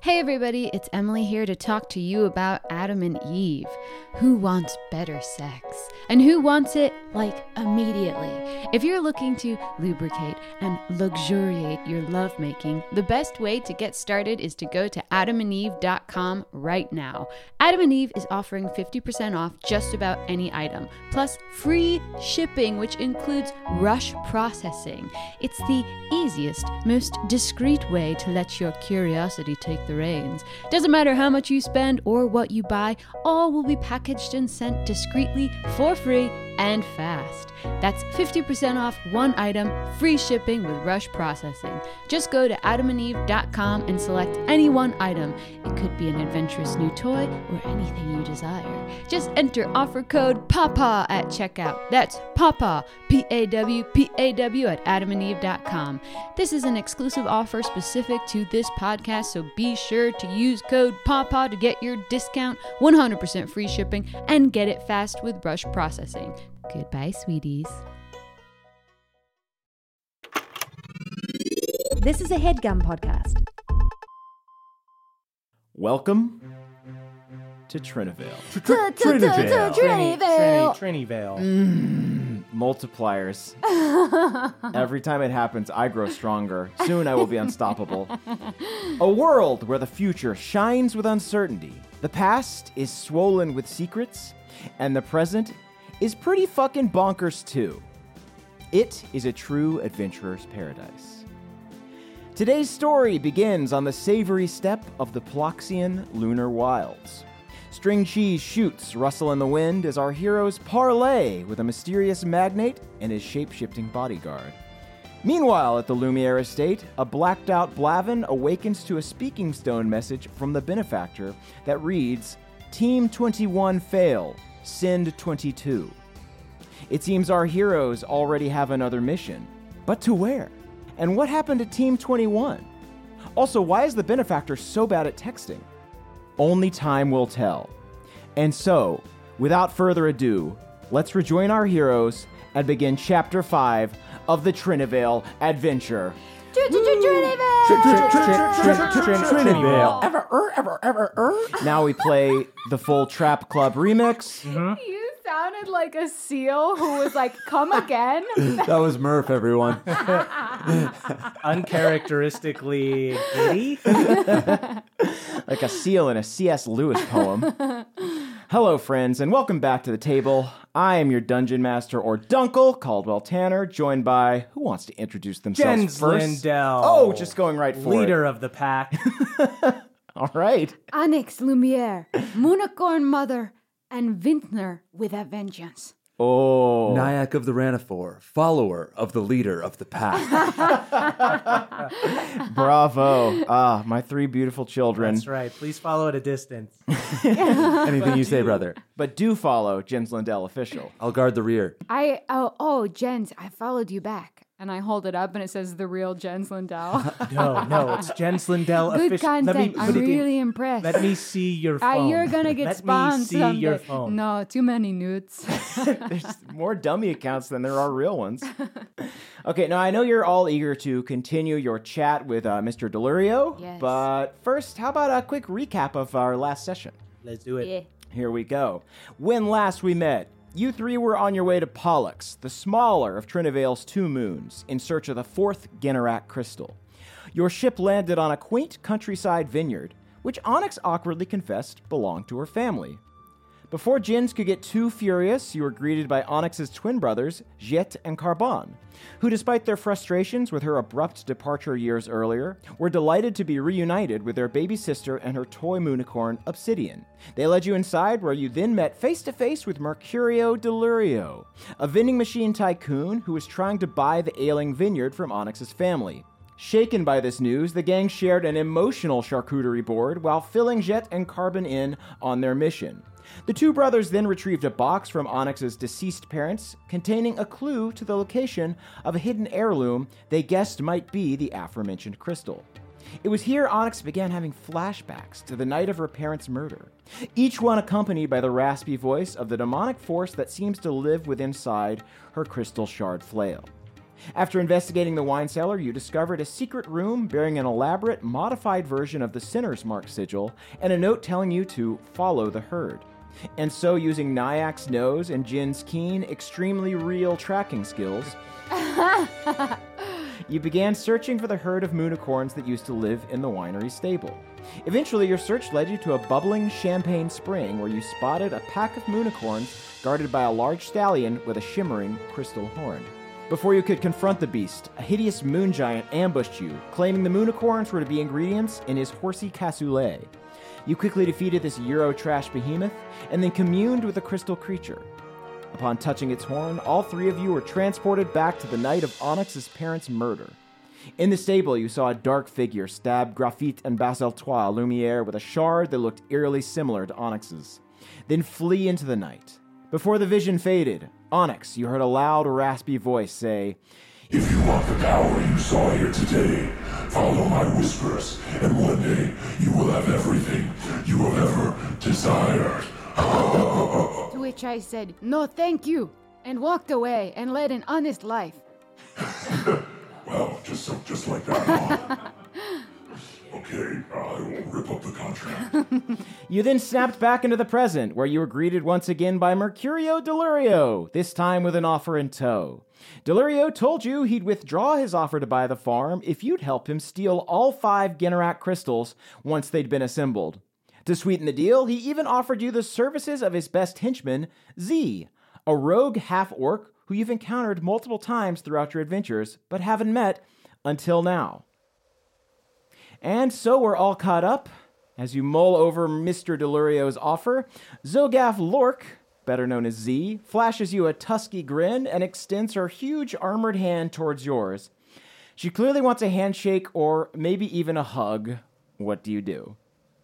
Hey everybody, it's Emily here to talk to you about Adam and Eve. Who wants better sex? And who wants it like immediately? If you're looking to lubricate and luxuriate your lovemaking, the best way to get started is to go to adamandeve.com right now. Adam and Eve is offering 50% off just about any item, plus free shipping, which includes rush processing. It's the easiest, most discreet way to let your curiosity take the reins. Doesn't matter how much you spend or what you buy, all will be packaged and sent discreetly for free and fast. That's 50% off one item, free shipping with rush processing. Just go to adamandeve.com and select any one item. It could be an adventurous new toy or anything you desire. Just enter offer code PAPA at checkout. That's PAPA, P A W P A W, at adamandeve.com. This is an exclusive offer specific to this podcast, so be sure to use code PAPA to get your discount, 100% free shipping, and get it fast with rush processing. Goodbye, sweeties. This is a headgum podcast. Welcome to Trinivale. Trinivale. Trinivale. Mm, Multipliers. Every time it happens, I grow stronger. Soon I will be unstoppable. A world where the future shines with uncertainty, the past is swollen with secrets, and the present is pretty fucking bonkers too. It is a true adventurer's paradise. Today's story begins on the savory steppe of the Ploxian lunar wilds. String cheese shoots rustle in the wind as our heroes parley with a mysterious magnate and his shape shifting bodyguard. Meanwhile, at the Lumiere estate, a blacked out Blavin awakens to a speaking stone message from the benefactor that reads Team 21 fail, send 22. It seems our heroes already have another mission. But to where? And what happened to Team 21? Also, why is the benefactor so bad at texting? Only time will tell. And so, without further ado, let's rejoin our heroes and begin Chapter 5 of the Trinivale Adventure. Trinivale. Ever, er, ever, ever, er. Now we play the full Trap Club remix. Mm-hmm. You sounded like a seal who was like, "Come again." That was Murph, everyone. Uncharacteristically giddy. like a seal in a C.S. Lewis poem. Hello, friends, and welcome back to the table. I am your dungeon master or Dunkle Caldwell Tanner, joined by who wants to introduce themselves Jens first? Lindell. Oh, just going right for Leader it. of the pack. All right, Annex Lumiere, Moonicorn Mother, and Vintner with a Vengeance. Oh, Nyack of the Ranafor, follower of the leader of the pack. bravo! Ah, my three beautiful children. That's right. Please follow at a distance. Anything you say, brother. But do follow Jens Lindell official. I'll guard the rear. I oh oh Jens, I followed you back, and I hold it up, and it says the real Jens Lindell. No, no, it's Jens Lindell Good official. Let me, content. I'm let me- really impressed. let me see your Ah, phone. you're gonna get Let spawned me see someday. your phone. No, too many nudes. There's more dummy accounts than there are real ones. Okay, now I know you're all eager to continue your chat with uh, Mr. Delurio, Yes. but first, how about a quick recap of our last session? Let's do it. Here we go. When last we met, you three were on your way to Pollux, the smaller of Trinivale's two moons, in search of the fourth Generac crystal. Your ship landed on a quaint countryside vineyard, which Onyx awkwardly confessed belonged to her family. Before Jins could get too furious, you were greeted by Onyx's twin brothers, Jet and Carbon, who, despite their frustrations with her abrupt departure years earlier, were delighted to be reunited with their baby sister and her toy moonicorn, Obsidian. They led you inside, where you then met face to face with Mercurio Delurio, a vending machine tycoon who was trying to buy the ailing vineyard from Onyx's family. Shaken by this news, the gang shared an emotional charcuterie board while filling Jet and Carbon in on their mission. The two brothers then retrieved a box from Onyx's deceased parents containing a clue to the location of a hidden heirloom they guessed might be the aforementioned crystal. It was here Onyx began having flashbacks to the night of her parents' murder, each one accompanied by the raspy voice of the demonic force that seems to live within inside her crystal shard flail. After investigating the wine cellar, you discovered a secret room bearing an elaborate, modified version of the Sinner's Mark sigil and a note telling you to follow the herd. And so, using Nyak's nose and Jin's keen, extremely real tracking skills, you began searching for the herd of moonicorns that used to live in the winery stable. Eventually, your search led you to a bubbling champagne spring where you spotted a pack of moonicorns guarded by a large stallion with a shimmering crystal horn. Before you could confront the beast, a hideous moon giant ambushed you, claiming the moonicorns were to be ingredients in his horsey cassoulet. You quickly defeated this Euro trash behemoth and then communed with the crystal creature. Upon touching its horn, all three of you were transported back to the night of Onyx's parents' murder. In the stable, you saw a dark figure stab Graphite and Baseltois Lumiere with a shard that looked eerily similar to Onyx's, then flee into the night. Before the vision faded, Onyx, you heard a loud, raspy voice say, If you want the power you saw here today, follow my whispers, and one day you will have everything you have ever desired. To which I said, No, thank you, and walked away and led an honest life. Well, just so, just like that. huh? okay, uh, I will rip up the contract. You then snapped back into the present, where you were greeted once again by Mercurio Delurio, this time with an offer in tow. Delurio told you he'd withdraw his offer to buy the farm if you'd help him steal all five Generac crystals once they'd been assembled. To sweeten the deal, he even offered you the services of his best henchman, Z, a rogue half orc who you've encountered multiple times throughout your adventures but haven't met until now. And so we're all caught up. As you mull over Mr. Delurio's offer, Zogaf Lork, better known as Z, flashes you a tusky grin and extends her huge armored hand towards yours. She clearly wants a handshake or maybe even a hug. What do you do?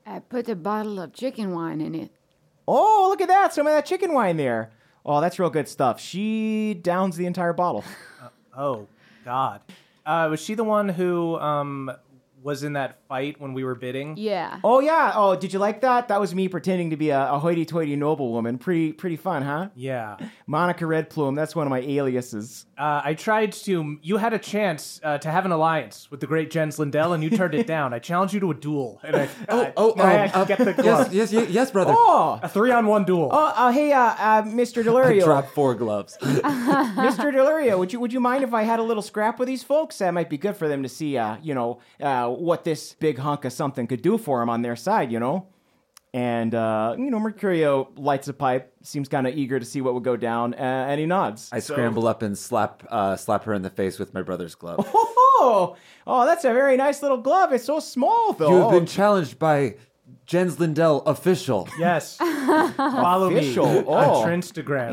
I put a bottle of chicken wine in it. Oh, look at that! Some of that chicken wine there. Oh, that's real good stuff. She downs the entire bottle. Oh God. Uh, was she the one who um, was in that fight when we were bidding? Yeah. Oh yeah. Oh, did you like that? That was me pretending to be a, a hoity-toity noblewoman. Pretty, pretty fun, huh? Yeah. Monica Red Plume. That's one of my aliases. Uh, I tried to. You had a chance uh, to have an alliance with the great Jens Lindell, and you turned it down. I challenged you to a duel, and I, Oh, oh, I, I um, uh, get the glove. yes, yes, yes, yes, brother. Oh, A three-on-one duel. Oh, uh, hey, uh, uh, Mr. I Delurio. dropped four gloves. Mr. Delurio, would you would you mind if I had a little scrap with these folks? That might be good for them to see, uh, you know, uh, what this big hunk of something could do for them on their side, you know. And uh, you know, Mercurio lights a pipe, seems kind of eager to see what would go down, uh, and he nods. I scramble up and slap uh, slap her in the face with my brother's glove. Oh, oh, that's a very nice little glove. It's so small, though. You have been challenged by Jens Lindell official. Yes. Follow Official. me Oh. on Trinstagram.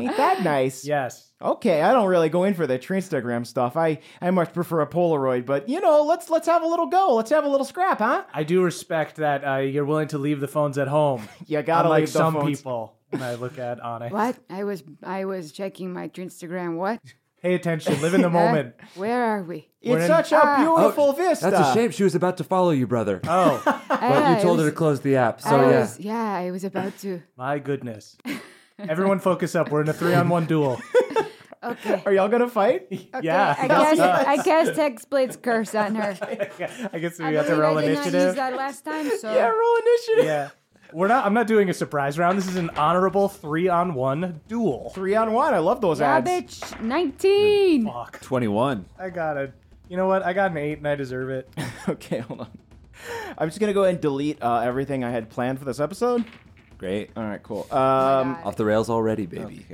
Ain't that nice? Yes. Okay, I don't really go in for the Instagram stuff. I, I much prefer a Polaroid, but you know, let's let's have a little go. Let's have a little scrap, huh? I do respect that uh, you're willing to leave the phones at home. You gotta unlike leave the some phones- people. When I look at Onyx, What? I was I was checking my Instagram. What? pay attention, live in the moment. Huh? Where are we? We're It's in- such a Ah. beautiful vista. Oh, That's a shame. She was about to follow you, brother. Oh But I you told her was- to close the app. I So Oh, yeah. was- yeah, I was about to. my goodness! Everyone, focus up. We're in a three-on-one duel. Okay. Are y'all gonna fight? yeah, I guess I cast Hexblade's curse on her. I guess we I have to believe roll I did not use initiative. that last time, so yeah, roll initiative. Yeah, we're not. I'm not doing a surprise round. This is an honorable three-on-one duel. Three on one. I love those yeah, ads. bitch, nineteen. Fuck! 21. I got it. You know what? I got an eight, and I deserve it. Okay, hold on. I'm just gonna go and delete uh, everything I had planned for this episode. Great. All right, cool. Um, Off the rails already, baby.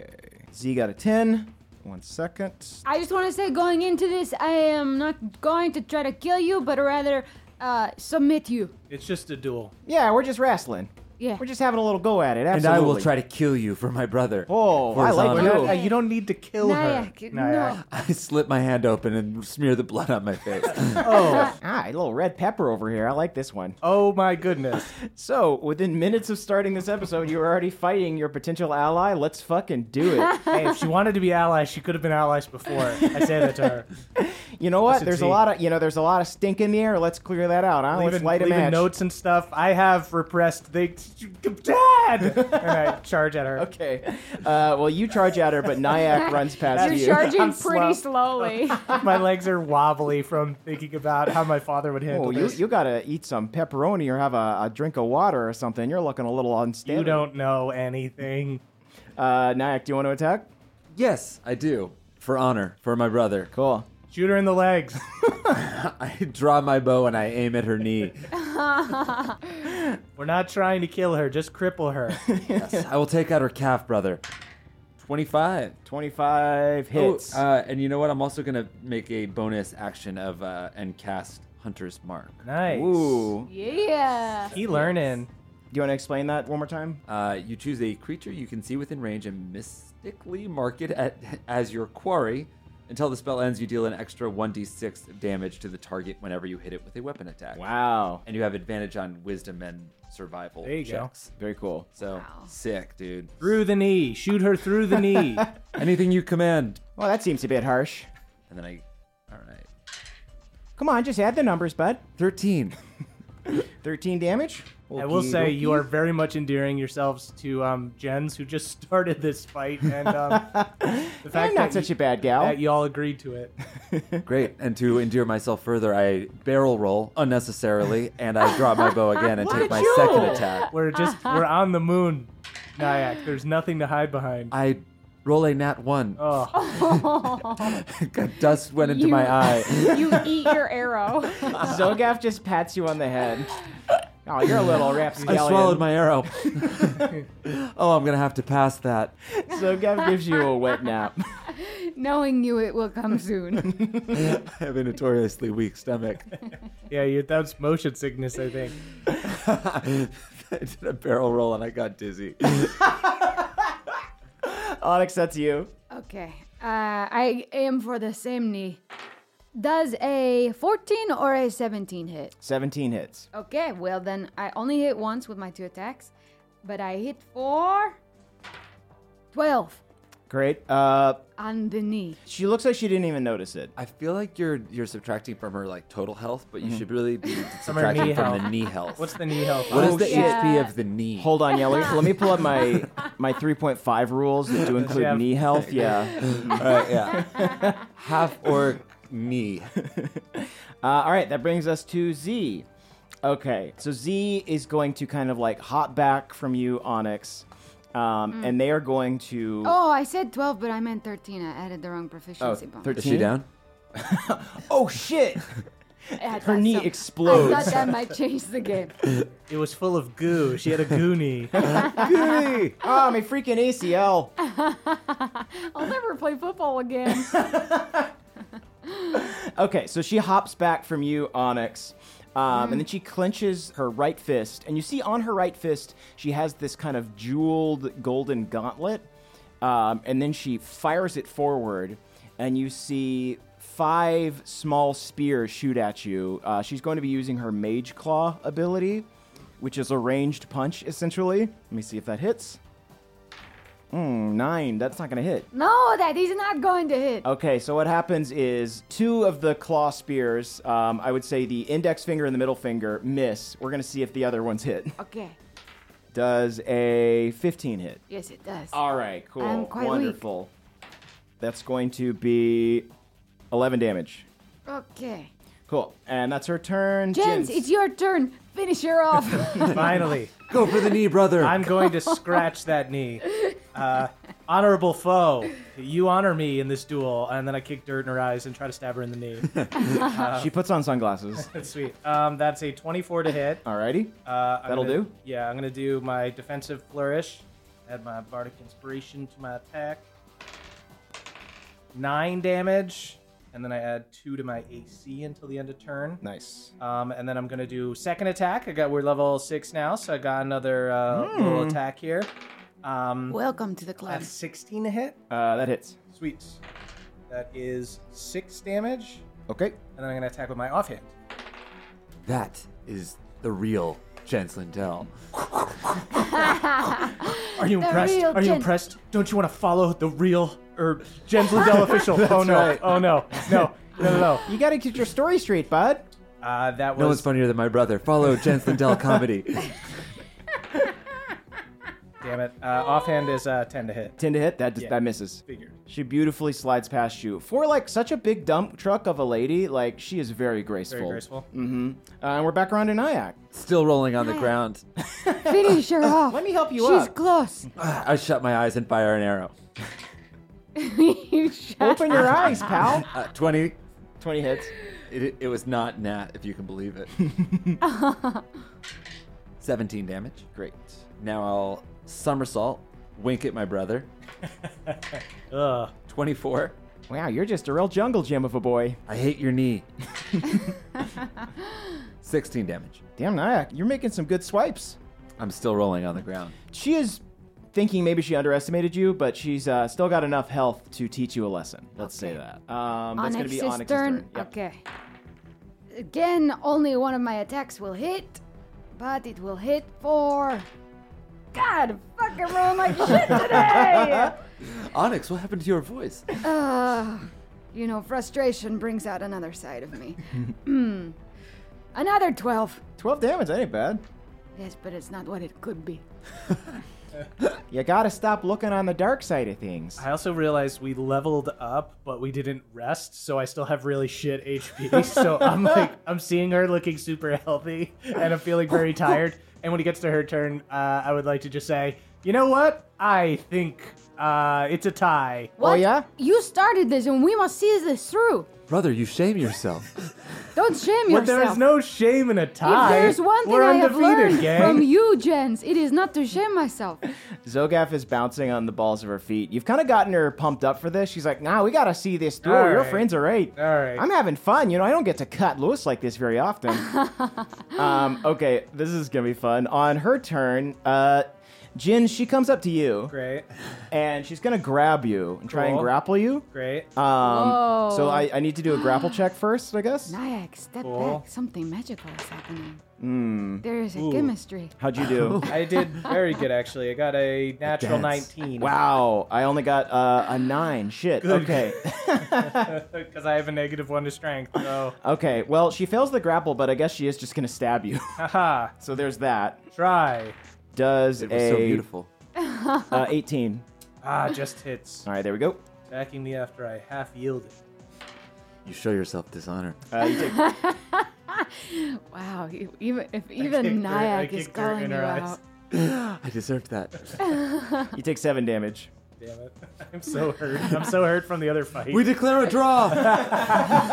Z got a ten. One second. I just want to say, going into this, I am not going to try to kill you, but rather uh, submit you. It's just a duel. Yeah, we're just wrestling. Yeah. We're just having a little go at it. And Absolutely. I will try to kill you for my brother. Oh, For I his like honor. you. Uh, you don't need to kill her. Nyack, no. I slip my hand open and smear the blood on my face. Oh, Ah, a little red pepper over here. I like this one. oh my goodness. So, within minutes of starting this episode, you were already fighting your potential ally. Let's fucking do it. Hey, if she wanted to be allies, she could have been allies before. I say that to her. You know what? That's a There's a tea. lot of you know. There's a lot of stink in the air. Let's clear that out. Huh? Let's Leaving, light Oh, a leaving match. notes and stuff. I have repressed things. Dad! and I charge at her. Okay. Uh, well, you charge at her, but Nyack runs past You're you. charging I'm pretty slowly. My legs are wobbly from thinking about how my father would handle Oh, you, this. you gotta eat some pepperoni or have a, a drink of water or something. You're looking a little unstable. You don't know anything. Uh, Nyack, do you want to attack? Yes, I do. For honor, for my brother. Cool. Shoot her in the legs. I draw my bow and I aim at her knee. We're not trying to kill her, just cripple her. Yes, I will take out her calf, brother. 25. 25 hits. Oh, uh, and you know what? I'm also going to make a bonus action of uh, and cast Hunter's Mark. Nice. Ooh. yeah. He learning. Do you want to explain that one more time? Uh, you choose a creature you can see within range and mystically mark it at, as your quarry. Until the spell ends, you deal an extra 1d6 of damage to the target whenever you hit it with a weapon attack. Wow. And you have advantage on wisdom and survival There you go. checks. Very cool. So sick, dude. Through the knee. Shoot her through the knee. Anything you command. Well, that seems a bit harsh. And then I. All right. Come on, just add the numbers, bud. 13. 13 damage. I will Okey say you dokey. are very much endearing yourselves to um, Jens, who just started this fight, and um, the fact I'm not that, such you, a bad gal. that y'all agreed to it. Great. And to endear myself further, I barrel roll unnecessarily, and I draw my bow again and take my second attack. We're just we're on the moon, Nyack. There's nothing to hide behind. I roll a nat one. Oh, Got Dust went into You- my eye. You eat your arrow. Zogaf just pats you on the head. Oh, you're a little I rapscallion. swallowed my arrow. oh, I'm gonna have to pass that. Zogav gives you a wet nap. Knowing you, it will come soon. I have a notoriously weak stomach. yeah, you, that's motion sickness, I think. I did a barrel roll and I got dizzy. Onyx, that's you. Okay. Uh, I aim for the same knee. Does a 14 or a 17 hit? 17 hits. Okay, well then I only hit once with my two attacks, but I hit for 12 Great. Uh, on the knee. she looks like she didn't even notice it. I feel like you're you're subtracting from her like total health, but you should really be her knee subtracting Mm-hmm. from the health. knee health. What's the knee health? What is Oh, the shit. HP of the knee? Hold on, yeah. Let me, let me pull up my my 3.5 rules that do include Yeah. knee health. Yeah. Alright, yeah. Half orc knee. Uh, all right, that brings us to Z. Okay, so Z is going to kind of like hop back from you, Onyx, um, and they are going to. Mm. Oh, I said 12, but I meant 13. I added the wrong proficiency bonus. 13? Is she down? Oh shit! I thought Her knee so. I explodes. thought that might change the game. It was full of goo. She had a goo knee. oh, my freaking ACL. I'll never play football again. Okay, so she hops back from you, Onyx, um, and Hmm. then she clenches her right fist, and you see on her right fist she has this kind of jeweled golden gauntlet, um, and then she fires it forward, and you see five small spears shoot at you. Uh, she's going to be using her Mage Claw ability, which is a ranged punch essentially. Let me see if that hits. Mm, nine. That's not going to hit. no, that is not going to hit. Okay, so what happens is two of the claw spears, um, I would say the index finger and the middle finger, miss. We're going to see if the other ones hit. Okay. Does a 15 hit? Yes, it does. All right, cool. I'm quite weak. Wonderful. That's going to be 11 damage. Okay. Cool. And that's her turn. Jens, it's your turn. Finish her off. Finally, Go for the knee, brother. I'm going to scratch that knee. Uh, honorable foe, you honor me in this duel, and then I kick dirt in her eyes and try to stab her in the knee. She puts on sunglasses. That's sweet. Um, that's a 24 to hit. Alrighty. Uh, I'm That'll gonna- do. Yeah, I'm gonna do my defensive flourish. Add my bardic inspiration to my attack. Nine damage, and then I add two to my AC until the end of turn. Nice. Um, and then I'm gonna do second attack. I got we're level six now, so I got another uh, Hmm. little attack here. Um, Welcome to the club. that's 16 to hit. Uh, that hits. Sweet. That is six damage, Okay. and then I'm gonna attack with my offhand. That is the real Jens Lindell. Are you impressed? real Are you Jen- impressed? Don't you want to follow the real or Jens Lindell er, official? oh no! right. Oh no! No! No, no, no. You gotta get your story straight, bud. Uh, that No one's was. funnier than my brother. Follow Jens Lindell comedy. damn it. Uh, offhand is uh, 10 to hit. Ten to hit. That Yeah. that misses. Figured. She beautifully slides past you for like such a big dump truck of a lady. Like she is very graceful. Very graceful. Uh, and we're back around to Nyack. Still rolling on the ground. Finish her off. Let me help you She's up. close. Ah, I shut my eyes and fire an arrow. you shut Open your eyes, pal. Uh, Twenty. Twenty hits. It, it was not Nat, if you can believe it. Seventeen damage. Great. Now I'll somersault, wink at my brother. Ugh. Twenty-four. Wow, you're just a real jungle gym of a boy. I hate your knee. Sixteen damage. Damn, Nyack, you're making some good swipes. I'm still rolling on the ground. She is thinking maybe she underestimated you, but she's uh, still got enough health to teach you a lesson. Let's say that. Um, that's going to be Onyx's Onyx's turn. turn. Yep. Okay. Again, only one of my attacks will hit, but it will hit for. God, fucking roll my shit today. Onyx, what happened to your voice? Uh, you know, frustration brings out another side of me. Hmm. another twelve. Twelve damage. That ain't bad. Yes, but it's not what it could be. You gotta stop looking on the dark side of things. I also realized we leveled up, but we didn't rest, so I still have really shit HP. so I'm like, I'm seeing her looking super healthy, and I'm feeling very tired. And when it gets to her turn, uh, I would like to just say, you know what? I think uh, it's a tie. Oh, yeah? You started this, and we must see this through. Brother, you shame yourself. Don't shame But yourself. there is no shame in a If tie. there's one thing We're I have undefeated, learned gang. from you, Jens, it is not to shame myself. Zogaf is bouncing on the balls of her feet. You've kind of gotten her pumped up for this. She's like, nah, we gotta see this through. All Your right. friends are right. All right. I'm having fun. You know, I don't get to cut loose like this very often. um, okay, this is gonna be fun. On her turn, uh, Jin, she comes up to you Great, and she's gonna grab you and try and Cool. grapple you. great. Um, Whoa. so I, I need to do a grapple check first, I guess. Nyack, step Cool. back. Something magical is happening. Hmm. There is a chemistry. How'd you do? I did very good, actually. I got a natural Dance. 19. wow, I only got uh, a nine. Shit. Okay. Because I have a negative one to strength, so. okay. Well, she fails the grapple, but I guess she is just gonna stab you. Haha, so there's that. try. Does It was a so beautiful. Uh, 18. Ah, just hits. All right, there we go. Backing me after I half yielded. You show yourself dishonor. Uh, you take Wow, you- even if kicked her- even I Nyack is kicked her in calling you her eyes. out. I deserved that. You take seven damage. Damn it. I'm so hurt. I'm so hurt from the other fight. we declare a draw.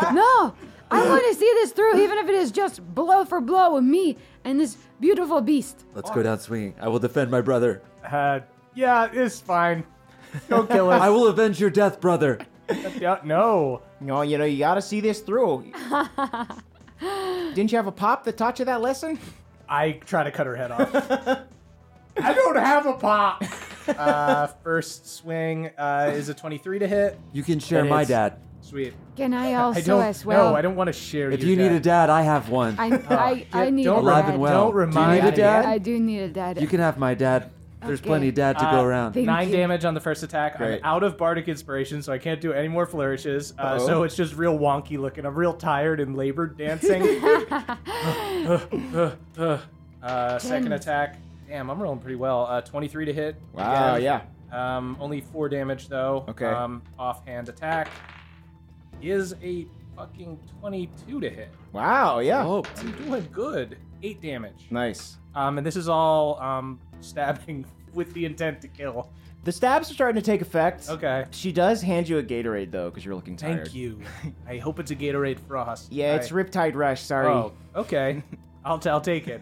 No, I want to see this through, even if it is just blow for blow with me and this beautiful beast. Let's go down swinging. I will defend my brother. Uh, yeah, it's fine. Go kill I us. will avenge your death, brother. Yeah, no. No, Oh, you know, you gotta see this through. Didn't you have a pop that taught you that lesson? I try to cut her head off. I don't have a pop. Uh, first swing uh, is a 23 to hit. You can share That my is- dad. Sweet. Can I also I don't. as well? No, I don't want to share. If your you need a death. dad, I have one. I, I, I Get- need don't a Alive dad. and well. Don't Do you need remind a me. dad? I do need a dad. You can have my dad. There's Okay. plenty of dad to go Uh, around. Thank Nine you. damage on the first attack. Great. I'm out of bardic inspiration, so I can't do any more flourishes. Uh, Uh-oh. so it's just real wonky looking. I'm real tired and labored dancing. uh, uh, uh, second Goodness. attack. Damn, I'm rolling pretty well. Uh, 23 to hit. Wow, yeah. Again. Um, only four damage though. Okay. Um, offhand attack is a fucking 22 to hit. Wow, yeah. Oh, I'm doing good. Eight damage. Nice. Um, and this is all um, stabbing with the intent to kill. The stabs are starting to take effect. Okay. She does hand you a Gatorade, though, because you're looking tired. Thank you. I hope it's a Gatorade Frost. Yeah, it's I, Riptide Rush, sorry. Oh, okay. I'll, I'll take it.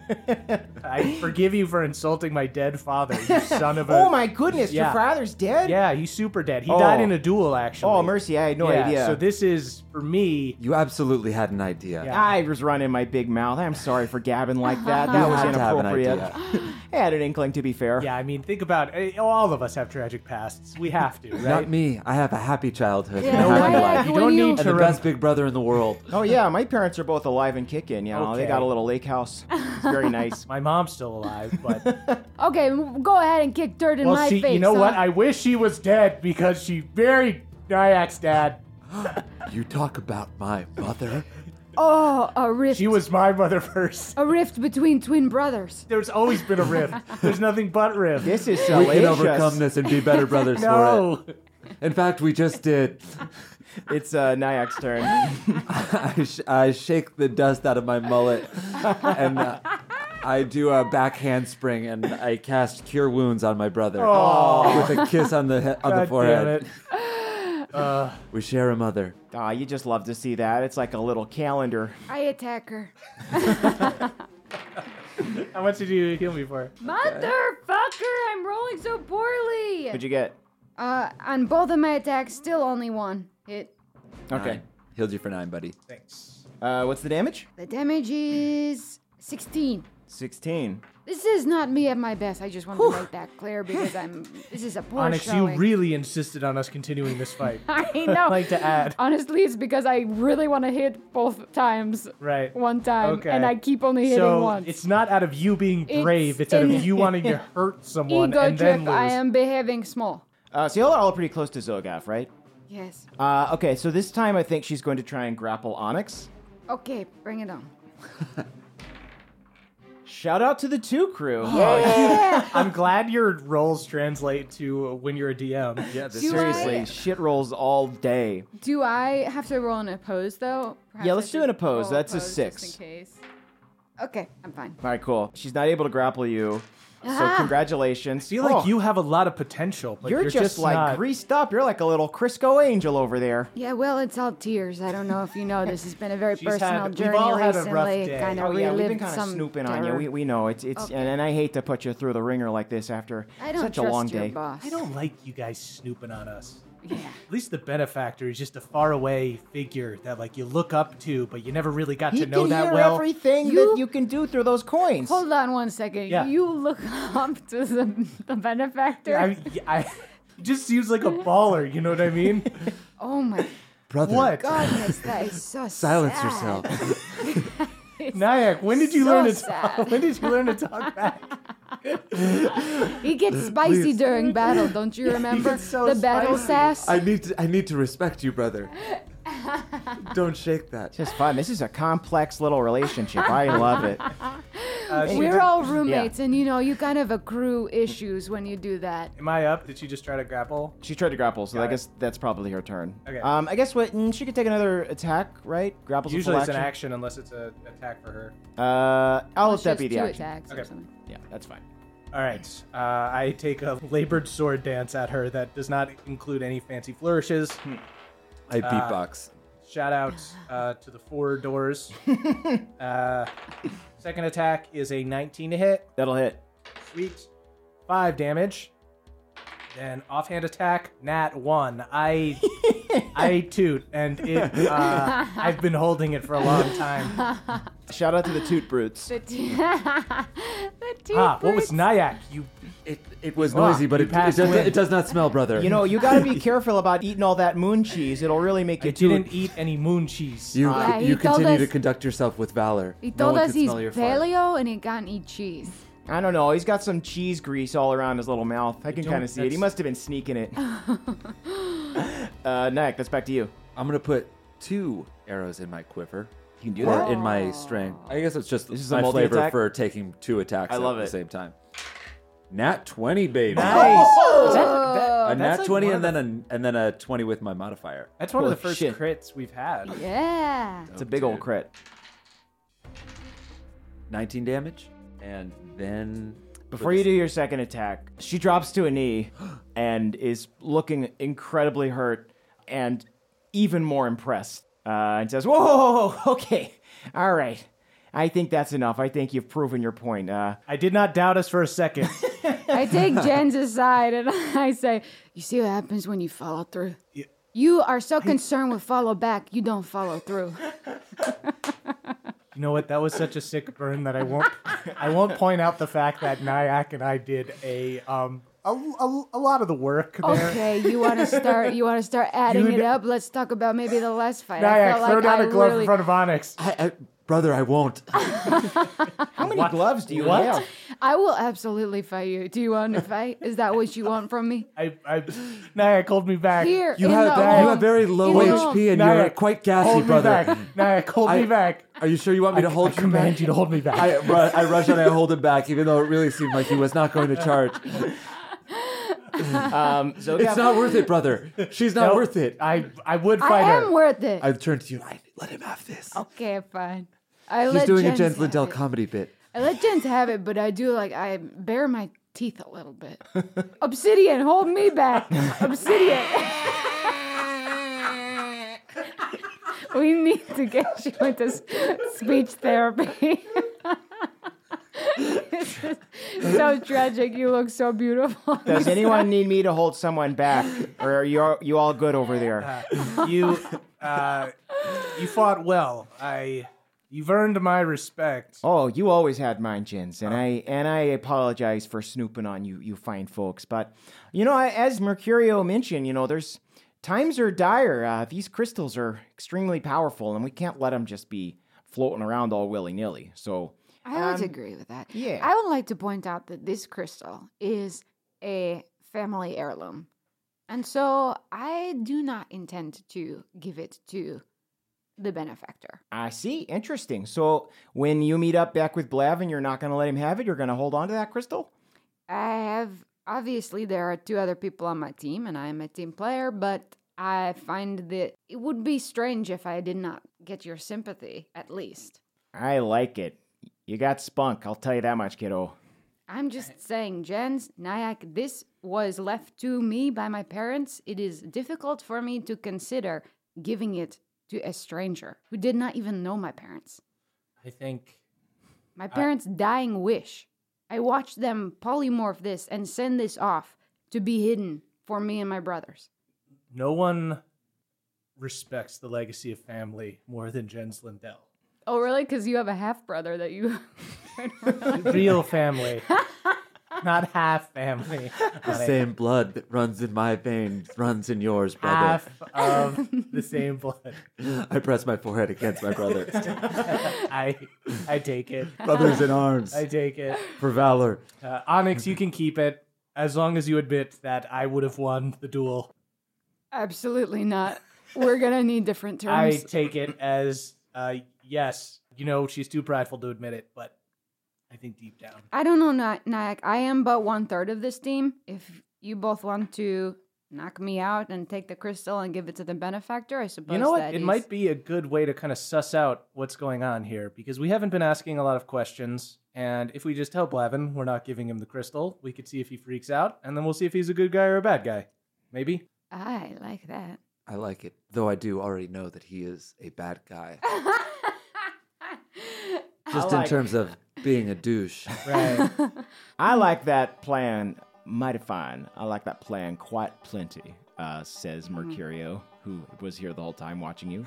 I forgive you for insulting my dead father, you son of a. Oh my goodness, your Yeah. father's dead? Yeah, he's super dead. He Oh. died in a duel, actually. Oh, mercy, I had no yeah, idea. So this is for me. you absolutely had an idea. Yeah. I was running my big mouth. I'm sorry for gabbing like that. That You was had to have an inappropriate. idea. I had an inkling, to be fair. Yeah, I mean, think about it. All of us have tragic pasts. We have to, right? Not me. I have a happy childhood. Yeah, and a happy Nyack, life. You when don't you- need And to the rem- best big brother in the world. Oh yeah, my parents are both alive and kicking. You know, they Okay. got a little lake house. It's very nice. My mom's still alive, but Okay, go ahead and kick dirt in well, my she, face. you know what? huh? I wish she was dead because she buried Nyak's dad. You talk about my mother. Oh, a rift. She was my mother first. a rift between twin brothers. There's always been a rift. There's nothing but rift. This is We salacious. can overcome this and be better brothers no. for it. In fact, we just did. It's uh, Nyak's turn. I, sh- I shake the dust out of my mullet and uh, I do a back handspring and I cast Cure Wounds on my brother with a kiss on the he- on the God forehead. damn it. We share a mother. Aw, Ah, you just love to see that. It's like a little calendar. I attack her. How much did you heal me for? Motherfucker, I'm rolling so poorly. What'd you get? Uh, on both of my attacks, still only one hit. Okay. Nine. Healed you for nine, buddy. Thanks. Uh, what's the damage? The damage is 16. 16. This is not me at my best. I just want to make that clear because I'm. This is a poor Onyx, showing. you really insisted on us continuing this fight. I know. like to add. Honestly, it's because I really want to hit both times. Right. One time, Okay. and I keep only hitting so once. it's not out of you being It's brave. It's, out an of you wanting to hurt someone Ego and trip. then lose. I am behaving small. Uh, so y'all are all pretty close to Zogath, right? Yes. Uh, okay, so this time I think she's going to try and grapple Onyx. Okay, bring it on. Shout out to the two crew. I'm glad your roles translate to when you're a DM. Yeah, Do Seriously, I- shit rolls all day. Do I have to roll an opposed though? Perhaps Yeah, I let's do should an opposed. roll That's a opposed six. Just in case. Okay, I'm fine. All right, cool. She's not able to grapple you. So Ah. congratulations. I feel Oh, like you have a lot of potential, but You're, you're, just, like not- greased up. You're like a little Crisco angel over there. Yeah, well, it's all tears. I don't know if you know this has been a very She's personal had- we've journey all had a rough recently. day. Kind Oh of yeah, relived we've been kind of some snooping on you. terror. We, we know it's it's Okay. and, and I hate to put you through the ringer like this after I don't such a trust long your day. boss. I don't like you guys snooping on us. Yeah. At least the benefactor is just a faraway figure that like you look up to, but you never really got He to know can that hear well. everything You- that you can do through those coins. Hold on one second. Yeah. You look up to the, the benefactor. I, I he just seems like a baller. You know what I mean? oh my brother. what? goodness, that is so Silence sad. yourself. Nayak, when did you So learn to sad. talk? When did you learn to talk back? It gets spicy Please. during battle, don't you remember? gets so the battle spicy. sass? I need to, I need to respect you, brother. Don't shake that. This is fun. This is a complex little relationship. I love it. Uh, she We're did- all roommates, and you know, you kind of accrue issues when you do that. Am I up? Did she just try to grapple? She tried to grapple, so I it. guess that's probably her turn. Okay. Um, I guess what mm, she could take another attack, right? Grapples Usually a it's full an action unless it's an attack for her. Uh, I'll Unless let that she be has the two action. attacks or Okay. something. Yeah, that's fine. All right. Uh, I take a labored sword dance at her that does not include any fancy flourishes. I beatbox. Shout out uh, to the four doors. uh, second attack is a 19 to hit. That'll hit. Sweet. Five damage. Then offhand attack, nat one. I I toot, and it. Uh, I've been holding it for a long time. Shout out to the Toot Brutes. The t- the teeth Ah, what was breaks. Nyack? You It, it was Ah, noisy, but you it, it, passed does, wind. it does not smell, brother. You know, you gotta be careful about eating all that moon cheese. It'll really make you I toot. didn't eat any moon cheese. You, Yeah, he you told continue us- to conduct yourself with valor. He no told one us can he's smell your fart. paleo and he can't eat cheese. I don't know. He's got some cheese grease all around his little mouth. I can don't- kind of see it. He that's- must have been sneaking it. uh, Nyack, that's back to you. I'm gonna put two arrows in my quiver. You can do or that? in my string. I guess it's just This is a my multi-attack? flavor for taking two attacks I love at it. the same time. Nat twenty, baby. Nice. A That's nat like twenty, one and of then a, and then a twenty with my modifier. That's one of the Holy first shit. crits we've had. Yeah. It's a big old crit. Nineteen damage, and then Before you do your second attack, she drops to a knee and is looking incredibly hurt and even more impressed. Uh, and says, "Whoa, okay, all right. I think that's enough. I think you've proven your point. Uh, I did not doubt us for a second. I take Jen's aside and I say, You see what happens when you follow through? You are so concerned with follow back, you don't follow through. You know what? That was such a sick burn that I won't. I won't point out the fact that Nyack and I did a um a, a, a lot of the work Oh, there. Okay, you want to start. You want to start adding You it kn- up. Let's talk about maybe the last fight. I Nyack, felt throw like down I a glove really- in front of Onyx. I, I, Brother, I won't. How many gloves do you What? have? I will absolutely fight you. Do you want to fight? Is that what you want from me? I, I, Naya called me back. Here, You in have the you home. have very low In the HP and No, you're no. quite gassy, hold me brother. back. Naya called I- me back. Are you sure you want me to hold I you command back? you to hold me back. I, ru- I rush and I hold him back, even though it really seemed like he was not going to charge. Um, so yeah, It's not worth it, brother. She's not Nope. worth it. I, I would I fight am her. worth it. I turn to you. I let him have this. okay, fine. I He's let doing a Jens Jens have Lindell it. comedy bit. I let Jens have it, but I do like I bare my teeth a little bit. Obsidian, hold me back. Obsidian. we need to get you into s- speech therapy. this is so tragic. You look so beautiful. does anyone need me to hold someone back, or are you all, you all good over there? You, uh, you fought well. I, you've earned my respect. Oh, you always had mine, Jins, and I and I apologize for snooping on you, you fine folks. But you know, I- as Mercurio mentioned, you know, there's times are dire. Uh, these crystals are extremely powerful, and we can't let them just be floating around all willy nilly. So I would agree with that. yeah. I would like to point out that this crystal is a family heirloom. And so I do not intend to give it to the benefactor. I see, interesting. So when you meet up back with Blavin, you're not going to let him have it. You're going to hold on to that crystal. I have obviously there are two other people on my team and I am a team player, but I find that it would be strange if I did not get your sympathy at least. I like it. You got spunk. I'll tell you that much, kiddo. I'm just saying, Jens, Nayak, this was left to me by my parents. It is difficult for me to consider giving it to a stranger who did not even know my parents. I think My parents' dying wish. I watched them polymorph this and send this off to be hidden for me and my brothers. no one respects the legacy of family more than Jens Lindell. Oh, really? Because you have a half brother that you. Real family, not half family. The same blood that runs in my veins runs in yours, brother. half of the same blood. I press my forehead against my brother. I I take it. Brothers in arms I take it. for valor. Uh, Onyx, you can keep it as long as you admit that I would have won the duel. Absolutely not. We're going to need different I terms. take it as uh, yes. You know she's too prideful to admit it, but I think deep down I don't know, Na- Nayak. I am but one third of this team. If you both want to knock me out and take the crystal and give it to the benefactor, I suppose You know what? that It is- might be a good way to kind of suss out what's going on here because we haven't been asking a lot of questions. And if we just tell Blavin we're not giving him the crystal, we could see if he freaks out, and then we'll see if he's a good guy or a bad guy. Maybe. I like that. I like it, though I do already know that he is a bad guy. Just in like- terms of being a douche. Right. I like that plan mighty fine. I like that plan quite plenty, uh, says Mercurio, who was here the whole time watching you.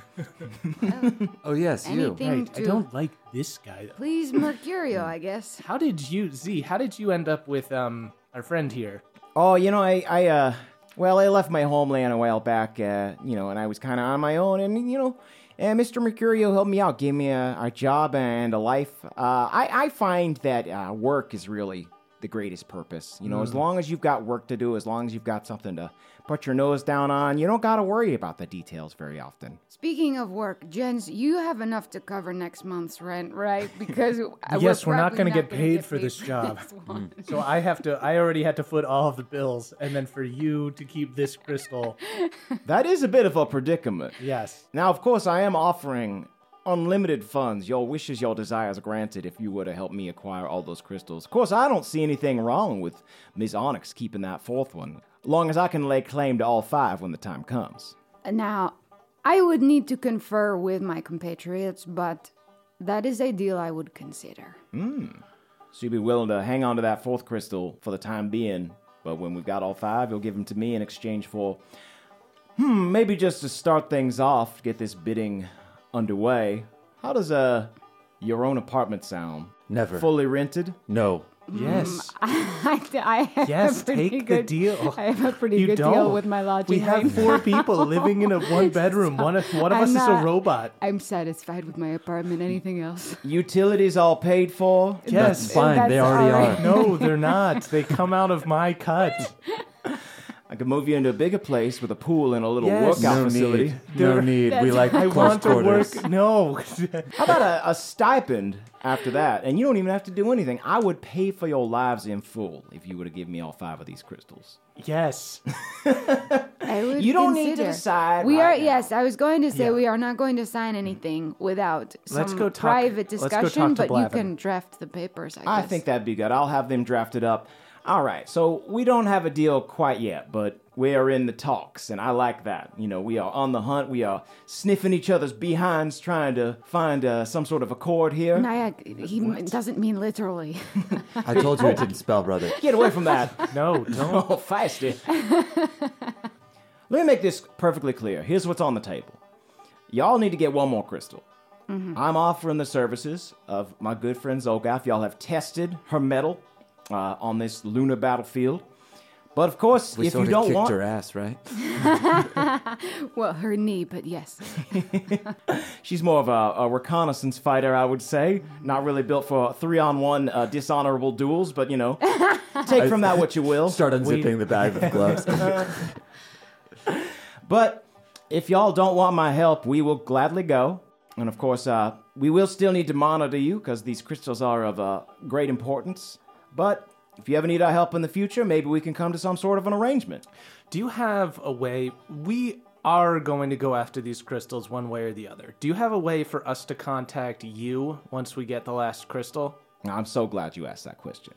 Oh yes, you. Anything right. I to- don't like this guy. Though. Please, Mercurio, I guess. How did you, Z? How did you end up with um our friend here? Oh, you know, I, I, uh, well, I left my homeland a while back, uh, you know, and I was kind of on my own, and you know, and Mr. Mercurio helped me out, gave me a, a job and a life. Uh, I, I find that uh, work is really the greatest purpose. You know, as long as you've got work to do, as long as you've got something to put your nose down on, you don't got to worry about the details very often. Speaking of work, Jens, you have enough to cover next month's rent, right? Because Yes, we're not probably gonna get gonna paid for this job. one. So I have to. I already had to foot all of the bills, and then for you to keep this crystal. That is a bit of a predicament. Yes. Now, of course, I am offering unlimited funds, your wishes, your desires granted, if you were to help me acquire all those crystals. Of course, I don't see anything wrong with Ms. Onyx keeping that fourth one, long as I can lay claim to all five when the time comes. Now, I would need to confer with my compatriots, but that is a deal I would consider. So you'd be willing to hang on to that fourth crystal for the time being, but when we've got all five, you'll give them to me in exchange for, hmm, maybe just to start things off, to get this bidding underway. How does uh, your own apartment sound? Never. Fully rented? no. Yes. Mm, I, I have Yes, a pretty take the good, deal. I have a pretty You good deal don't. with my lodging. We right have four people living in a one bedroom. One of, one of I'm us is not- a robot. I'm satisfied with my apartment. Anything else? Utilities all paid for. Yes. fine. they That's already alright. are. No, they're not. They come out of my cut. I could move you into a bigger place with a pool and a little Yes. workout No facility. No They're- need. We like I close want to quarters. work. No. How about a, a stipend after that? And you don't even have to do anything. I would pay for your lives in full if you were to give me all five of these crystals. yes. I would You don't need to consider. decide We right are now. yes. I was going to say Yeah. we are not going to sign anything without some Let's go talk- private let's go discussion. talk to but you Blavin. can draft the papers. I, I guess. think that'd be good. I'll have them drafted up. All right, so we don't have a deal quite yet, but we are in the talks, and I like that. You know, we are on the hunt. We are sniffing each other's behinds, trying to find uh, some sort of accord here. Nyack, he m doesn't mean literally. I told you it didn't spell, brother. Get away from that. No, don't. oh, feisty. Let me make this perfectly clear. Here's what's on the table. Y'all need to get one more crystal. Mm-hmm. I'm offering the services of my good friend Zolgath. Y'all have tested her metal uh, on this lunar battlefield. But of course, We if sort you of don't kicked want her ass, right? well, her knee, but yes. She's more of a, a reconnaissance fighter, I would say. Mm-hmm. Not really built for three-on-one uh, dishonorable duels, but you know, take from that what you will. Start unzipping the bag of gloves. But if y'all don't want my help, we will gladly go. And of course, uh, we will still need to monitor you because these crystals are of uh, great importance. But if you ever need our help in the future, maybe we can come to some sort of an arrangement. Do you have a way? We are going to go after these crystals one way or the other. Do you have a way for us to contact you once we get the last crystal? I'm so glad you asked that question.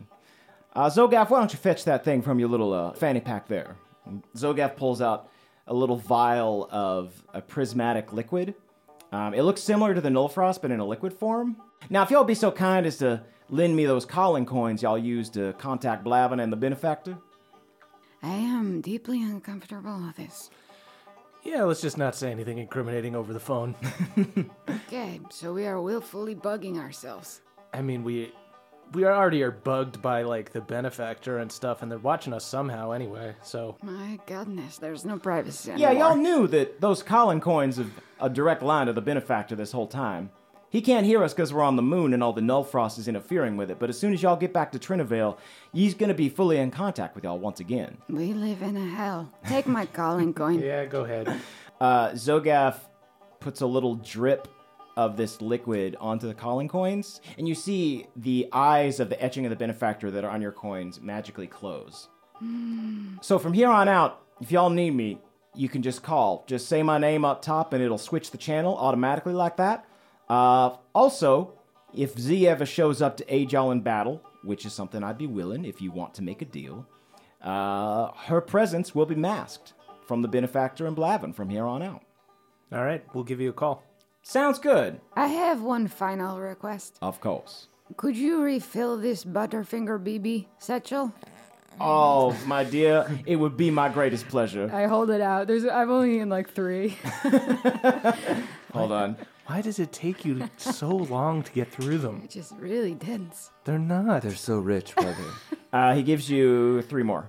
Uh, Zogath, why don't you fetch that thing from your little uh, fanny pack there? And Zogath pulls out a little vial of a prismatic liquid. Um, it looks similar to the Null Frost, but in a liquid form. Now, if y'all be so kind as to lend me those calling coins y'all use to contact Blavin and the Benefactor. I am deeply uncomfortable with this. Yeah, let's just not say anything incriminating over the phone. Okay, so we are willfully bugging ourselves. I mean, we we already are bugged by like the benefactor and stuff, and they're watching us somehow anyway. So My goodness, there's no privacy. Yeah, anymore. y'all knew that those calling coins of a direct line to the benefactor this whole time. He can't hear us because we're on the moon and all the null frost is interfering with it, but as soon as y'all get back to Trinivale, he's gonna be fully in contact with y'all once again. We live in a hell. Take my calling coin. yeah, go ahead. Uh, Zogath puts a little drip of this liquid onto the calling coins, and you see the eyes of the etching of the benefactor that are on your coins magically close. so from here on out, if y'all need me, you can just call. Just say my name up top, and it'll switch the channel automatically like that. Uh, also, if Z ever shows up to aid y'all in battle, which is something I'd be willing if you want to make a deal, uh, her presence will be masked from the benefactor and Blavin from here on out. All right, we'll give you a call. Sounds good. I have one final request. Of course. Could you refill this Butterfinger BB satchel? Oh, my dear, it would be my greatest pleasure. I hold it out. There's I've only in like three. Hold on. Why does it take you so long to get through them? Just really dense. They're not. They're so rich, brother. Uh, he gives you three more.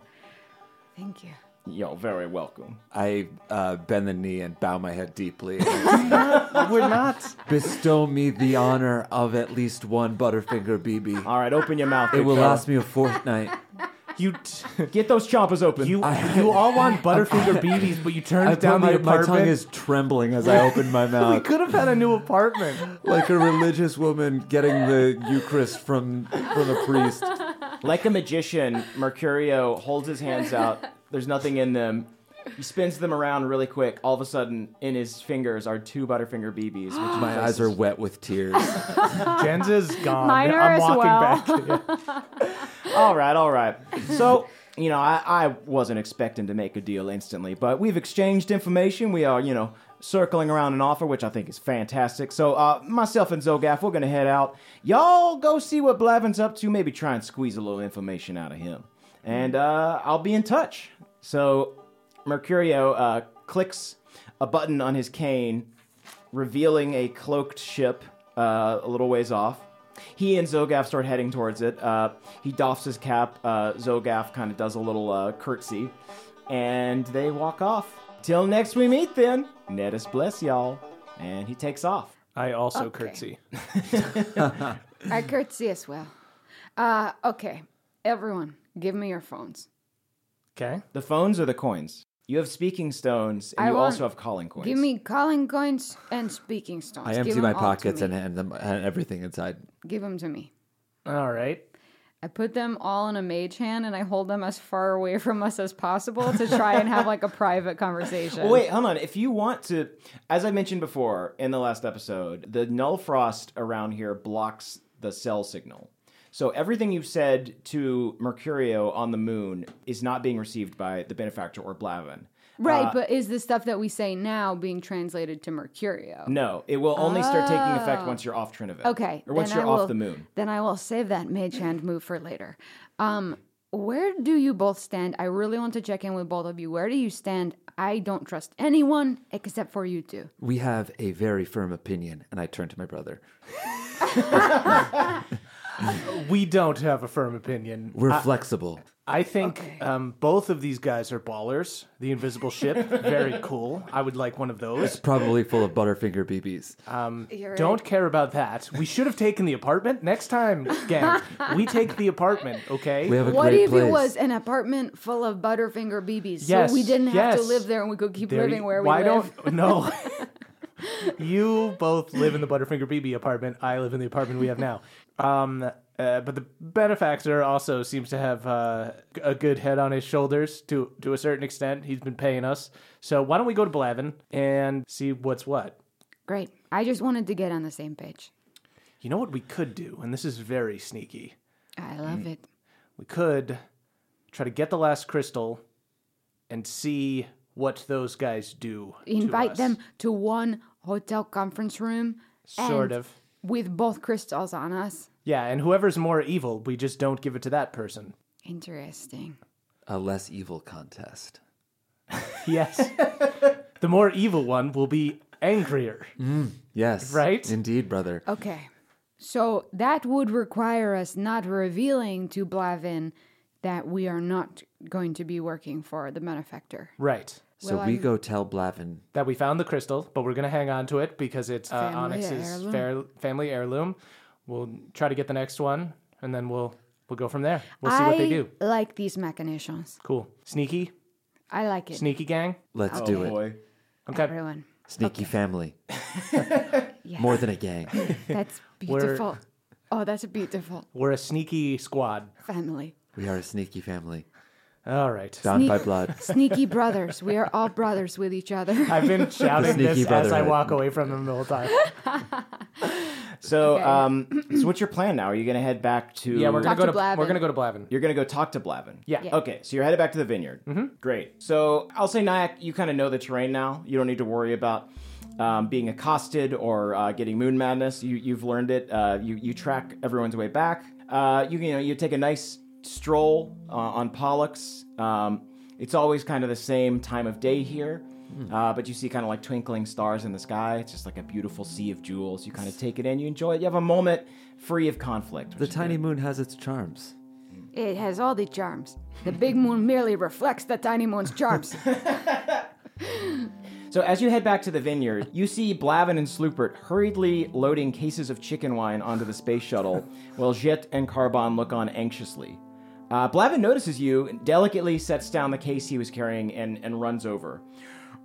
Thank you. You're very welcome. I uh, bend the knee and bow my head deeply. We're not. Bestow me the honor of at least one Butterfinger BB. All right, open your mouth. It will big fella. last me a fortnight. You t- Get those chompers open. you you all want Butterfinger BBs, but you turned I down my, the my apartment. tongue is trembling as I open my we mouth, could have had a new apartment. like a religious woman getting the Eucharist from from a priest. Like a magician, Mercurio holds his hands out. There's nothing in them. He spins them around really quick. All of a sudden, in his fingers are two Butterfinger BBs. Which My eyes are wet with tears. Jen's is gone. Mine are as I'm walking well. back. Yeah. all right, all right. So, you know, I, I wasn't expecting to make a deal instantly, but we've exchanged information. We are, you know, circling around an offer, which I think is fantastic. So, uh, myself and Zogath, we're going to head out. Y'all go see what Blavin's up to, maybe try and squeeze a little information out of him. And uh, I'll be in touch. So, Mercurio uh, clicks a button on his cane, revealing a cloaked ship uh, a little ways off. He and Zogaf start heading towards it. Uh, he doffs his cap. Uh, Zogaf kind of does a little uh, curtsy, and they walk off. Till next we meet, then. Ned is bless y'all, and he takes off. I also Okay. curtsy. I curtsy as well. Uh, okay, everyone, give me your phones. Okay. The phones are the coins. You have speaking stones, and I you want- also have calling coins. Give me calling coins and speaking stones. I Give empty 'em my all to pockets me. and hand them and everything inside. give them to me. All right. I put them all in a mage hand and I hold them as far away from us as possible to try and have like a private conversation. Well, wait, hold on. If you want to, as I mentioned before in the last episode, the null frost around here blocks the cell signal. So everything you've said to Mercurio on the moon is not being received by the benefactor or Blavin. Right, but is the stuff that we say now being translated to Mercurio? No, it will only start taking effect once you're off Triniville. Oh. Okay. Or once then you're I off will- the moon. Then I will save that mage hand move for later. Um, where do you both stand? I really want to check in with both of you. Where do you stand? I don't trust anyone except for you two. We have a very firm opinion, and I turn to my brother. We don't have a firm opinion. We're flexible. I think um, both of these guys are ballers. The invisible ship, very cool. I would like one of those. Probably full of Butterfinger BBs. Don't care about that. We should have taken the apartment next time, gang. we take the apartment, okay? we have a What great if place. it was an apartment full of Butterfinger BBs? Yes, so we didn't have to yes. live there and we could keep There living you- where we why live. don't no? you both live in the Butterfinger BB apartment. I live in the apartment we have now. Um, uh, but the benefactor also seems to have uh, g- a good head on his shoulders to to a certain extent. He's been paying us, so why don't we go to Blavin and see what's what? Great. I just wanted to get on the same page. You know what we could do, and this is very sneaky. I love it. We could try to get the last crystal and see what those guys do. to Invite us. them to one hotel conference room. Sort and of. With both crystals on us. Yeah, and whoever's more evil, we just don't give it to that person. Interesting. a less evil contest. Yes. the more evil one will be angrier. Yes. Right? Indeed, brother. Okay. So that would require us not revealing to Blavin that we are not going to be working for the benefactor. Right. so well, we I'm- go tell Blavin. That we found the crystal, but we're going to hang on to it because it's uh, Family Onyx's heirloom. fair, family heirloom. We'll try to get the next one, and then we'll we'll go from there. We'll see what they I do. like these machinations. Cool. Sneaky? I like it. Sneaky gang? Let's Oh, do it. Boy. Okay. Everyone. Sneaky family. More than a gang. That's beautiful. Oh, that's a beautiful We're a sneaky squad. family. We are a sneaky family. All right. Bound by Sneak- blood. Sneaky brothers. We are all brothers with each other. I've been shouting sneaky this as I brotherhood. walk away from them the whole time. So, um, so what's your plan now? Are you going to head back to. Yeah, we're going Talk to go to to we're Blavin. going to go to Blavin. You're gonna go talk to Blavin. Yeah. Yeah. Okay, so you're headed back to the vineyard. Mm-hmm. Great. So I'll say, Nyack, you kind of know the terrain now. You don't need to worry about um, being accosted or uh, getting moon madness. You, you've learned it. Uh, you, you track everyone's way back. Uh, you, you know, you take a nice stroll uh, on Pollux. Um, it's always kind of the same time of day here. Uh, but you see kind of like twinkling stars in the sky. It's just like a beautiful sea of jewels. You kind of take it in, you enjoy it. You have a moment free of conflict. The which is tiny moon has its charms. It has all the charms. The big moon merely reflects the tiny moon's charms. So as you head back to the vineyard, you see Blavin and Slupert hurriedly loading cases of chicken wine onto the space shuttle, while Jet and Carbon look on anxiously. Uh, Blavin notices you, and delicately sets down the case he was carrying, and, and runs over.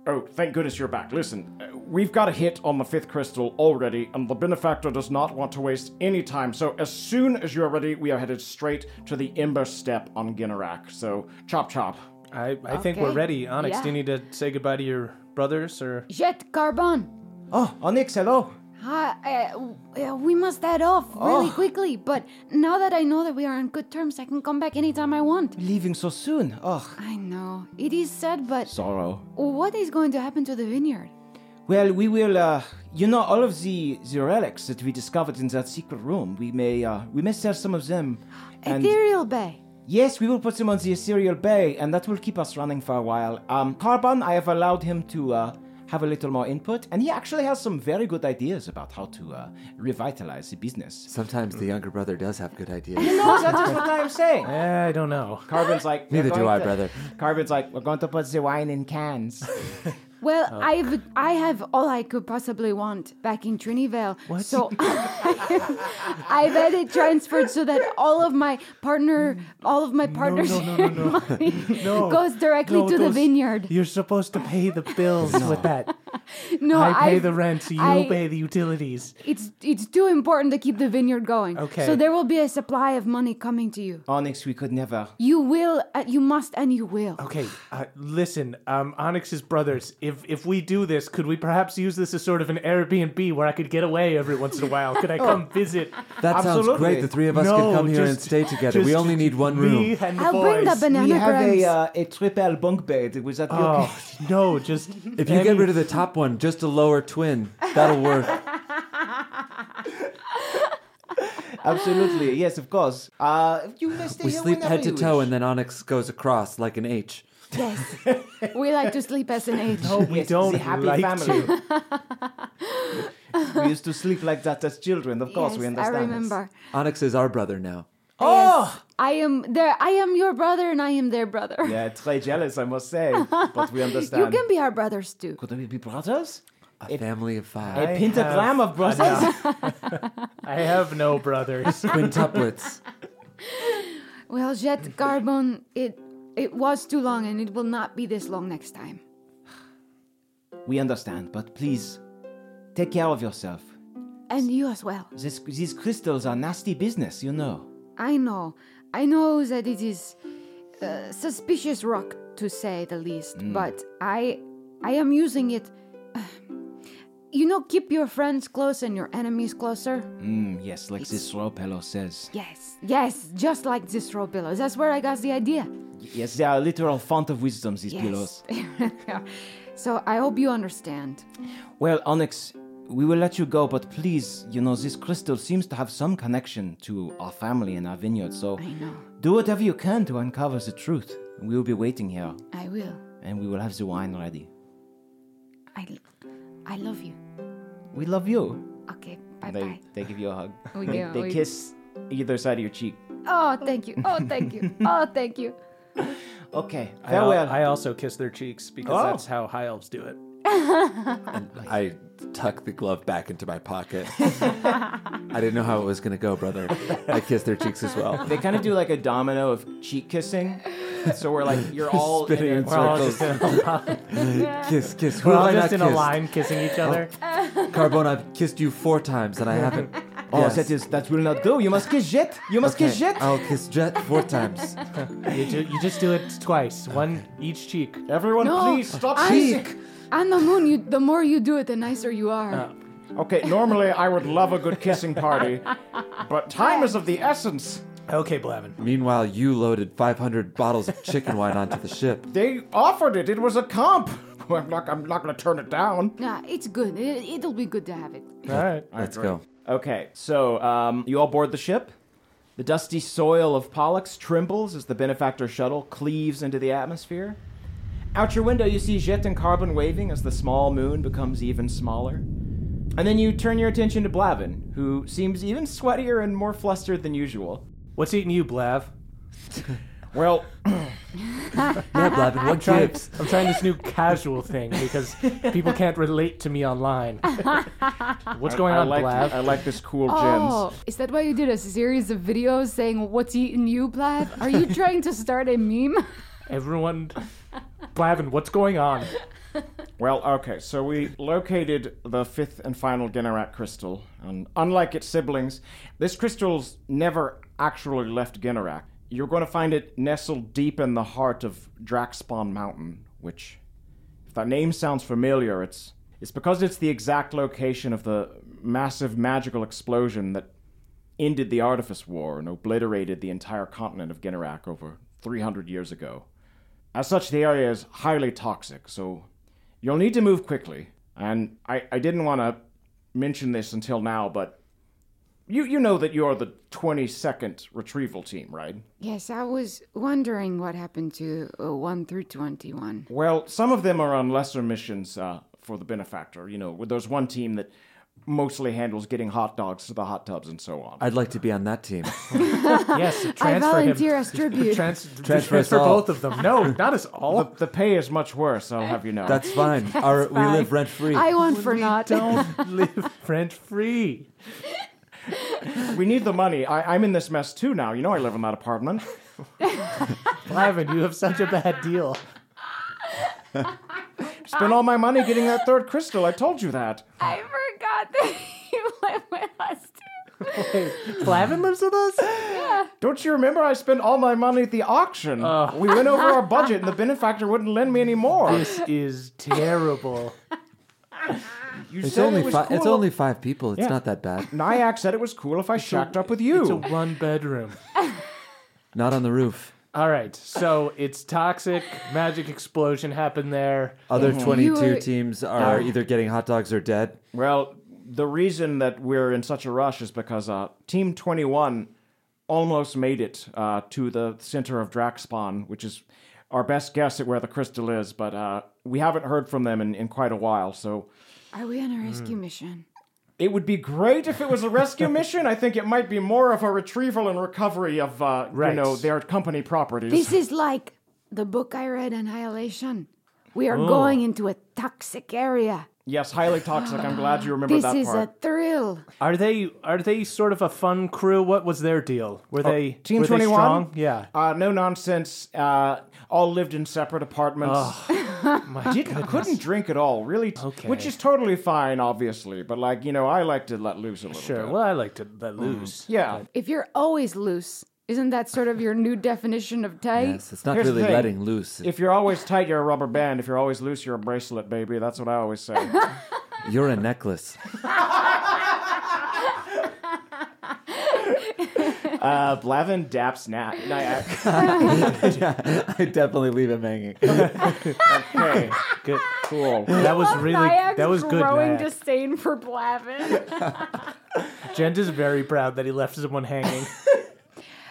Oh, thank goodness you're back. Listen, uh, we've got a hit on the fifth crystal already, and the benefactor does not want to waste any time. So, as soon as you're ready, we are headed straight to the Ember Step on Ginnarak. So, chop chop. I, I think we're Okay. ready. Onyx, do you Yeah. need to say goodbye to your brothers or Jet Carbon. Oh, Onyx, hello. Uh, uh, w- uh, we must head off really Oh. quickly, but now that I know that we are on good terms, I can come back anytime I want. Leaving so soon. Oh, I know. It is sad, but sorrow. what is going to happen to the vineyard? Well, we will. Uh, you know, all of the, the relics that we discovered in that secret room, we may uh, we may sell some of them. And Ethereal Bay. yes, we will put them on the Ethereal Bay, and that will keep us running for a while. Um, Carbon, I have allowed him to uh, have a little more input, and he actually has some very good ideas about how to uh, revitalize the business. Sometimes the younger brother does have good ideas. No, that is what I'm saying. Eh, I don't know. Carbon's like, Neither "We're do going I, to-" brother. Carbon's like, we're going to put the wine in cans. Well, Oh. I've I have all I could possibly want back in Trinivale. So I've had it transferred so that all of my partner, all of my partners, no, no, no, no. money No, goes directly no, to the those- vineyard. You're supposed to pay the bills with that. no, I pay I've- the rent, you I- pay the utilities. It's it's too important to keep the vineyard going. Okay. So there will be a supply of money coming to you. Onyx, we could never. You will, uh, you must, and you will. Okay, uh, listen, um, Onyx's brothers. If if we do this, could we perhaps use this as sort of an Airbnb where I could get away every once in a while? Could I come visit? That sounds Absolutely. great. The three of us no, can come here and just- stay together. We just only need one me room. and the I'll bring the boys. banana We have a, uh, a triple bunk bed. Was that be okay? Oh no, just If you get rid of the top one, just a lower twin. That'll work. Absolutely, yes, of course. Uh, you may stay We here sleep whenever head to you toe, wish. and then Onyx goes across like an H. Yes. we like to sleep as an age. Oh, we Yes, it's a don't happy like family. to. we used to sleep like that as children. Of course, yes, we I understand. this. remember. Onyx is our brother now. Oh, I am there. I am your brother, and I am their brother. yeah, it's very jealous, I must say, but we You understand. can be our brothers too. Could we be brothers? A It- family of five. A pentagram of brothers. I have no brothers. Quintuplets. Well, Jet Carbon, it it was too long, and it will not be this long next time. We understand, but please take care of yourself. And you as well. This, these crystals are nasty business, you know. I know. I know that it is uh, suspicious rock to say the least, but I I am using it. You know, keep your friends close and your enemies closer. Mm, yes, like this Ropello says. Yes, yes, just like this row pillows. That's where I got the idea. Yes, they are a literal font of wisdom, these pillows. Yes. so I hope you understand. Well, Onyx, we will let you go, but please, you know, this crystal seems to have some connection to our family and our vineyard, so I know. do whatever you can to uncover the truth. We will be waiting here, I will. and we will have the wine ready. I, I love you. We love you. Okay. Bye They, bye. they give you a hug. We they go, they we- kiss either side of your cheek. Oh, thank you. Oh, thank you. Oh, thank you. Okay, I, al- farewell. I also kiss their cheeks because Oh. that's how high elves do it. I tuck the glove back into my pocket. I didn't know how it was going to go, brother. I kissed their cheeks as well. They kind of do like a domino of cheek kissing. So we're like, you're all in Spinning a- in We're all circles. just in a, Kiss, kiss. Who we're have all I not just in a kissed? line kissing each other. Carbone, I've kissed you four times and I haven't. Oh, Yes. that is that will not do. You must kiss Jet. You must Okay, kiss Jet. I'll kiss Jet four times. You, ju- you just do it twice, one each cheek. Everyone, No, please stop I- kissing. On the moon, you, the more you do it, the nicer you are. Okay, normally I would love a good kissing party, but time is of the essence. Okay, Blavin. Meanwhile, you loaded 500 bottles of chicken wine onto the ship. They offered it. It was a comp. I'm not. I'm not going to turn it down. Nah, it's good. It, it'll be good to have it. All right. Let's go. Okay, so um, you all board the ship. The dusty soil of Pollux trembles as the benefactor shuttle cleaves into the atmosphere. Out your window, you see Jet and Carbon waving as the small moon becomes even smaller. And then you turn your attention to Blavin, who seems even sweatier and more flustered than usual. What's eating you, Blav? Well, Yeah, Uh-huh. Blavin, what Try- gives? I'm trying this new casual thing because people can't relate to me online. What's going on, Blav? like this cool Oh, is that why you did a series of videos saying what's eating you, Blav? Are you trying to start a meme? Everyone, Blavin, what's going on? Well, okay, so we located the fifth and final Generac crystal, and unlike its siblings, this crystal's never actually left Generac. You're going to find it nestled deep in the heart of Draxpawn Mountain, which, if that name sounds familiar, it's it's because it's the exact location of the massive magical explosion that ended the Artifice War and obliterated the entire continent of Generac over 300 years ago. As such, the area is highly toxic, so You'll need to move quickly. And I, I didn't want to mention this until now, but you, you know that you're the 22nd retrieval team, right? yes, I was wondering what happened to uh, 1 through 21. Well, some of them are on lesser missions uh, for the benefactor. You know, there's one team that mostly handles getting hot dogs to the hot tubs and so on. I'd like to be on that team. Yes, transfer I volunteer him. as tribute. Trans- us transfer all. both of them. No, not us all. the, the pay is much worse, I'll have you know. That's fine. Our, we live rent free. I want for not. Don't live rent free. we need the money. I, I'm in this mess too now. You know, I live in that apartment. Cliven, you have such a bad deal. Spent all my money getting that third crystal. I told you that. I forgot that you live with us too. Clavin lives with us? Don't you remember I spent all my money at the auction? we went over our budget and the benefactor wouldn't lend me any more. This is terrible. You it's said only it was fi- it's cool. only five people. It's Yeah. not that bad. Nyack said it was cool if I shacked up with you. It's a one bedroom. Not on the roof. Mm-hmm. All right, so it's toxic. Magic explosion happened there. Other You 22 were- teams are either getting hot dogs or dead. Well, the reason that we're in such a rush is because uh, Team 21 almost made it uh, to the center of Draxpawn, which is our best guess at where the crystal is, but uh, we haven't heard from them in, in quite a while, so Are we on a rescue Hmm. mission? it would be great if it was a rescue mission. I think it might be more of a retrieval and recovery of, uh, Right. you know, their company properties. This is like the book I read, Annihilation. We Oh. are going into a toxic area. yes, highly toxic. I'm glad you remember This that is part. a thrill. Are they are they sort of a fun crew? What was their deal? Were they Team were they 21? strong? Yeah. Uh, no nonsense. Uh, all lived in separate apartments. My Didn't, couldn't drink at all, really. t- Okay. Which is totally fine, obviously. But like you know, I like to let loose a little. Sure. Bit. Well, I like to let loose. Yeah. If you're always loose, isn't that sort of your new definition of tight? Yes, it's not Here's the really thing. letting loose. If you're always tight, you're a rubber band. If you're always loose, you're a bracelet, baby. That's what I always say. You're a necklace. uh, Blavin daps nap. I definitely leave him hanging. Okay. Good. Cool. That was really Nyack's that was good. growing Nyack. disdain for Blavin. Gent is very proud that he left someone hanging.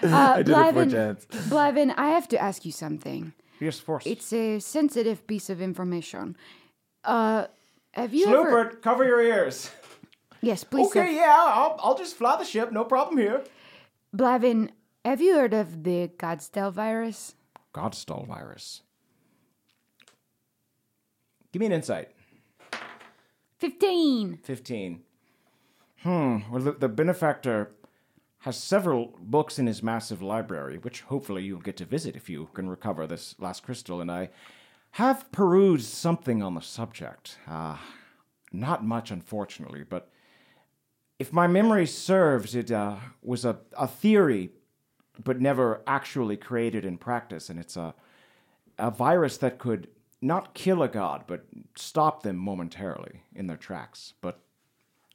Uh, I did it for Blavin, Jens. Blavin, I have to ask you something. Here's force. It's a sensitive piece of information. Uh, have you ever? Lupert, cover your ears. Yes, please. sir. Okay, yeah, I'll, I'll just fly the ship, no problem here. Blavin, have you heard of the Godstell virus? Godstall virus. Give me an insight. 15. 15. Hmm. Well, the, the benefactor has several books in his massive library, which hopefully you'll get to visit if you can recover this last crystal. And I have perused something on the subject. Uh, not much, unfortunately, but if my memory serves, it uh, was a, a theory, but never actually created in practice. And it's a, a virus that could not kill a god, but stop them momentarily in their tracks. But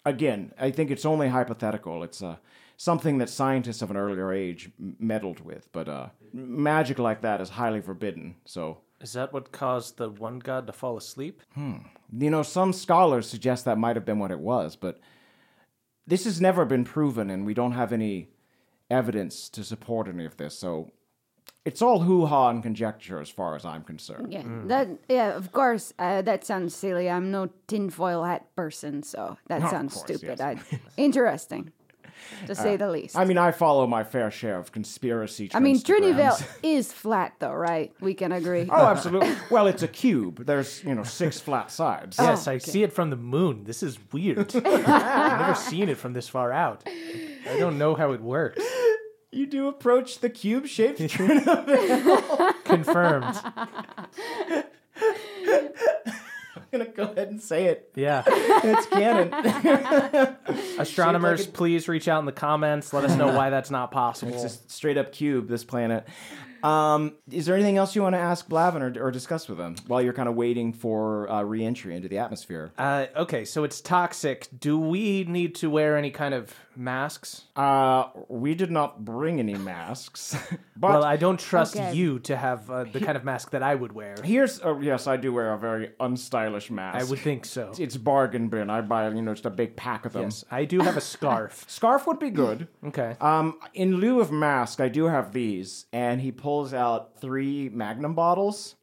again, I think it's only hypothetical. It's uh, something that scientists of an earlier age m- meddled with, but uh, magic like that is highly forbidden. So, Is that what caused the one god to fall asleep? you know, some scholars suggest that might have been what it was, but this has never been proven, and we don't have any evidence to support any of this. So, it's all hoo ha and conjecture as far as I'm concerned. Yeah, that yeah, of course. Uh, that sounds silly. I'm no tinfoil hat person, so that of sounds course, stupid. yes. I, interesting, to say the least. I mean, I follow my fair share of conspiracy. I mean, Trinidad. Trinivale is flat, though, right? We can agree. Oh, absolutely. well, it's a cube. There's you know six flat sides. Yes, I see it from the moon. This is weird. I've never seen it from this far out. I don't know how it works. You do approach the cube-shaped Trinidad. Confirmed. I'm gonna go ahead and say it. Yeah. It's canon. Astronomers, please reach out in the comments. Let us know why that's not possible. it's a straight-up cube. This planet. Um, is there anything else you want to ask Blavin or, or discuss with him while you're kind of waiting for uh, re-entry into the atmosphere? Uh, okay, so it's toxic. Do we need to wear any kind of masks? Uh, we did not bring any masks, but Well, I don't trust Okay. you to have uh, the kind of mask that I would wear. here's. Oh, yes, I do wear a very unstylish mask. I would think so. It's bargain bin. I buy you know just a big pack of them. Yes, I do have a scarf. Scarf would be good. Okay. Um, in lieu of mask, I do have these, and he pulls out three Magnum bottles.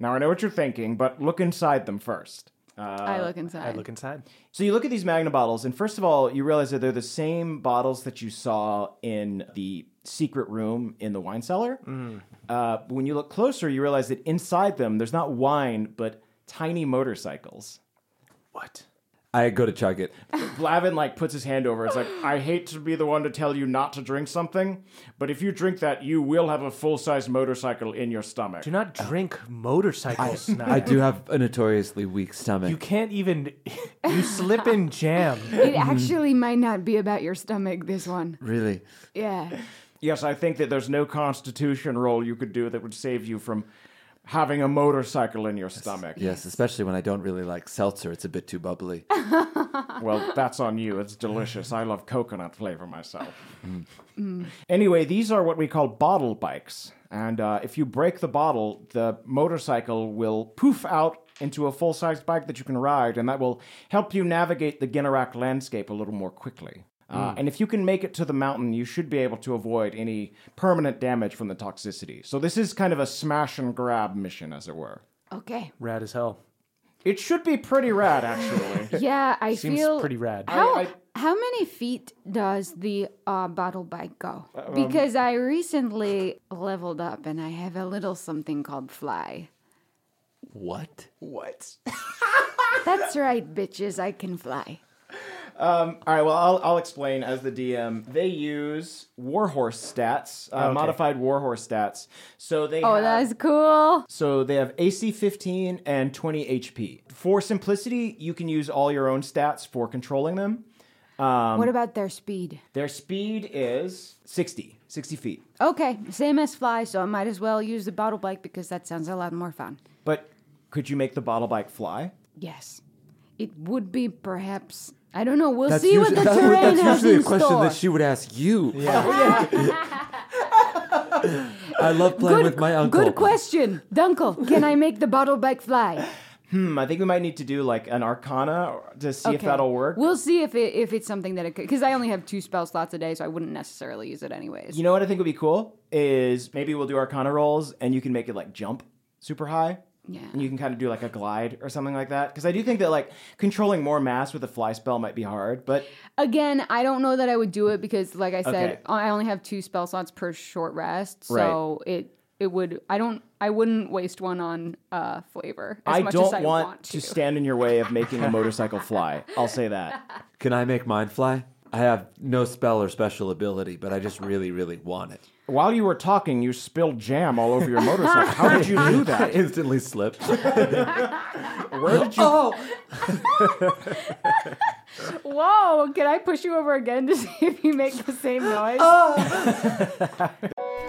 Now I know what you're thinking, but look inside them first. I look inside. I look inside. So you look at these Magna bottles, and first of all, you realize that they're the same bottles that you saw in the secret room in the wine cellar. Uh, but when you look closer, you realize that inside them, there's not wine, but tiny motorcycles. What? I go to chug it. Blavin like puts his hand over. It's like I hate to be the one to tell you not to drink something, but if you drink that, you will have a full size motorcycle in your stomach. Do not drink motorcycles. I do have a notoriously weak stomach. You can't even. You slip and jam. It actually might not be about your stomach, this one. really? Yeah. Yes, I think that there's no constitution roll you could do that would save you from having a motorcycle in your stomach. Yes, especially when I don't really like seltzer. It's a bit too bubbly. Well, that's on you. It's delicious. I love coconut flavor myself. Anyway, these are what we call bottle bikes. And uh, if you break the bottle, the motorcycle will poof out into a full sized bike that you can ride, and that will help you navigate the Ginnarak landscape a little more quickly. Uh, And if you can make it to the mountain, you should be able to avoid any permanent damage from the toxicity. So, this is kind of a smash and grab mission, as it were. Okay. Rad as hell. It should be pretty rad, actually. Yeah, I Seems feel pretty rad. How I- how many feet does the uh, bottle bike go? because I recently leveled up and I have a little something called fly. what? what? That's right, bitches. I can fly. All right. Well, I'll, I'll explain as the DM. They use warhorse stats, uh, modified warhorse stats. So they Oh, have, that's cool. so they have AC 15 and 20 HP. For simplicity, you can use all your own stats for controlling them. what about their speed? Their speed is 60, 60 feet. Okay, same as fly, so I might as well use the bottle bike because that sounds a lot more fun. But could you make the bottle bike fly? Yes, it would be perhaps. I don't know. We'll That's see usually, what the that's, terrain that's has usually in a question store. that she would ask you. I love playing good, with my uncle. good question, Dunkel. Can I make the bottle bike fly? Hmm, I think we might need to do like an arcana to see if Okay. that'll work. We'll see if it if it's something that it could. Because I only have two spell slots a day, so I wouldn't necessarily use it anyways. you know what I think would be cool is maybe we'll do arcana rolls and you can make it like jump super high. yeah. and you can kind of do like a glide or something like that. Because I do think that like controlling more mass with a fly spell might be hard, but Again, I don't know that I would do it because, like I said, Okay. I only have two spell slots per short rest, so it it would. I don't. I wouldn't waste one on uh flavor. As I much don't as I want, to. to stand in your way of making a motorcycle fly. I'll say that. Can I make mine fly? I have no spell or special ability, but I just really, really want it. While you were talking, you spilled jam all over your motorcycle. How did you do I that? instantly slip. Where did you? oh, Whoa! Can I push you over again to see if you make the same noise?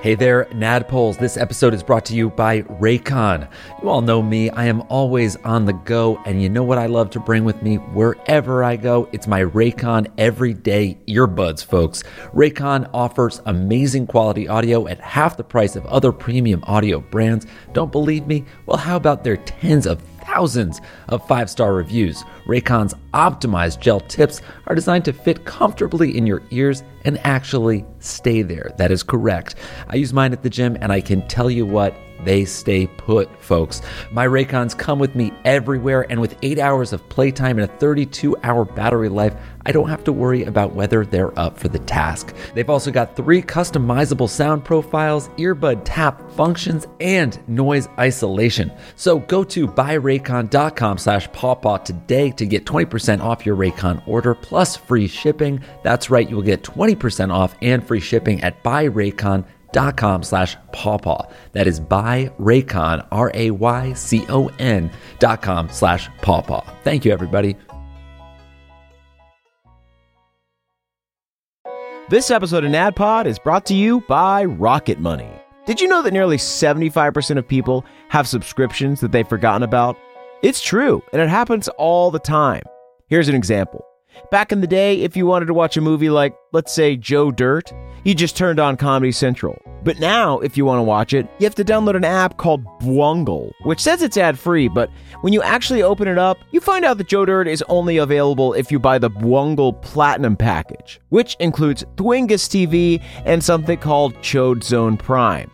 Hey there, Nadpoles. This episode is brought to you by Raycon. You all know me. I am always on the go, and you know what I love to bring with me wherever I go? It's my Raycon everyday earbuds, folks. Raycon offers amazing quality audio at half the price of other premium audio brands. Don't believe me? Well, how about their tens of thousands of five star reviews. Raycon's optimized gel tips are designed to fit comfortably in your ears and actually stay there. That is correct. I use mine at the gym, and I can tell you what. They stay put, folks. My Raycons come with me everywhere, and with eight hours of playtime and a 32 hour battery life, I don't have to worry about whether they're up for the task. They've also got three customizable sound profiles, earbud tap functions, and noise isolation. So go to buyraycon.com slash pawpaw today to get 20% off your Raycon order plus free shipping. That's right, you will get 20% off and free shipping at buyraycon.com slash pawpaw. That is buyraycon, R-A-Y-C-O-N dot com slash pawpaw. Thank you, everybody. This episode of NADPOD is brought to you by Rocket Money. Did you know that nearly 75% of people have subscriptions that they've forgotten about? It's true, and it happens all the time. Here's an example. Back in the day, if you wanted to watch a movie like, let's say, Joe Dirt, you just turned on Comedy Central. But now, if you want to watch it, you have to download an app called Bwungle, which says it's ad free, but when you actually open it up, you find out that Joe Dirt is only available if you buy the Bwungle Platinum package, which includes Twingus TV and something called Chode Zone Prime.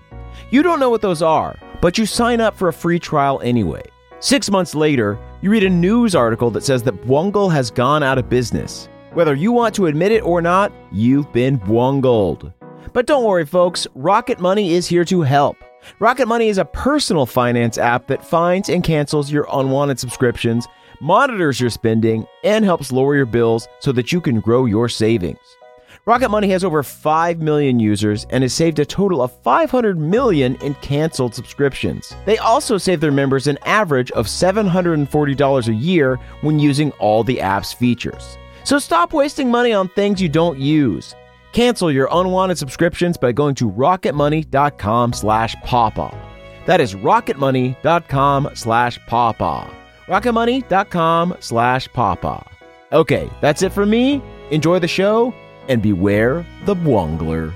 You don't know what those are, but you sign up for a free trial anyway. Six months later, you read a news article that says that Bwungle has gone out of business. Whether you want to admit it or not, you've been Bwungled. But don't worry, folks, Rocket Money is here to help. Rocket Money is a personal finance app that finds and cancels your unwanted subscriptions, monitors your spending, and helps lower your bills so that you can grow your savings. Rocket Money has over 5 million users and has saved a total of 500 million in canceled subscriptions. They also save their members an average of $740 a year when using all the app's features. So stop wasting money on things you don't use. Cancel your unwanted subscriptions by going to rocketmoney.com slash pawpaw. That is rocketmoney.com slash pawpaw. rocketmoney.com slash pawpaw. Okay, that's it for me. Enjoy the show and beware the Bwongler.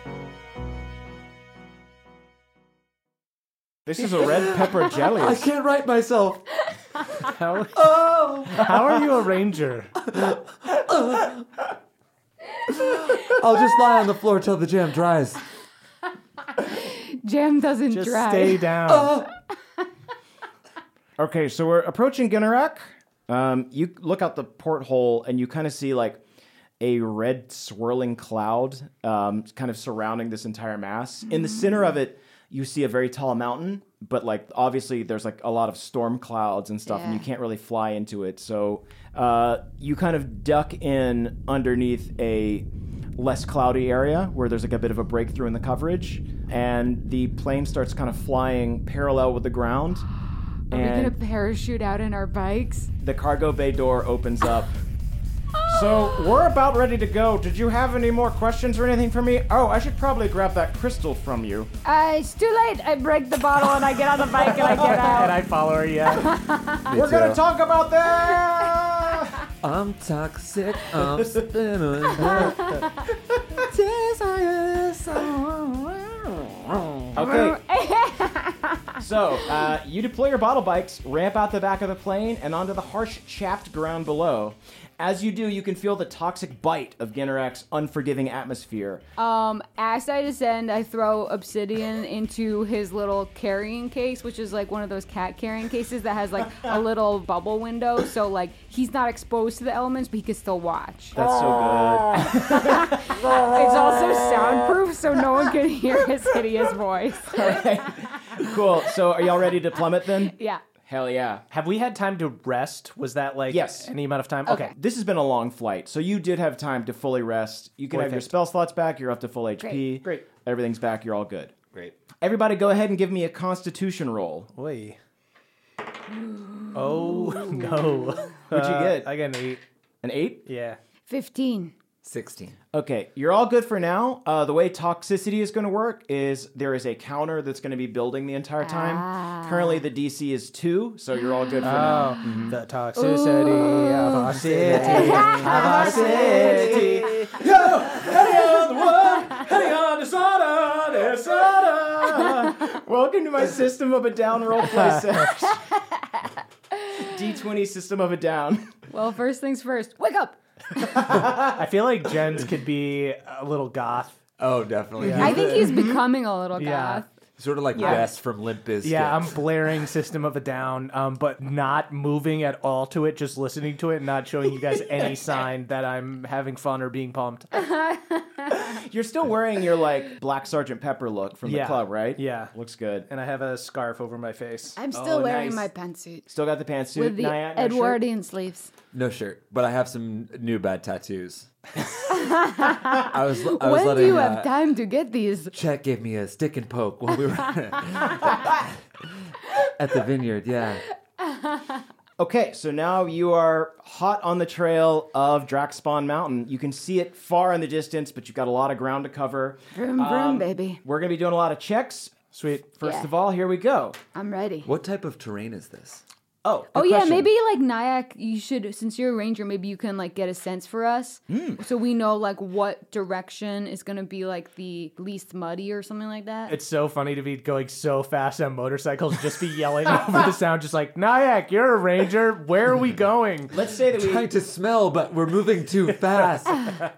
This is a red pepper jelly. I can't write myself. How, Oh, how are you a ranger? I'll just lie on the floor till the jam dries. Jam doesn't Just dry. stay down. Oh, Okay, so we're approaching Ginnerak. Um, you look out the porthole and you kind of see like a red swirling cloud um, kind of surrounding this entire mass. In the center of it, you see a very tall mountain, but like obviously there's like a lot of storm clouds and stuff, and you Yeah. can't really fly into it. So uh, you kind of duck in underneath a less cloudy area where there's like a bit of a breakthrough in the coverage, and the plane starts kind of flying parallel with the ground. Are we and gonna parachute out in our bikes? the cargo bay door opens up. So we're about ready to go. Did you have any more questions or anything for me? Oh, I should probably grab that crystal from you. Uh, it's too late. I break the bottle and I get on the bike and I get out. and I follow her, yeah. We're gonna talk about that. I'm toxic. I'm spinning. Desire someone. okay. so uh, you deploy your bottle bikes, ramp out the back of the plane, and onto the harsh, chapped ground below. As you do, you can feel the toxic bite of Ginnerak's unforgiving atmosphere. Um, as I descend, I throw obsidian into his little carrying case, which is like one of those cat carrying cases that has like a little bubble window, so like he's not exposed to the elements, but he can still watch. That's so good. It's also soundproof, so no one can hear his hideous voice. Cool. So are y'all ready to plummet then? Yeah. Hell yeah. Have we had time to rest? Was that like Yes. any amount of time? Okay. This has been a long flight, so you did have time to fully rest. You can have your Perfect. spell slots back. You're up to full HP. Great. Great. Everything's back. You're all good. Great. Everybody, go ahead and give me a Constitution roll. Oi. Oh no. Uh, What'd you get? I got an eight. An eight. Yeah. 15. 16. Okay, you're all good for now. Uh, the way toxicity is going to work is there is a counter that's going to be building the entire time. Ah. Currently, the DC is two, so you're all good for now. Oh, the toxicity of our city. Welcome to my system of a down roll play session. D20 system of a down. Well, first things first, wake up! I feel like Jens could be a little goth. Oh, definitely. I think he's becoming a little goth. Yeah. Sort of like Wes from Limp Bizkit. Yeah, I'm blaring System of a Down, um, but not moving at all to it, just listening to it, and not showing you guys any sign that I'm having fun or being pumped. You're still wearing your like black Sergeant Pepper look from the Yeah. club, right? Yeah. Looks good. And I have a scarf over my face. I'm still Oh, wearing nice. my pantsuit Still got the pantsuit. with the Nyack, no shirt? Edwardian sleeves. No shirt, but I have some new bad tattoos. I was, I was When do letting, you uh, have time to get these? Chet gave me a stick and poke when we were at the vineyard. Yeah. Okay, so now you are hot on the trail of Draxpawn Mountain. You can see it far in the distance, but you've got a lot of ground to cover. Um, Vroom, vroom, baby. We're going to be doing a lot of checks. Sweet. First Yeah. of all, here we go. I'm ready. What type of terrain is this? Oh, good Oh yeah, question. maybe like Nyack, you should since you're a ranger, maybe you can like get a sense for us, so we know like what direction is gonna be like the least muddy or something like that. It's so funny to be going so fast on motorcycles, just be yelling over the sound, just like, Nyack, you're a ranger. Where are we going? Let's say that we Trying to smell, but we're moving too fast.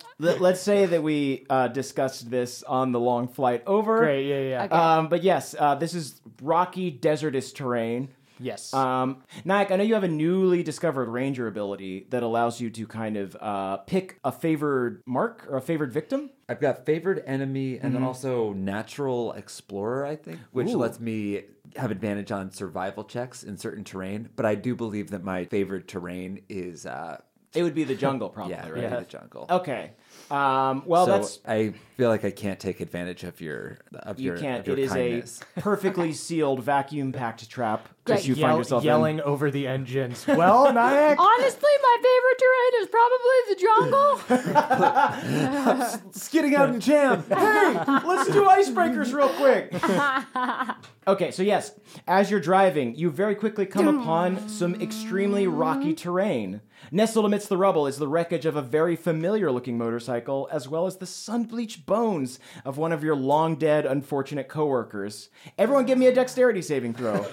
let- let's say that we uh, discussed this on the long flight over. Great, yeah, yeah. Okay. Um, but yes, uh, this is rocky, desertous terrain. Yes. Um, Nyack, I know you have a newly discovered ranger ability that allows you to kind of uh, pick a favored mark or a favored victim. I've got favored enemy and then Mm-hmm. also natural explorer, I think, which lets me have advantage on survival checks in certain terrain. But I do believe that my favorite terrain is, uh, It would be the jungle, probably. yeah, right? right in the jungle. Okay. Um, well, so that's I feel like I can't take advantage of your of you your, can't. Of your It is kindness. a perfectly sealed vacuum-packed trap Great. that you Yell- find yourself in. yelling over the engines. Well, Nyack, Honestly, my favorite terrain is probably the jungle. skidding out in jam. hey, let's do icebreakers real quick. okay, so yes, as you're driving, you very quickly come upon some extremely rocky terrain. Nestled amidst the rubble is the wreckage of a very familiar looking motorcycle, as well as the sun bleached bones of one of your long dead, unfortunate coworkers. Everyone, give me a dexterity saving throw.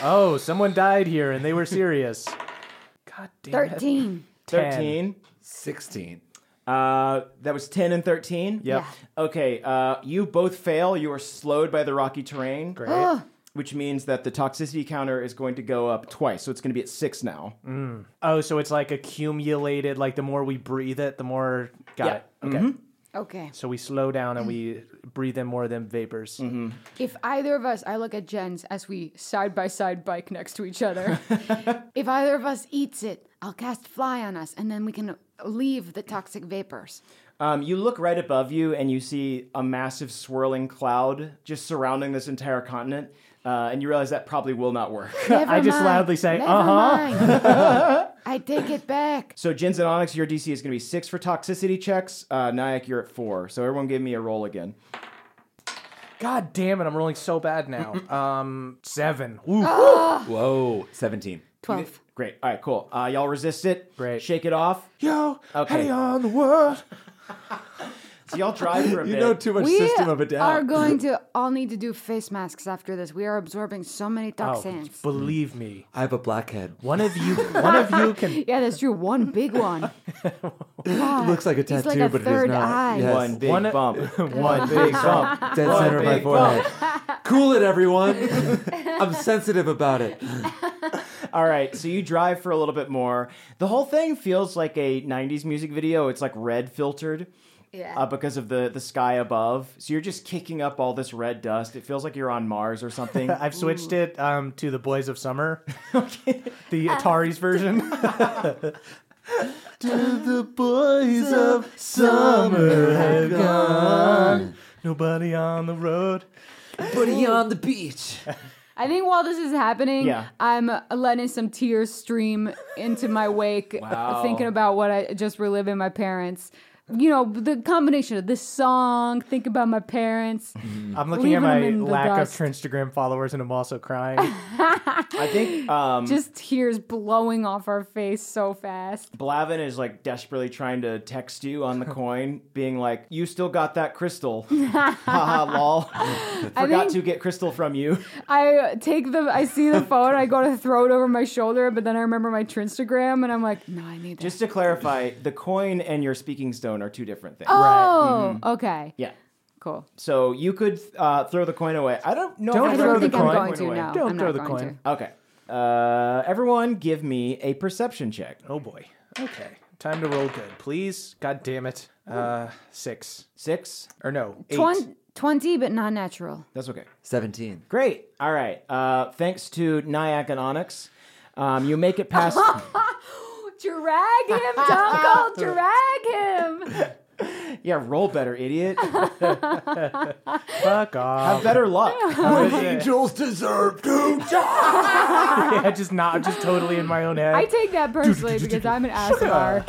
oh, someone died here and they were serious. God damn it. 13. 13. sixteen. Uh, that was 10 and 13. Yep. Okay, uh, you both fail. You are slowed by the rocky terrain. Great. which means that the toxicity counter is going to go up twice. So it's going to be at six now. Oh, so it's like accumulated. Like the more we breathe it, the more. Got Yeah. Mm-hmm. it. Okay. Okay. So we slow down and we breathe in more of them vapors. Mm-hmm. If either of us, I look at Jens as we side by side bike next to each other. if either of us eats it, I'll cast fly on us and then we can leave the toxic vapors. Um, you look right above you and you see a massive swirling cloud just surrounding this entire continent. Uh, and you realize that probably will not work. Never I just mind. loudly say, "Uh-huh." Never mind. I take it back. so, Jins and Onyx, your DC is going to be six for toxicity checks. Uh, Nyack, you're at four. So, everyone give me a roll again. God damn it, I'm rolling so bad now. um, seven. Ooh. Oh. Whoa, seventeen. 12. Great. All right, cool. Uh, y'all resist it. Great. Shake it off. Yo, Okay. hey, on the world. So, y'all drive for a You bit. know too much We system of a down. are going to all need to do face masks after this. We are absorbing so many Oh, toxins. believe me. I have a blackhead. One of you one of you can yeah, that's true. One big one. It looks like a He's tattoo, like a but it third is not. eye. Yes. One big One- bump. One big bump. Dead center of my big forehead. cool it, everyone. I'm sensitive about it. All right, so you drive for a little bit more. The whole thing feels like a 90s music video. It's like red filtered. Yeah. Uh, because of the, the sky above. So you're just kicking up all this red dust. It feels like you're on Mars or something. I've switched it um, to the Boys of Summer. the Atari's version. to the boys of summer have gone. Nobody on the road. Buddy on the beach. I think while this is happening, Yeah. I'm uh, letting some tears stream into my wake, uh, thinking about what I just reliving my parents. You know, the combination of this song, think about my parents. Mm-hmm. I'm looking Leaving at them my in the lack dust. of Instagram followers and I'm also crying. I think um, Just tears blowing off our face so fast. Blavin is like desperately trying to text you on the coin, being like, You still got that crystal. Haha, lol. Forgot think- to get crystal from you. I take the, I see the phone, I go to throw it over my shoulder, but then I remember my Trinstagram, and I'm like, no, I need that. Just to clarify, the coin and your speaking stone are two different things. oh, okay, Mm-hmm. Yeah. cool. So you could uh, throw the coin away. I don't know Don't if I I'd throw don't the think I'm coin going to. away. No, Don't I'm throw not the going coin. to. Okay. Uh, everyone, give me a perception check. oh boy. Okay. Time to roll good, please. God damn it. Uh, six. Six. Or no, eight. Twen- 20, but not natural. That's okay. 17. Great. All right. Uh, thanks to Nyack and Onyx, um, you make it past. Drag him, Dunkel, drag him. yeah, roll better, idiot. Fuck off. Have better luck. Angels deserve to die. yeah, just not. I'm just totally in my own head. I take that personally because I'm an Asmar.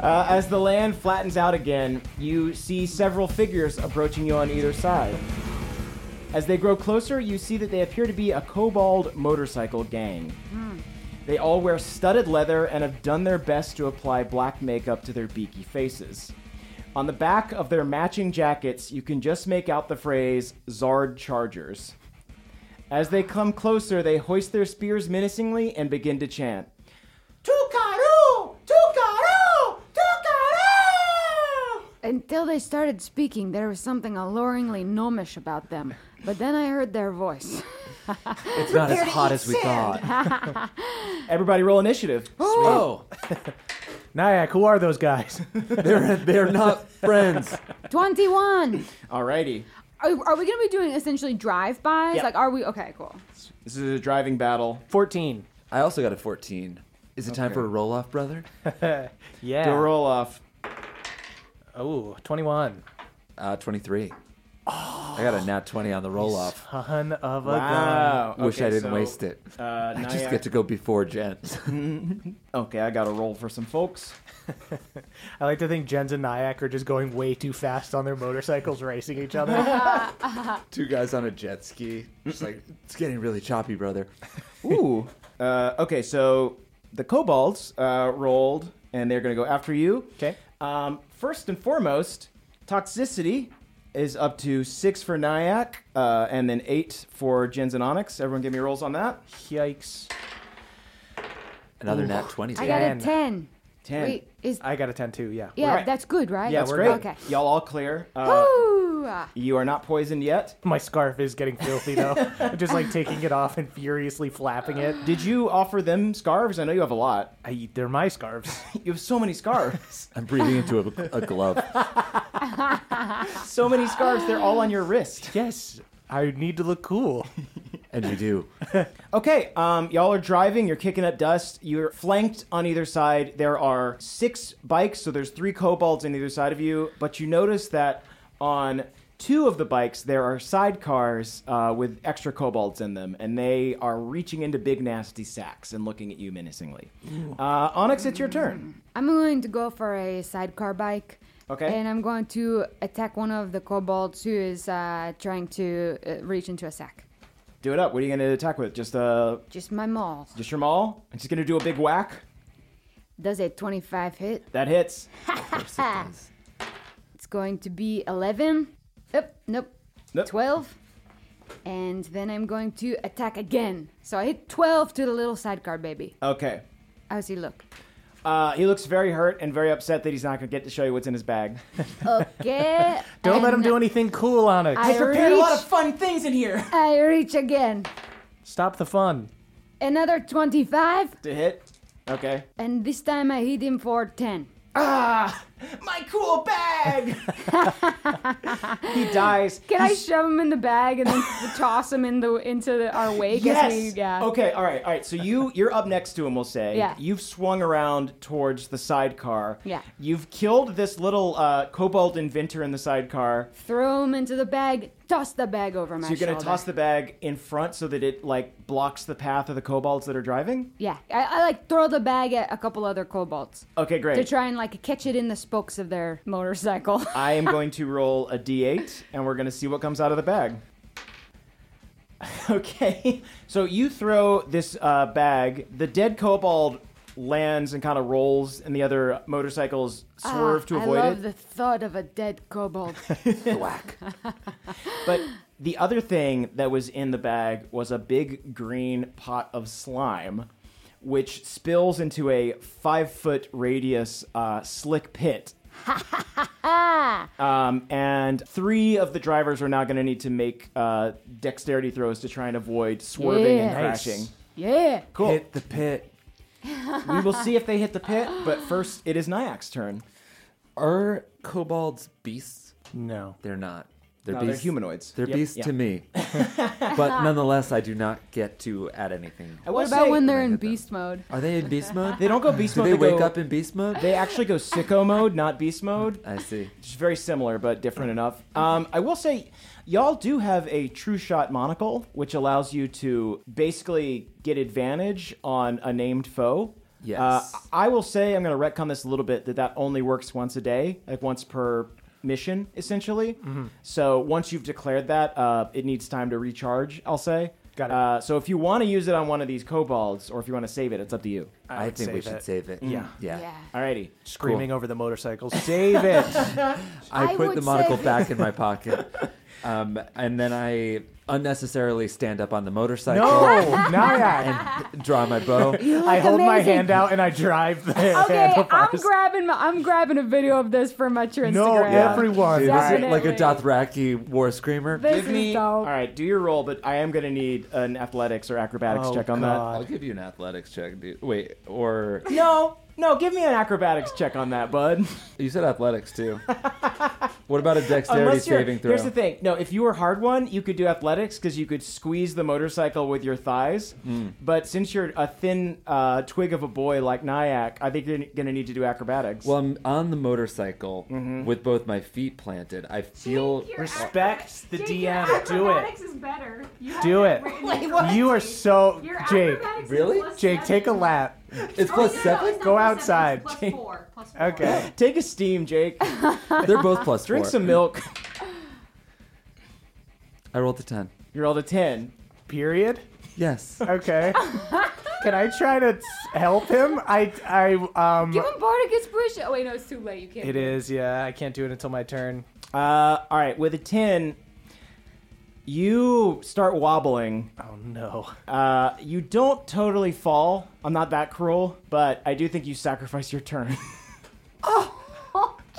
Uh, as the land flattens out again, you see several figures approaching you on either side. As they grow closer, you see that they appear to be a kobold motorcycle gang. They all wear studded leather and have done their best to apply black makeup to their beaky faces. On the back of their matching jackets, you can just make out the phrase Zard Chargers. As they come closer, they hoist their spears menacingly and begin to chant. Tukaru! Tukaru! Tukaru! Until they started speaking, there was something alluringly gnomish about them. But then I heard their voice. It's not as hot as we thought. Everybody roll initiative. Oh, Nyack, who are those guys? they're they're not friends. 21! Alrighty. Are, are we going to be doing essentially drive-bys? Like, are we? Okay, cool. This is a driving battle. 14. I also got a 14. Is it time for a roll off, brother? Yeah. The roll off. Oh, 21. Uh, 23. Oh. I got a nat 20 on the roll off. Ton of a gun. Wow. Oh, Wish Okay, I didn't so, waste it. Uh, I just Nyack- get to go before Jen. Okay, I got a roll for some folks. I like to think Jens and Nyack are just going way too fast on their motorcycles, racing each other. Two guys on a jet ski. Just like, it's getting really choppy, brother. Ooh. uh, okay, so the kobolds uh, rolled, and they're going to go after you. Okay. Um, first and foremost, toxicity is up to six for Nyack, uh, and then eight for Jens and Onyx. Everyone, give me rolls on that. Yikes. Another nat 20. I got a Ten. 10. Ten. Wait, is. I got a 10 too, yeah. yeah, right. that's good, right? yeah, that's that's great. Okay. Y'all all clear. Uh, Woo! you are not poisoned yet. My scarf is getting filthy though. I'm just like taking it off and furiously flapping it. Did you offer them scarves? I know you have a lot. I, they're my scarves. You have so many scarves. I'm breathing into a, a glove. so many scarves. They're all on your wrist. yes, I need to look cool. And you do. Okay, um, y'all are driving. You're kicking up dust. You're flanked on either side. There are six bikes, so there's three kobolds on either side of you. But you notice that on two of the bikes there are sidecars uh, with extra kobolds in them, and they are reaching into big nasty sacks and looking at you menacingly. Uh, Onyx, it's your turn. I'm going to go for a sidecar bike. Okay. And I'm going to attack one of the kobolds who is uh, trying to uh, reach into a sack. Do it up. What are you going to attack with? Just uh, Just my maul. just your maul? I'm just going to do a big whack. Does a 25 hit? That hits. Ah. It's going to be 11. Nope, nope. Nope. 12. And then I'm going to attack again. So I hit 12 to the little sidecar baby. Okay. How's he look? Uh, he looks very hurt and very upset that he's not going to get to show you what's in his bag. Okay. Don't let and him do anything cool on it. I reach, fun things in here. I reach again. Stop the fun. Another 25. To hit. Okay. And this time I hit him for 10. Ah, my cool bag. he dies. Can I He's- shove him in the bag and then toss him in the into the, our wake? Yes. As we, yeah. Okay. All right. All right. So you you're up next to him. We'll say. Yeah. You've swung around towards the sidecar. Yeah. You've killed this little uh, kobold inventor in the sidecar. Throw him into the bag. Toss the bag over my So you're gonna shoulder. toss the bag in front so that it like blocks the path of the kobolds that are driving. Yeah, I, I like throw the bag at a couple other kobolds Okay. Great. to try and like catch it in the spokes of their motorcycle. I am going to roll a d8, and we're going to see what comes out of the bag. Okay, so you throw this uh, bag. The dead kobold lands and kind of rolls, and the other motorcycles swerve to Ah, I avoid love it. the thought of a dead kobold. Whack. But the other thing that was in the bag was a big green pot of slime, which spills into a five foot radius uh, slick pit. um, and three of the drivers are now going to need to make uh, dexterity throws to try and avoid swerving and Yeah. Nice. crashing. yeah, Cool. Hit the pit. We will see if they hit the pit, but first it is Nyak's turn. Are kobolds beasts? No. They're not. They're No, beasts. they're humanoids. They're Yep. beasts Yeah. to me. but nonetheless, I do not get to add anything. I will what about say, when they're in hit them. beast mode? Are they in beast mode? they don't go beast do mode? they wake go- up in beast mode? They actually go sicko mode, not beast mode. I see. It's very similar, but different enough. Um, I will say, y'all do have a true shot monocle, which allows you to basically get advantage on a named foe. Yes. Uh, I will say, I'm going to retcon this a little bit that that only works once a day, like once per mission, essentially. Mm-hmm. So once you've declared that, uh, it needs time to recharge, I'll say. Got it. Uh, so if you want to use it on one of these kobolds, or if you want to save it, it's up to you. I, would think we save should it. save it. Yeah. Yeah. Yeah. Alrighty. Screaming over the motorcycles. Save it. I, I put would the monocle save it. back in my pocket. Um, and then I unnecessarily stand up on the motorcycle No, Naya. and draw my bow. Oh, I hold my amazing. hand out and I drive the Okay, I'm handlebars. grabbing my, I'm grabbing a video of this for much your Instagram. No, everyone. Dude, this is Definitely. like a Dothraki war screamer. This Give is me. dope. All right, do your roll, but I am going to need an athletics or acrobatics Oh, check on God. I'll give you an athletics check, dude. Wait, or that. No, no, give me an acrobatics check on that, bud. you said athletics too. what about a dexterity Unless you're, saving throw? here's the thing. No, if you were hard one, you could do athletics because you could squeeze the motorcycle with your thighs. Hmm. But since you're a thin uh, twig of a boy like Nyack, I think you're going to need to do acrobatics. Well, I'm on the motorcycle Mm-hmm. with both my feet planted. I feel Respect the DM. Do it. is better. Do it. You are so Jake. really. Jake, take a lap. It's plus Oh, seven. Go outside. Jake. Okay. Take a steam, Jake. They're both plus Drink four. some milk. I rolled a ten. You rolled a 10. Period. Yes. Okay. Can I try to s- help him? I I um. Give him Bardic Inspiration. Oh wait, no, it's too late. You can't. It is. Yeah, I can't do it until my turn. Uh, all right, with a 10, you start wobbling. Oh no. Uh, you don't totally fall. I'm not that cruel, but I do think you sacrifice your turn.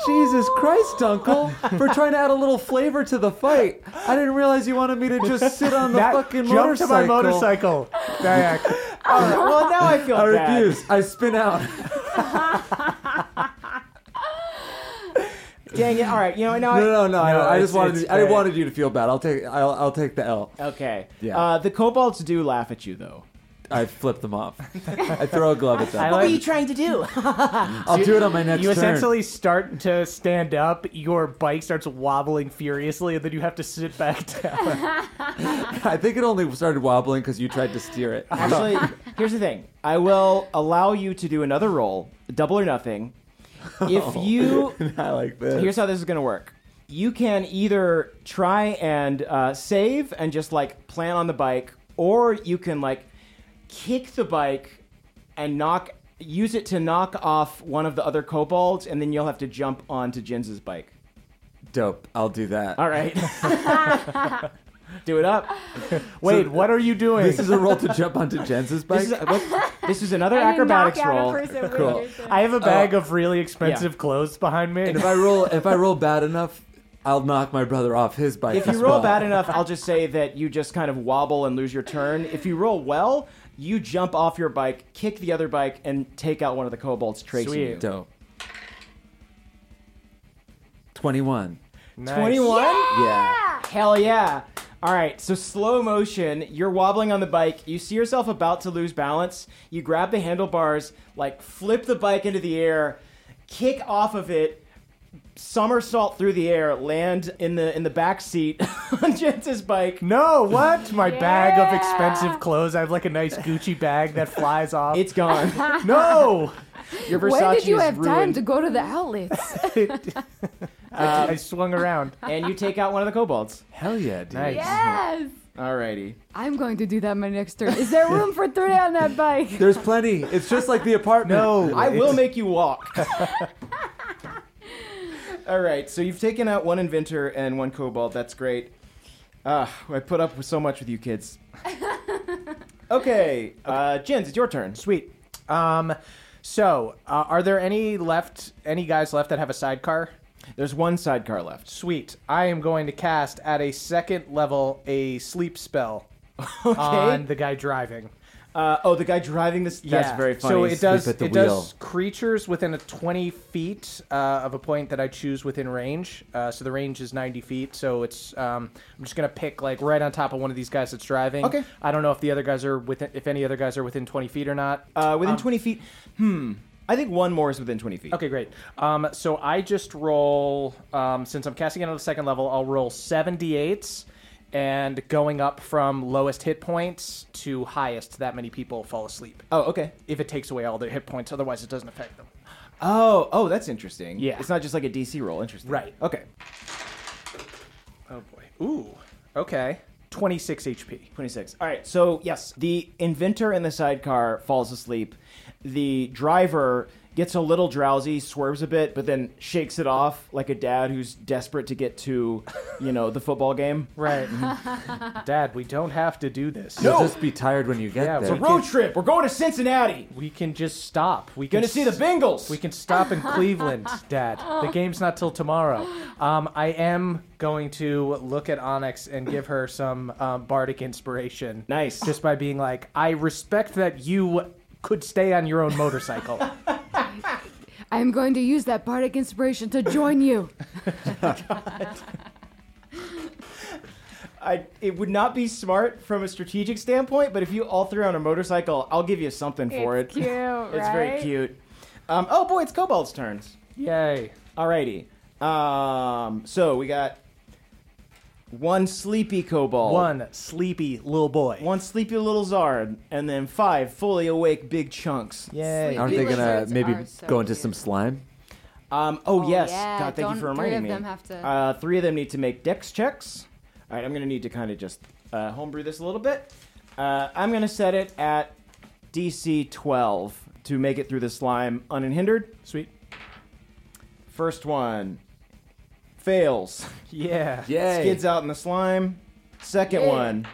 Jesus Christ, Uncle, for trying to add a little flavor to the fight. I didn't realize you wanted me to just sit on the That fucking jump motorcycle. to my motorcycle. Dayak. all right, well, now I feel I bad. refuse. I spin out. Dang it. All right, you know, now No, I, no, no. I, No, I it's- just wanted. it's To, I great. wanted you to feel bad. I'll take. I'll, I'll take the L. Okay. Yeah. Uh, the kobolds do laugh at you, though. I flip them off. I throw a glove at them. I like- trying to do? I'll do it on my next you turn. essentially start to stand up, your bike starts wobbling furiously, and then you have to sit back down. I think it only started wobbling because you tried to steer it. Actually, here's the thing. I will allow you to do another roll, double or nothing. If Oh. you I like this. Here's how this is going to work. You can either try and uh, save and just like plan on the bike, or you can like kick the bike and knock, use it to knock off one of the other kobolds, and then you'll have to jump onto Jens's bike. Dope. I'll do that. All right. Do it up. Wait, what are you doing? This is a roll to jump onto Jens's bike. This is, what, this is another And then knock acrobatics out a roll. person with Cool. your thing. I have a bag of really expensive Oh. yeah. clothes behind me. and if I roll, if I roll bad enough, I'll knock my brother off his bike. If as you roll well. bad enough, I'll just say that you just kind of wobble and lose your turn. If you roll well, you jump off your bike, kick the other bike, and take out one of the kobolds tracing Sweet. you. dope. Twenty-one. Nice. 21? Yeah. Hell yeah. All right, so slow motion, you're wobbling on the bike, you see yourself about to lose balance, you grab the handlebars, like flip the bike into the air, kick off of it, somersault through the air, land in the in the back seat on Jens's bike. No, what? My bag of expensive clothes. I have like a nice Gucci bag that flies off. It's gone. no. Your Versace When did you is have time ruined. to go to the outlets? I swung around. and you take out one of the kobolds. Hell yeah, dude. Nice. yes. Alrighty. I'm going to do that my next turn. Is there room for three on that bike? There's plenty. It's just like the apartment. No. I will make you walk. All right, so you've taken out one inventor and one kobold. That's great. Ah, I put up with so much with you kids. Okay, uh, Jens, it's your turn. Sweet. Um, so, uh, are there any left? Any guys left that have a sidecar? There's one sidecar left. Sweet. I am going to cast at a second level a sleep spell Okay. on the guy driving. uh, oh, the guy driving this. That's very funny. So it does at the it does creatures within a twenty feet uh, of a point that I choose within range. Uh, so the range is ninety feet. So it's um, I'm just gonna pick like right on top of one of these guys that's driving. Okay. I don't know if the other guys are within if any other guys are within twenty feet or not. Uh, within 20 feet. Hmm. I think one more is within 20 feet. Okay, great. Um, so I just roll, um, since I'm casting it on the second level, I'll roll 78s and going up from lowest hit points to highest, that many people fall asleep. Oh, okay. If it takes away all their hit points, otherwise it doesn't affect them. Oh, oh, that's interesting. Yeah. It's not just like a DC roll. Interesting. Right. Okay. Oh boy. Ooh. Okay. 26 HP. 26. All right. So, yes, the inventor in the sidecar falls asleep. The driver gets a little drowsy, swerves a bit, but then shakes it off like a dad who's desperate to get to, you know, the football game. Right. Dad, we don't have to do this. You'll just be tired when you get Yeah, there. it's Road trip. We're going to Cincinnati. We can just stop. We Gonna can see the s- Bengals. We can stop in Cleveland, Dad. The game's not till tomorrow. Um, I am going to look at Onyx and give her some um, bardic inspiration. Nice. Just by being like, I respect that you could stay on your own motorcycle. I'm going to use that bardic inspiration to join you. I, it would not be smart from a strategic standpoint, but if you all three are on a motorcycle, I'll give you something for It's it. cute, it's very right? cute. Um, oh boy, it's Cobalt's turns. Yay. Alrighty. Um, so we got one sleepy Cobalt, One sleepy little boy. Oh. one sleepy little Zard, and then five fully awake big chunks. Yay. Aren't they Sleepy gonna lizards maybe are so go into some weird. slime? Um, oh, yes. yeah, God, thank don't- you for three reminding of me. them have to- Uh, three of them need to make dex checks. All right, I'm going to need to kind of just uh, homebrew this a little bit. Uh, I'm going to set it at DC 12 to make it through the slime unhindered. Sweet. First one fails, Yeah. Yay! skids out in the slime. Second Yeah. one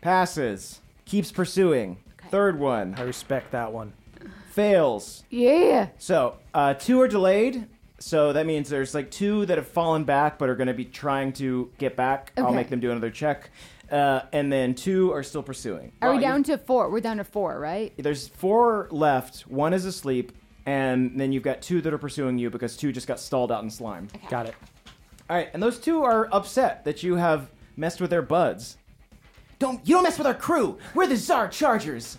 passes, keeps pursuing. Third one I respect that one. fails, Yeah. So uh, two are delayed. So that means there's like two that have fallen back but are going to be trying to get back. I'll Okay. make them do another check, uh, and then two are still pursuing. Are we down to four? We're down to four, right? There's four left. One is asleep, and then you've got two that are pursuing you because two just got stalled out in slime. Got it. All right, and those two are upset that you have messed with their buds. Don't you don't mess with our crew. We're the Czar Chargers.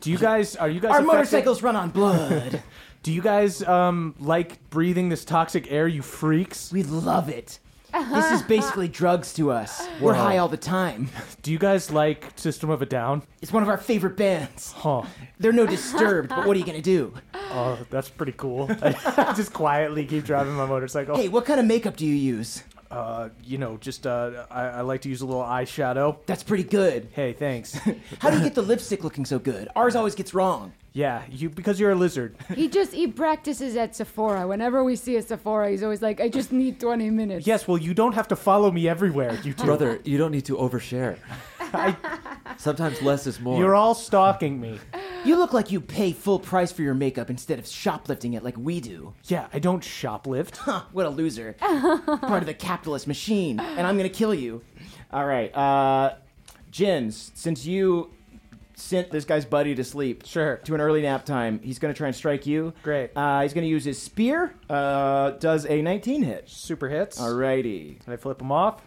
Do you guys are you guys Our affected- motorcycles run on blood. Do you guys um like breathing this toxic air, you freaks? We love it. This is basically drugs to us. We're high all the time. Do you guys like System of a Down? It's one of our favorite bands. Huh. They're no disturbed, but what are you gonna do? Oh, that's pretty cool. I just quietly keep driving my motorcycle. Hey, what kind of makeup do you use? Uh, you know, just uh, I, I like to use a little eyeshadow. That's pretty good. Hey, thanks. How do you get the lipstick looking so good? Ours always gets wrong. yeah, you because you're a lizard. He just he practices at Sephora. Whenever we see a Sephora, he's always like, "I just need 20 minutes." Yes, well, you don't have to follow me everywhere. You two. Brother, you don't need to overshare. Sometimes less is more. You're all stalking me. You look like you pay full price for your makeup instead of shoplifting it like we do. Yeah, I don't shoplift. What a loser. Part of the capitalist machine, and I'm gonna kill you. All right, uh, Jins, since you sent this guy's buddy to sleep Sure. to an early nap time, he's gonna try and strike you. Great. Uh, he's gonna use his spear. Uh, does a 19 hit. Super hits. Alrighty. And I flip him off.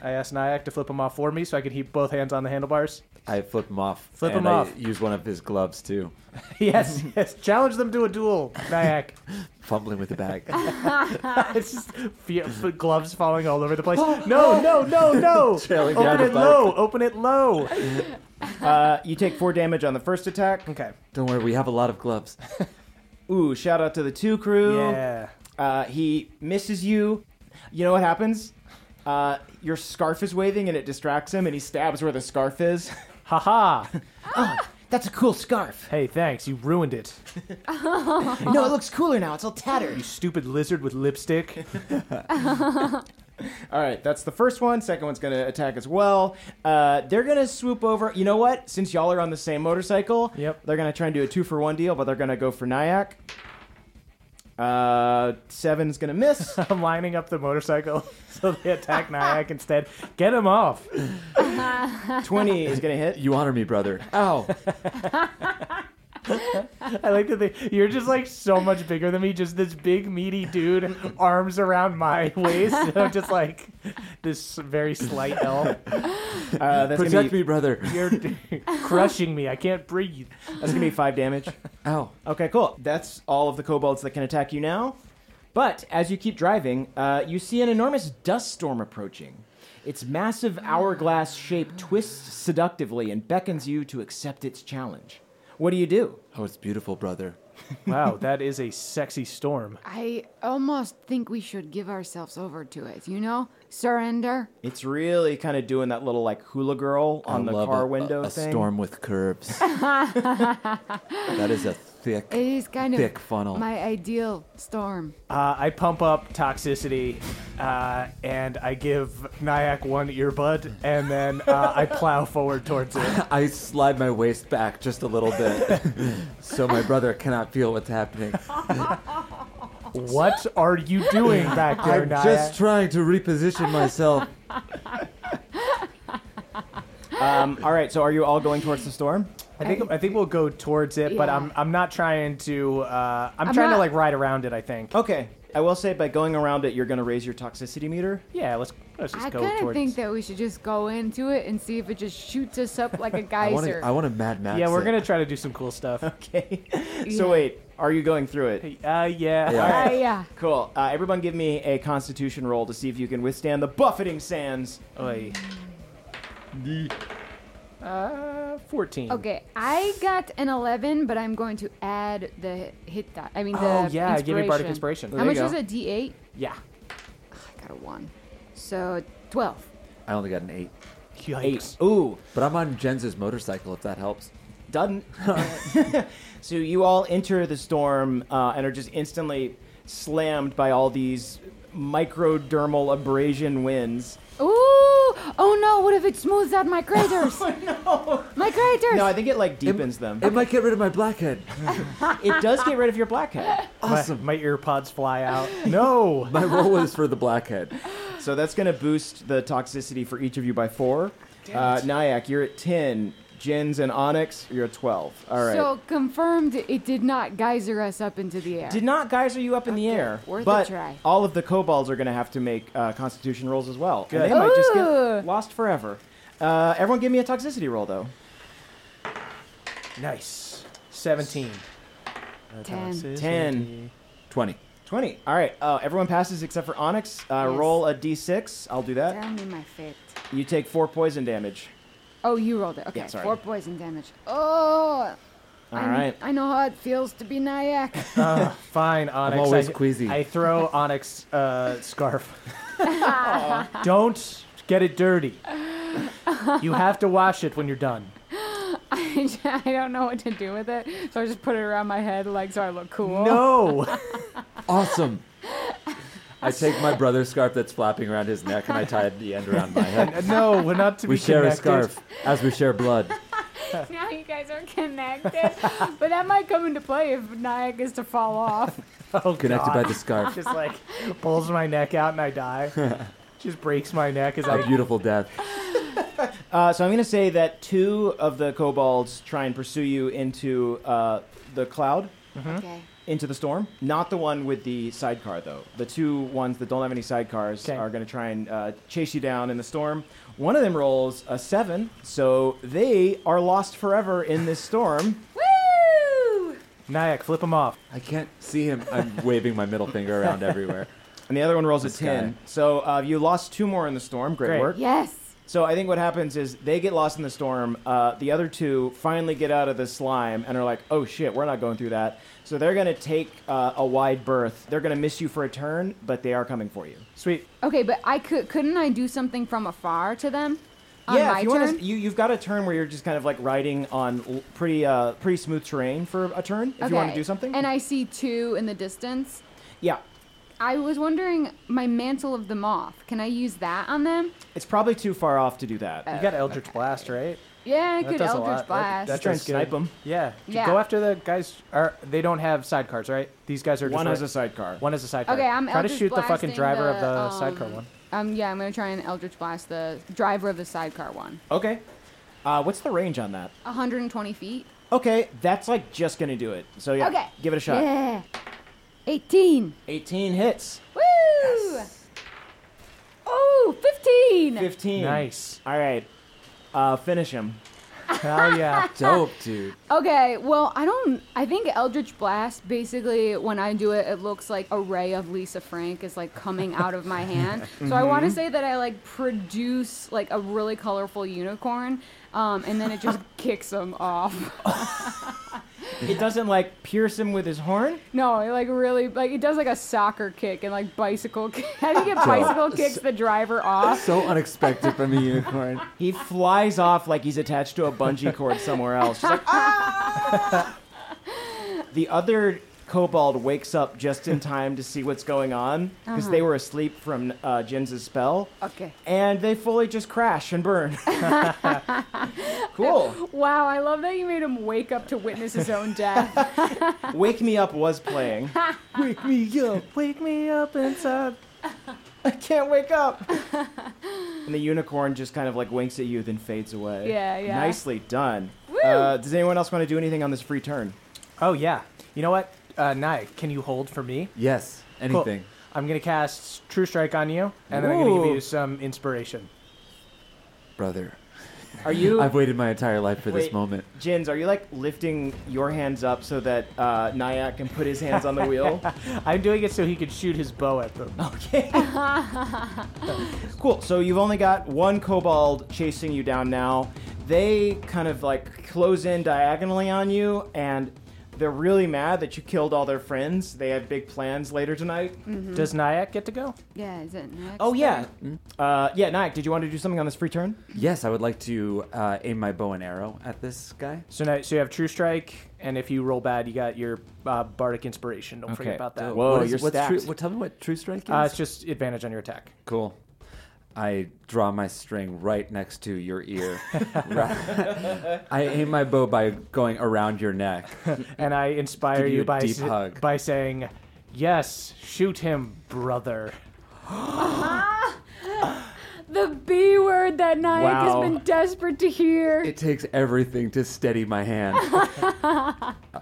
I asked Nyack to flip him off for me so I could keep both hands on the handlebars. I flip him off. Flip and him I off. Use one of his gloves too. yes, yes. Challenge them to a duel, Nyack. Fumbling with the bag. It's just fe- f- gloves falling all over the place. No, no, no, no! Trailing down Open the it bike. low. Open it low. Uh, you take four damage on the first attack. Okay. don't worry, we have a lot of gloves. Ooh, shout out to the two crew. Yeah. Uh, he misses you. You know what happens? Uh, your scarf is waving and it distracts him, and he stabs where the scarf is. Haha. That's a cool scarf. Hey, thanks. You ruined it. No, it looks cooler now. It's all tattered. You stupid lizard with lipstick. All right, that's the first one. Second one's gonna attack as well. Uh, they're gonna swoop over. You know what? Since y'all are on the same motorcycle, Yep. they're gonna try and do a two for one deal, but they're gonna go for Nyack. Uh, seven's gonna miss. I'm lining up the motorcycle so they attack Nyack instead. Get him off. Twenty is gonna hit. You honor me, brother. Ow. I like that they, you're just like so much bigger than me. Just this big meaty dude, arms around my waist. And I'm just like this very slight elf. Uh, that's gonna Protect be, me, brother. You're crushing me. I can't breathe. That's gonna be five damage. Ow. Okay, cool. That's all of the kobolds that can attack you now. But as you keep driving, uh, you see an enormous dust storm approaching. Its massive hourglass shape twists seductively and beckons you to accept its challenge. What do you do? Oh, it's beautiful, brother. Wow, that is a sexy storm. I almost think we should give ourselves over to it. You know, surrender. It's really kind of doing that little like hula girl on the I love car a, window a, a thing. storm with curves. that is a thick. It is kind Thick of funnel. my ideal storm. Uh, I pump up toxicity, uh, and I give Nyack one earbud, and then uh, I plow forward towards it. I slide my waist back just a little bit, so my brother cannot feel what's happening. What are you doing back there, I'm Nyack? just trying to reposition myself. Um, all right, so are you all going towards the storm? I think I think we'll go towards it, but Yeah. I'm I'm not trying to. Uh, I'm, trying to not- like ride around it. I think. Okay. I will say by going around it, you're going to raise your toxicity meter. Yeah, let's let's just I go kind of towards. think that we should just go into it and see if it just shoots us up like a I want to. geyser. I want to Mad Max. yeah, we're it. gonna try to do some cool stuff. Uh, Okay. So wait, are you going through it? yeah. Uh, Yeah. yeah. Cool. Uh, everyone give me a constitution roll to see if you can withstand the buffeting sands. Oy. Uh, fourteen. Okay, I got an 11, but I'm going to add the hit die. I mean, the Oh, yeah, give me bardic inspiration. How There you much go. is a D8? Yeah. I got a 1. So, 12. I only got an eight, Eight. Yikes. Ooh, but I'm on Jens's motorcycle. If that helps. done. so you all enter the storm uh, and are just instantly slammed by all these microdermal abrasion winds. Ooh! Oh no, what if it smooths out my craters? My craters! No, I think it like deepens them. It might get rid of my blackhead. It does get rid of your blackhead. Awesome. My, my ear pods fly out. No. My roll was for the blackhead. So that's going to boost the toxicity for each of you by four. Uh, Nyack, you're at 10. Jins and Onyx, you're at 12. All right. So, confirmed it did not geyser us up into the air. Did not geyser you up in the air. worth a but try. all of the kobolds are going to have to make uh, constitution rolls as well. And Good. they might just Ooh. get lost forever. Uh, everyone give me a toxicity roll, though. Nice. Seventeen. 10. 10, Twenty. 20. All right. Uh, everyone passes except for Onyx. Uh, Yes. Roll a d6. I'll do that. Tell me my fate. You take four poison damage. Oh, you rolled it. Okay, Yeah, sorry. 4 poison damage. Oh! All I, right. kn- I know how it feels to be Nyack. Fine, Onyx. always I, queasy. I throw Onyx uh, scarf. Don't get it dirty. You have to wash it when you're done. I don't know what to do with it, so I just put it around my head, like so I look cool. No. Awesome. I take my brother's scarf that's flapping around his neck and I tie the end around my head. no, we're not to We be share a connected. scarf as we share blood. Now you guys are connected, but that might come into play if Nyack is to fall off. Oh, Connected by God. the scarf. Just like pulls my neck out and I die. Just breaks my neck as A I. beautiful death. Uh, so I'm going to say that two of the kobolds try and pursue you into uh, the cloud, Mm-hmm. Okay. into the storm. Not the one with the sidecar, though. The two ones that don't have any sidecars 'Kay. are going to try and uh, chase you down in the storm. One of them rolls a seven, so they are lost forever in this storm. Woo! Nyack, flip him off. I can't see him. I'm waving my middle finger around everywhere. And the other one rolls This a ten. guy. So uh, you lost two more in the storm. Great, Great. work. Yes. So I think what happens is they get lost in the storm. Uh, the other two finally get out of the slime and are like, "Oh shit, we're not going through that." So they're gonna take uh, a wide berth. They're gonna miss you for a turn, but they are coming for you. Sweet. Okay, but I could couldn't I do something from afar to them on yeah, my if you turn? want to, you you've got a turn where you're just kind of like riding on l- pretty uh, pretty smooth terrain for a turn. If you want to Okay. do something, And I see two in the distance. yeah, I was wondering my mantle of the moth. Can I use that on them? it's probably too far off to do Uh, that. You got Eldritch Blast, right? Yeah, I That could does a Eldritch lot. That- Blast. that Try and does good. snipe 'em. Yeah. Yeah. Go after the guys. Are they don't have sidecars, right? These guys are. Just One right- has a sidecar. One is a sidecar. Okay, I'm Try to Eldritch shoot the fucking blasting driver of the, the um, sidecar one. Um, yeah, I'm gonna try and Eldritch Blast the driver of the sidecar one. Okay, uh, what's the range on that? 120 feet. Okay, that's like just gonna do it. So yeah, Okay. give it a shot. Yeah. 18. 18 hits. Woo! Oh, 15. 15. Nice. All right. Uh, finish him. Hell yeah. Dope, dude. Okay, well, I don't. I think Eldritch Blast, basically, when I do it, it looks like a ray of Lisa Frank is like coming out of my hand. So I want to say that I like produce like a really colorful unicorn, um, and then it just kicks them off. It doesn't like pierce him with his horn. No, it like really like it does like a soccer kick and like bicycle kick. I think it bicycle kicks the driver off. So unexpected from a unicorn. He flies off like he's attached to a bungee cord somewhere else. She's like, ah! the other kobold wakes up just in time to see what's going on because they were asleep from uh, Jin's spell. Okay. And they fully just crash and burn. cool. Wow, I love that you made him wake up to witness his own death. Wake Me Up was playing. Wake me up, wake me up inside. I can't wake up. and the unicorn just kind of like winks at you, then fades away. Yeah, yeah. Nicely done. Uh, does anyone else want to do anything on this free turn? Oh yeah. You know what? Uh, Nai, can you hold for me? Yes, Cool. anything. I'm gonna cast True Strike on you, and then I'm gonna give Ooh. you some inspiration. Brother, Are you? I've waited my entire life for this Wait. moment. Jins, are you like lifting your hands up so that uh, Nyack can put his hands on the wheel? I'm doing it so he could shoot his bow at them. okay. cool. So you've only got one kobold chasing you down now. They kind of like close in diagonally on you, and they're really mad that you killed all their friends. They have big plans later tonight. Mm. Does Nyack get to go? yeah, is it next? Oh yeah, uh, yeah. Nyack, did you want to do something on this free turn? Yes, I would like to uh, aim my bow and arrow at this guy. So now, so you have True Strike, and if you roll bad, you got your uh, bardic inspiration. Don't forget Okay. about that. Whoa, What is- you're what's stacked. true, what, Tell me what true strike is. Oh, Uh, it's just advantage on your attack. Cool. I draw my string right next to your ear. I aim my bow by going around your neck. and I inspire Give you you a by deep s- hug. by saying, "Yes, shoot him, brother." The B word that Nyack Wow. has been desperate to hear. It takes everything to steady my hand.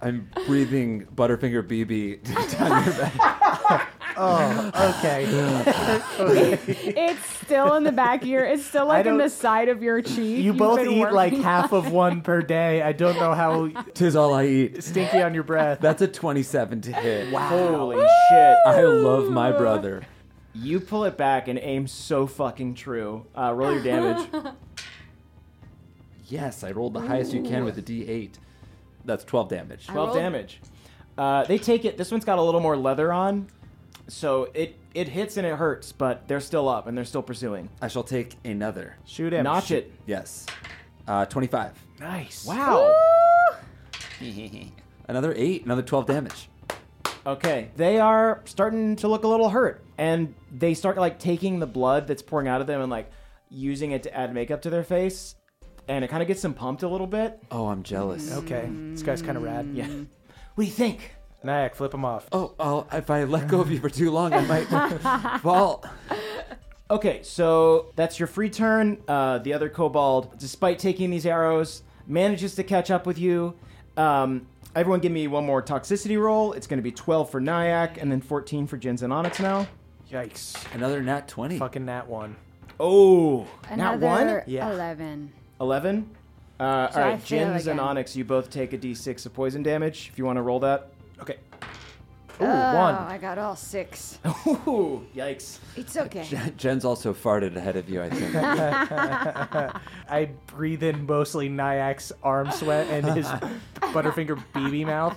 I'm breathing Butterfinger BB down your back. Okay, it's still in the back of your. It's still like in don't- the side of your cheek. you You've both been eat like working- half of one per day. I don't know how Tis all I eat. stinky on your breath. That's a 27 to hit. Holy shit! I love my brother. You pull it back and aim so fucking true. Uh, roll your damage. Yes, I rolled the highest you can with a D8. That's 12 damage. rolled- 12 damage. Uh, they take it. This one's got a little more leather on, so it it hits and it hurts, but they're still up and they're still pursuing. I shall take another. Shoot him. Notch Shoot- it. Yes. Uh, 25. Nice. Wow. Another 8, another 12 damage. Okay. They are starting to look a little hurt, and they start like taking the blood that's pouring out of them and like using it to add makeup to their face, and it kind of gets them pumped a little bit. Um, Oh, I'm jealous. Okay, this guy's kind of rad. Yeah. What do you think? Nyack, flip him off. Oh, oh, if I let go of you for too long, I might fall. Okay, so that's your free turn. Uh, the other kobold, despite taking these arrows, manages to catch up with you. Um, everyone, give me one more toxicity roll. It's going to be 12 for Nyack and then 14 for Jins and Onyx now. Yikes! Another nat 20. Fucking that one. Oh, not Another one? Yeah. eleven. 11? Uh, all I right, fail Jins and again. Onyx, you both take a d6 of poison damage if you want to roll that. Okay. Ooh, Oh, one. I got all six. Ooh, yikes. It's okay. Jen's also farted ahead of you, I think. I breathe in mostly Nyack's arm sweat and his Butterfinger BB mouth,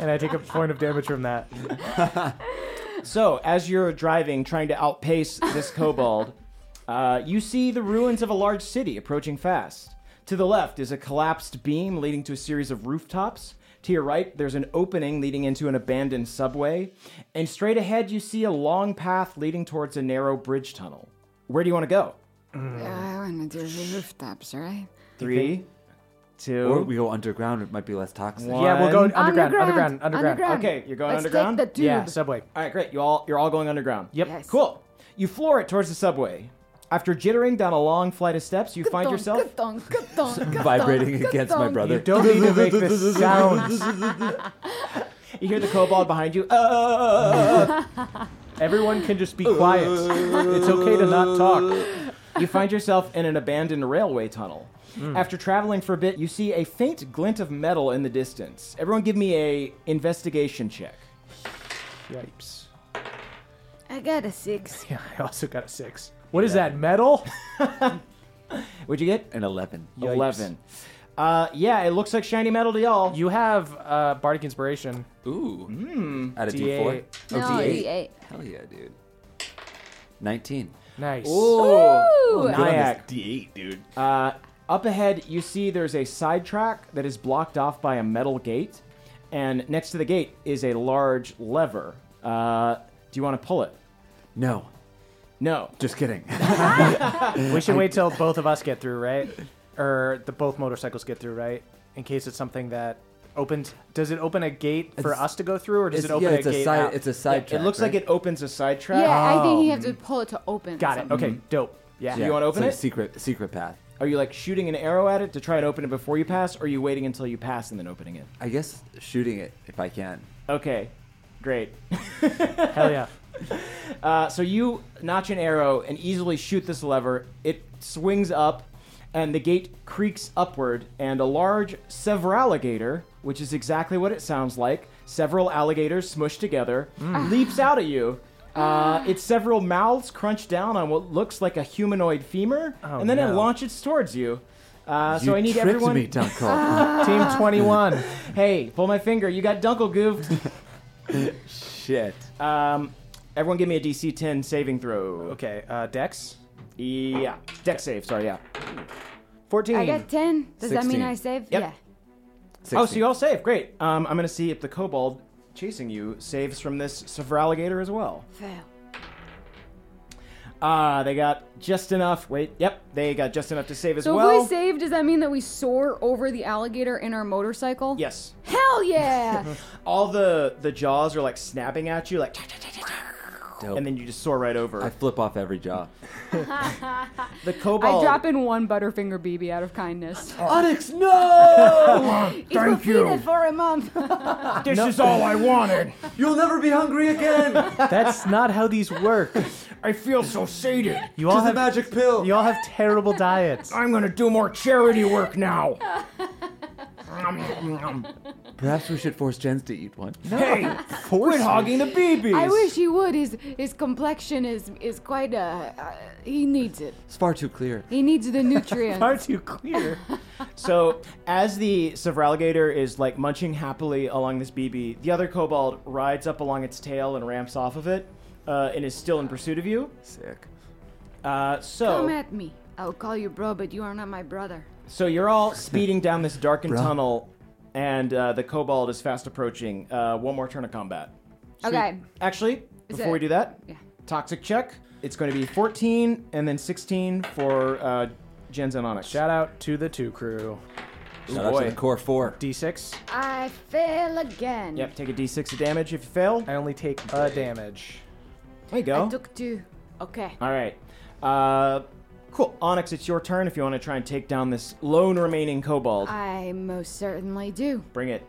and I take a point of damage from that. So, as you're driving, trying to outpace this kobold, uh, you see the ruins of a large city approaching fast. To the left is a collapsed beam leading to a series of rooftops. To your right, there's an opening leading into an abandoned subway. And straight ahead, you see a long path leading towards a narrow bridge tunnel. Where do you want to go? I want to do the rooftops, right? Three, or two. we go underground, it might be less toxic. One. Yeah, we'll go Underground, underground, underground, underground. Okay, you're going Let's underground? Take the tube. Yeah, subway. All right, great. You all you're all going underground. Yep. Yes. Cool. You floor it towards the subway. After jittering down a long flight of steps, you find Ka-thunk, yourself ka-thunk, ka-thunk, ka-thunk, Vibrating against my ka-thunk. brother. You don't need to make this sound. You hear the kobold behind you. "Uh." Everyone can just be quiet. It's okay to not talk. you find yourself in an abandoned railway tunnel. After traveling for a bit, you see a faint glint of metal in the distance. Everyone, give me a investigation check. Yipes. I got a six. Yeah, I also got a six. What is that, metal? What'd you get? An 11. Yikes. Eleven. Uh, Uh, yeah, it looks like shiny metal to y'all. You have uh, bardic inspiration. Ooh. Mm, At a D4. D8. Oh, No, D8. D8. Hell yeah, dude. 19. Nice. Ooh, Nyack. D8, dude. Uh, up ahead, you see there's a sidetrack that is blocked off by a metal gate, and next to the gate is a large lever. Uh, do you want to pull it? No. No. Just kidding. We should wait till both of us get through, right? Or the both motorcycles get through, right? In case it's something that opens. Does it open a gate for us to go through, or does It's, it open yeah, a it's a gate? side. out? It's a side track. it looks like it opens a sidetrack. Yeah, I think you have to pull Um, it to open. Got it. something. Okay, Mm-hmm. dope. Yeah. you wanna open it's like it? Secret, secret path. Are you like shooting an arrow at it to try and open it before you pass, or are you waiting until you pass and then opening it? I guess shooting it if I can. Okay, great. Hell yeah. Uh, so you notch an arrow and easily shoot this lever. It swings up, and the gate creaks upward, and a large severalligator, which is exactly what it sounds like, several alligators smushed together, leaps out at you. Uh, its several mouths crunch down on what looks like a humanoid femur, and then it no. launches towards you. Uh, so you I need tricked everyone. me, Dunkel. Team 21. Hey, pull my finger. You got Dunkle goofed. Shit. um, everyone, give me a DC 10 saving throw. Okay, uh, Dex. Yeah. Deck save, sorry, yeah. 14. I got 10. Does that 16. mean I save? Yep. Yeah. Oh, so you all save. Great. Um, I'm going to see if the kobold chasing you saves from this Severalligator as well. Fail. Ah, they got just enough. Wait, yep. They got just enough to save as So well. if we save, does that mean that we soar over the alligator in our motorcycle? yes. Hell yeah! All the the jaws are like snapping at you, like, and then you just soar right over. I flip off every jaw. the I kobold. drop in one Butterfinger BB out of kindness. Onyx, no! Thank you. for a month. this is all I wanted. You'll never be hungry again. That's not how these work. I feel so sated. You all have magic pill. you all have terrible diets. I'm going to do more charity work now. Perhaps we should force Jens to eat one. Hey, quit hogging the BBs. I wish he would. His his complexion is is quite uh, uh he needs it. It's far too clear. He needs the nutrients. Far too clear. So as the Severalligator is like munching happily along this BB, the other kobold rides up along its tail and ramps off of it, uh, and is still in pursuit of you. Sick. Uh, Come so, at me. I'll call you bro, but you are not my brother. so you're all speeding down this darkened Bruh. tunnel, and uh, the kobold is fast approaching. Uh, one more turn of combat. Okay. Actually, Is before it- we do that, Yeah. toxic check. It's going to be 14 and then 16 for uh, Jens and Onyx. Shout out to the two crew. Ooh, Shout out to boy. the core four. D6. I fail again. Yep, take a d6 of damage if you fail. I only take a damage. There you go. I took two. Okay. All right. Uh, cool. Onyx, it's your turn if you want to try and take down this lone remaining kobold. I most certainly do. Bring it.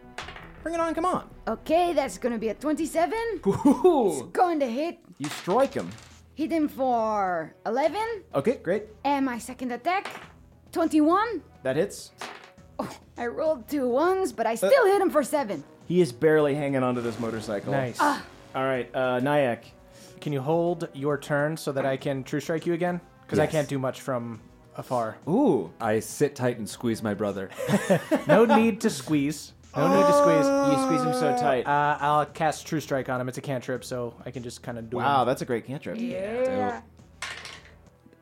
Bring it on, come on. Okay, that's gonna be a 27. Ooh, Going to hit. you strike him. Hit him for 11. Okay, great. And my second attack, 21. That hits. I rolled two ones, but I still hit him for seven. He is barely hanging onto this motorcycle. Nice. All right, uh, Nyack. Can you hold your turn so that I can true strike you again? Because I Yes. can't do much from afar. Ooh. I sit tight and squeeze my brother. No need to squeeze. No need to squeeze. You squeeze him so tight. Uh, I'll cast True Strike on him. It's a cantrip, so I can just kind of do wow, him. that's a great cantrip. Yeah.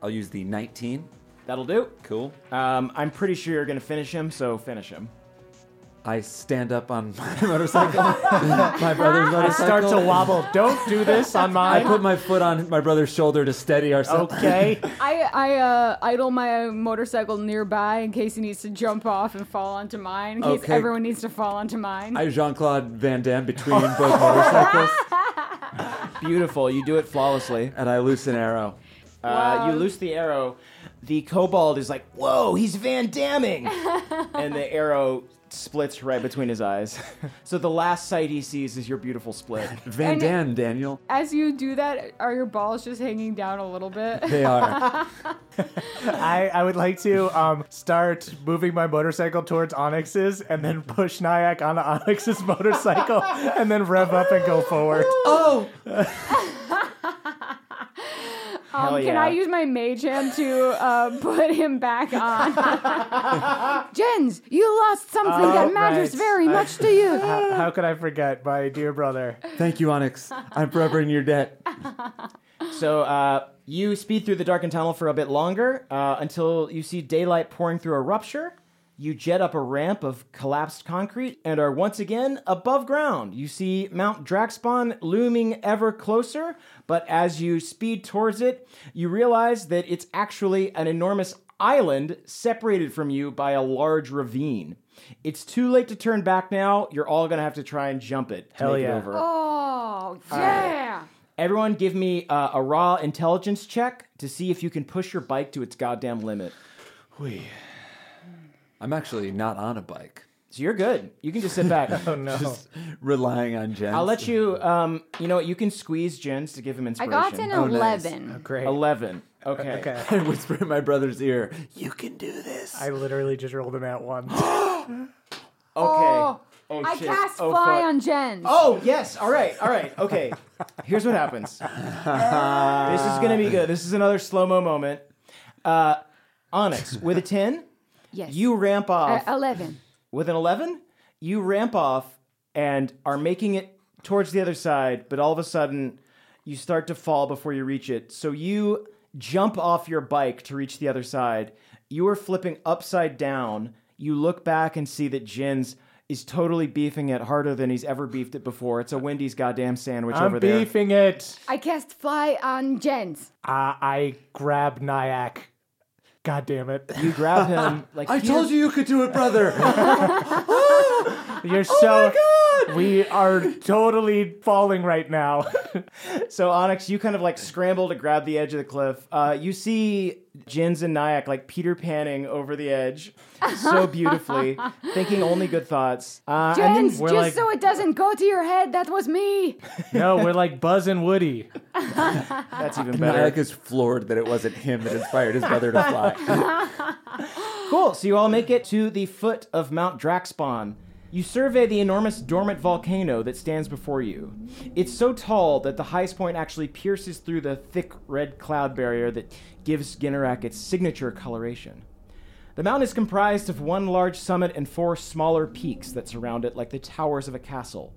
I'll use the 19. That'll do. Cool. Um, I'm pretty sure you're going to finish him, so finish him. I stand up on my motorcycle. my brother's motorcycle. I start to wobble. Don't do this on I mine. put my foot on my brother's shoulder to steady ourselves. Okay. I, I uh, idle my motorcycle nearby in case he needs to jump off and fall onto mine, in case Okay. everyone needs to fall onto mine. I Jean Claude Van Damme between both motorcycles, Beautiful. You do it flawlessly. and I loose an arrow. Uh, you loose the arrow. The kobold is like, "Whoa, he's Van Damming!" and the arrow splits right between his eyes. so the last sight he sees is your beautiful split. Van And- Damme, Daniel. As you do that, are your balls just hanging down a little bit? They are. I, I would like to um, start moving my motorcycle towards Onyx's and then push Nyack onto Onyx's motorcycle and then rev up and go forward. oh, Um, Can yeah. I use my mage hand to uh, put him back on? Jens, you lost something that Oh, matters right. very I- much to you. How, how could I forget my dear brother? Thank you, Onyx. I'm forever in your debt. So uh, you speed through the darkened tunnel for a bit longer uh, until you see daylight pouring through a rupture. You jet up a ramp of collapsed concrete and are once again above ground. You see Mount Draxbon looming ever closer, but as you speed towards it, you realize that it's actually an enormous island separated from you by a large ravine. It's too late to turn back now. You're all gonna have to try and jump it to Hell make it yeah. over. Oh, yeah. Everyone, give me uh, a raw intelligence check to see if you can push your bike to its goddamn limit. I'm actually not on a bike. So you're good. You can just sit back. Oh no. Just relying on Jen. I'll let you. Um, you know what? You can squeeze Jens to give him I inspiration. got an Oh, nice. 11. Great. Eleven. Okay. Okay. I whisper in my brother's ear, "You can do this." I literally just rolled him out one. Okay. Oh, Oh, I shit. cast Oh, fly fuck. on Jens. Oh yes. All right. All right. Okay. Here's what happens. this is gonna be good. This is another slow mo moment. Uh, Onyx with a ten, yes. you ramp Uh, off. 11. with an 11 you ramp off and are making it towards the other side but all of a sudden you start to fall before you reach it so you jump off your bike to reach the other side you are flipping upside down you look back and see that jins is totally beefing it harder than he's ever beefed it before it's a wendy's goddamn sandwich I'm over there beefing it. I cast fly on Jens. Uh, I grab Nyack. God damn it. you grab him like I told you you could do it, brother. You're so. We are totally falling right now. So Onyx, you kind of like scramble to grab the edge of the cliff. Uh, you see Jins and Nyack like Peter panning over the edge, so beautifully, thinking only good thoughts. Uh, and then- Jens, we're just like- so it doesn't go to your head, that was me. no, we're like Buzz and Woody. that's even Nyack better. is floored that it wasn't him that inspired his brother to fly. Cool. So you all make it to the foot of Mount Draxbon. You survey the enormous dormant volcano that stands before you. It's so tall that the highest point actually pierces through the thick red cloud barrier that gives Ginnerak its signature coloration. The mountain is comprised of one large summit and four smaller peaks that surround it like the towers of a castle.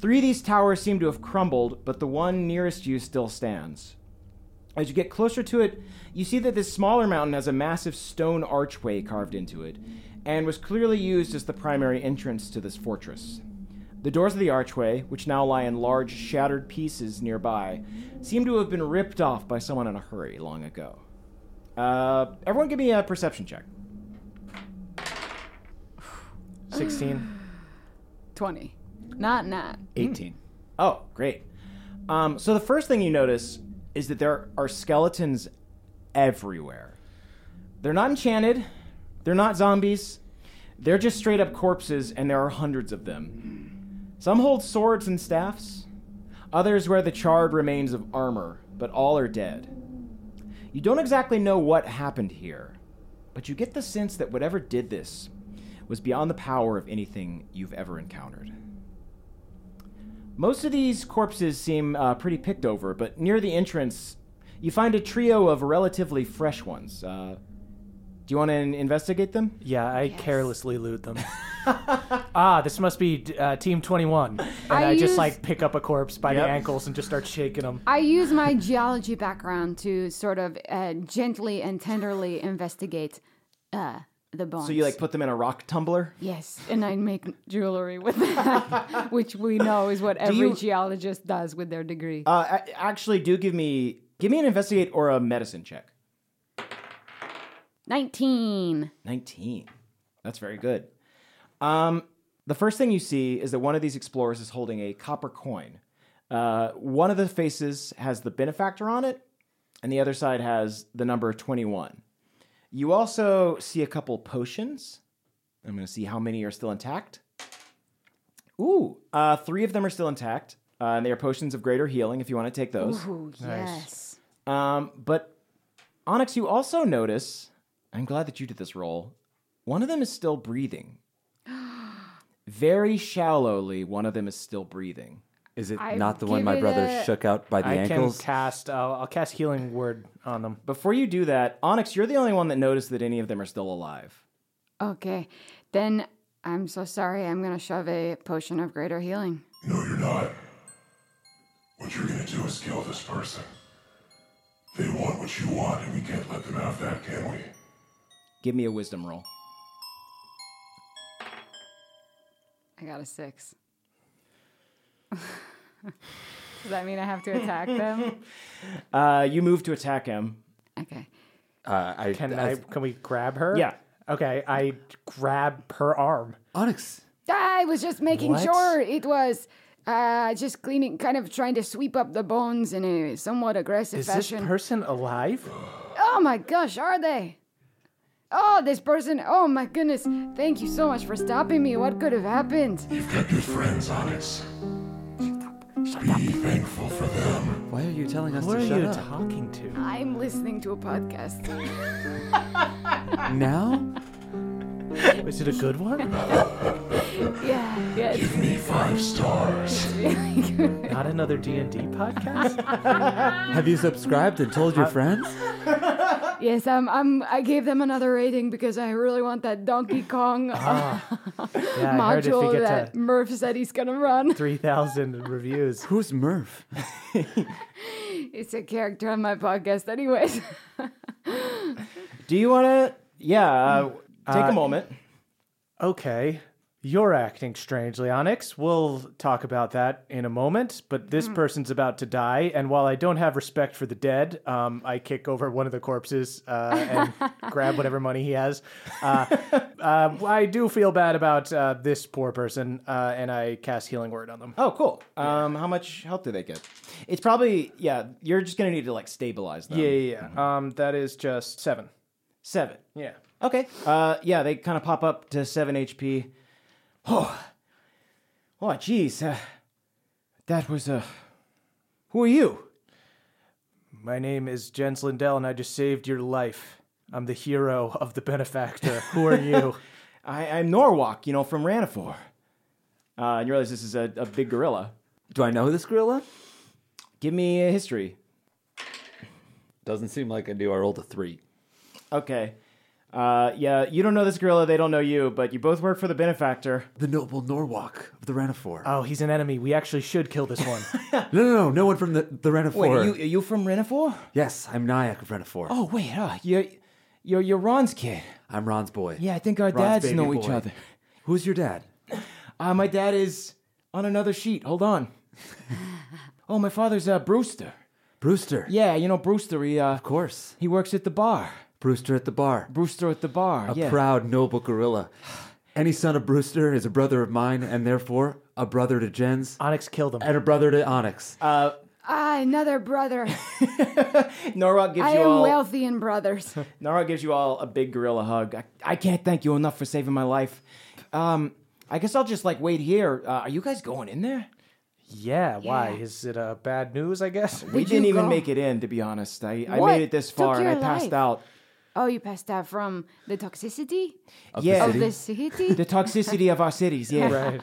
Three of these towers seem to have crumbled, but the one nearest you still stands. As you get closer to it, you see that this smaller mountain has a massive stone archway carved into it, and was clearly used as the primary entrance to this fortress. The doors of the archway, which now lie in large, shattered pieces nearby, seem to have been ripped off by someone in a hurry long ago. Uh, everyone, give me a perception check. 16. 20. Not not. 18. Hmm. Oh, great. Um, so the first thing you notice is that there are skeletons everywhere. They're not enchanted, they're not zombies, they're just straight up corpses, and there are hundreds of them. Some hold swords and staffs, others wear the charred remains of armor, but all are dead. You don't exactly know what happened here, but you get the sense that whatever did this was beyond the power of anything you've ever encountered. Most of these corpses seem uh, pretty picked over, but near the entrance, you find a trio of relatively fresh ones. Uh, do you want to investigate them? Yeah, I carelessly loot them. ah, this must be uh, Team 21. And I, I just use- like pick up a corpse by Yep. the ankles and just start shaking them. I use my geology background to sort of uh, gently and tenderly investigate uh, the bones. So you like put them in a rock tumbler? Yes, and I make jewelry with that, which we know is what every you- geologist does with their degree. Uh, a- actually, do give me give me an investigate or a medicine check. 19. Nineteen. That's very good. Um, the first thing you see is that one of these explorers is holding a copper coin. Uh, one of the faces has the benefactor on it, and the other side has the number 21. You also see a couple potions. I'm going to see how many are still intact. Ooh, uh, three of them are still intact, uh, and they are potions of greater healing if you want to take those. Ooh, yes. Um, but Onyx, you also notice, I'm glad that you did this roll, one of them is still breathing. Very shallowly, one of them is still breathing. Is it I not the give one my it brother a- shook out by the I ankles? can cast. uh, I'll, I'll cast healing word on them. Before you do that, Onyx, you're the only one that noticed that any of them are still alive. Okay, then I'm so sorry. I'm gonna shove a potion of greater healing. No, you're not. What you're gonna do is kill this person. They want what you want, and we can't let them have that, can we? Give me a wisdom roll. I got a six. Does that mean I have to attack them? Uh, you move to attack him. Okay. uh, I, Can I, I? Can we grab her? Yeah. Okay. I grab her arm. Onyx. I was just making What? sure it was uh, just cleaning, kind of trying to sweep up the bones in a somewhat aggressive Is this fashion. person alive? oh my gosh, are they? Oh, this person. Oh my goodness. Thank you so much for stopping me. What could have happened? You've got good friends, Onyx. Be thankful for them. Why are you telling us Who are to shut you up talking to? I'm listening to a podcast. now? Is it a good one? Yeah, yeah, it's Give me five stars. really good. Not another D and D podcast. Have you subscribed and told your Uh, friends? Yes, I'm, I'm. I gave them another rating because I really want that Donkey Kong uh, Yeah, I heard if module we get that to Murph said he's gonna run. three thousand reviews, Who's Murph? It's a character on my podcast, anyways. Do you want to? Yeah, uh, take a moment. okay. You're acting strangely, Onyx. We'll talk about that in a moment. But this person's about to die, and while I don't have respect for the dead, um, I kick over one of the corpses uh, and grab whatever money he has. Uh, uh, I do feel bad about uh, this poor person, uh, and I cast healing word on them. Oh, cool. Um, how much help do they get? It's probably yeah. You're just gonna need to like stabilize them. Yeah, yeah, yeah. Um, that is just seven. Seven. Yeah. Okay. Uh, yeah, they kind of pop up to seven HP. Oh, oh, jeez. Uh, that was Uh, who are you? My name is Jens Lindell, and I just saved your life. I'm the hero of the benefactor. Who are you? I, I'm Norwalk. You know, from Ranifor. Uh, and you realize this is a, a big gorilla. Do I know this gorilla? Give me a history. Doesn't seem like I do. I rolled a three. Okay. Uh, yeah, you don't know this gorilla. They don't know you, but you both work for the benefactor. The noble Norwalk of the Renifor. oh, he's an enemy. We actually should kill this one. no, no, no, no one from the, the Renifor. are you from Renifor? Yes, I'm Nyack of Renifor. Oh, wait. Uh, you're, you're you're Ron's kid. I'm Ron's boy. Yeah, I think our Ron's dads baby know boy. each other. Who's your dad? Uh, my dad is on another sheet. Hold on. oh, my father's uh, Brewster. Brewster. Yeah, you know Brewster. He uh, Of course. he works at the bar. Brewster at the bar. Brewster at the bar. A yeah. proud, noble gorilla. Any son of Brewster is a brother of mine, and therefore a brother to Jens Onyx killed him. and a brother to Onyx. ah, another brother. Norok gives I you am all. wealthy in brothers. Norok gives you all a big gorilla hug. I, I can't thank you enough for saving my life. Um, I guess I'll just like wait here. Uh, are you guys going in there? Yeah, why? Yeah. Is it uh, bad news, I guess? We Did didn't you even go? make it in, to be honest. I, I What made it this took far and your I passed life? out. oh, you passed out from the toxicity of yeah. the of city. the city. The toxicity of our cities, yeah. right.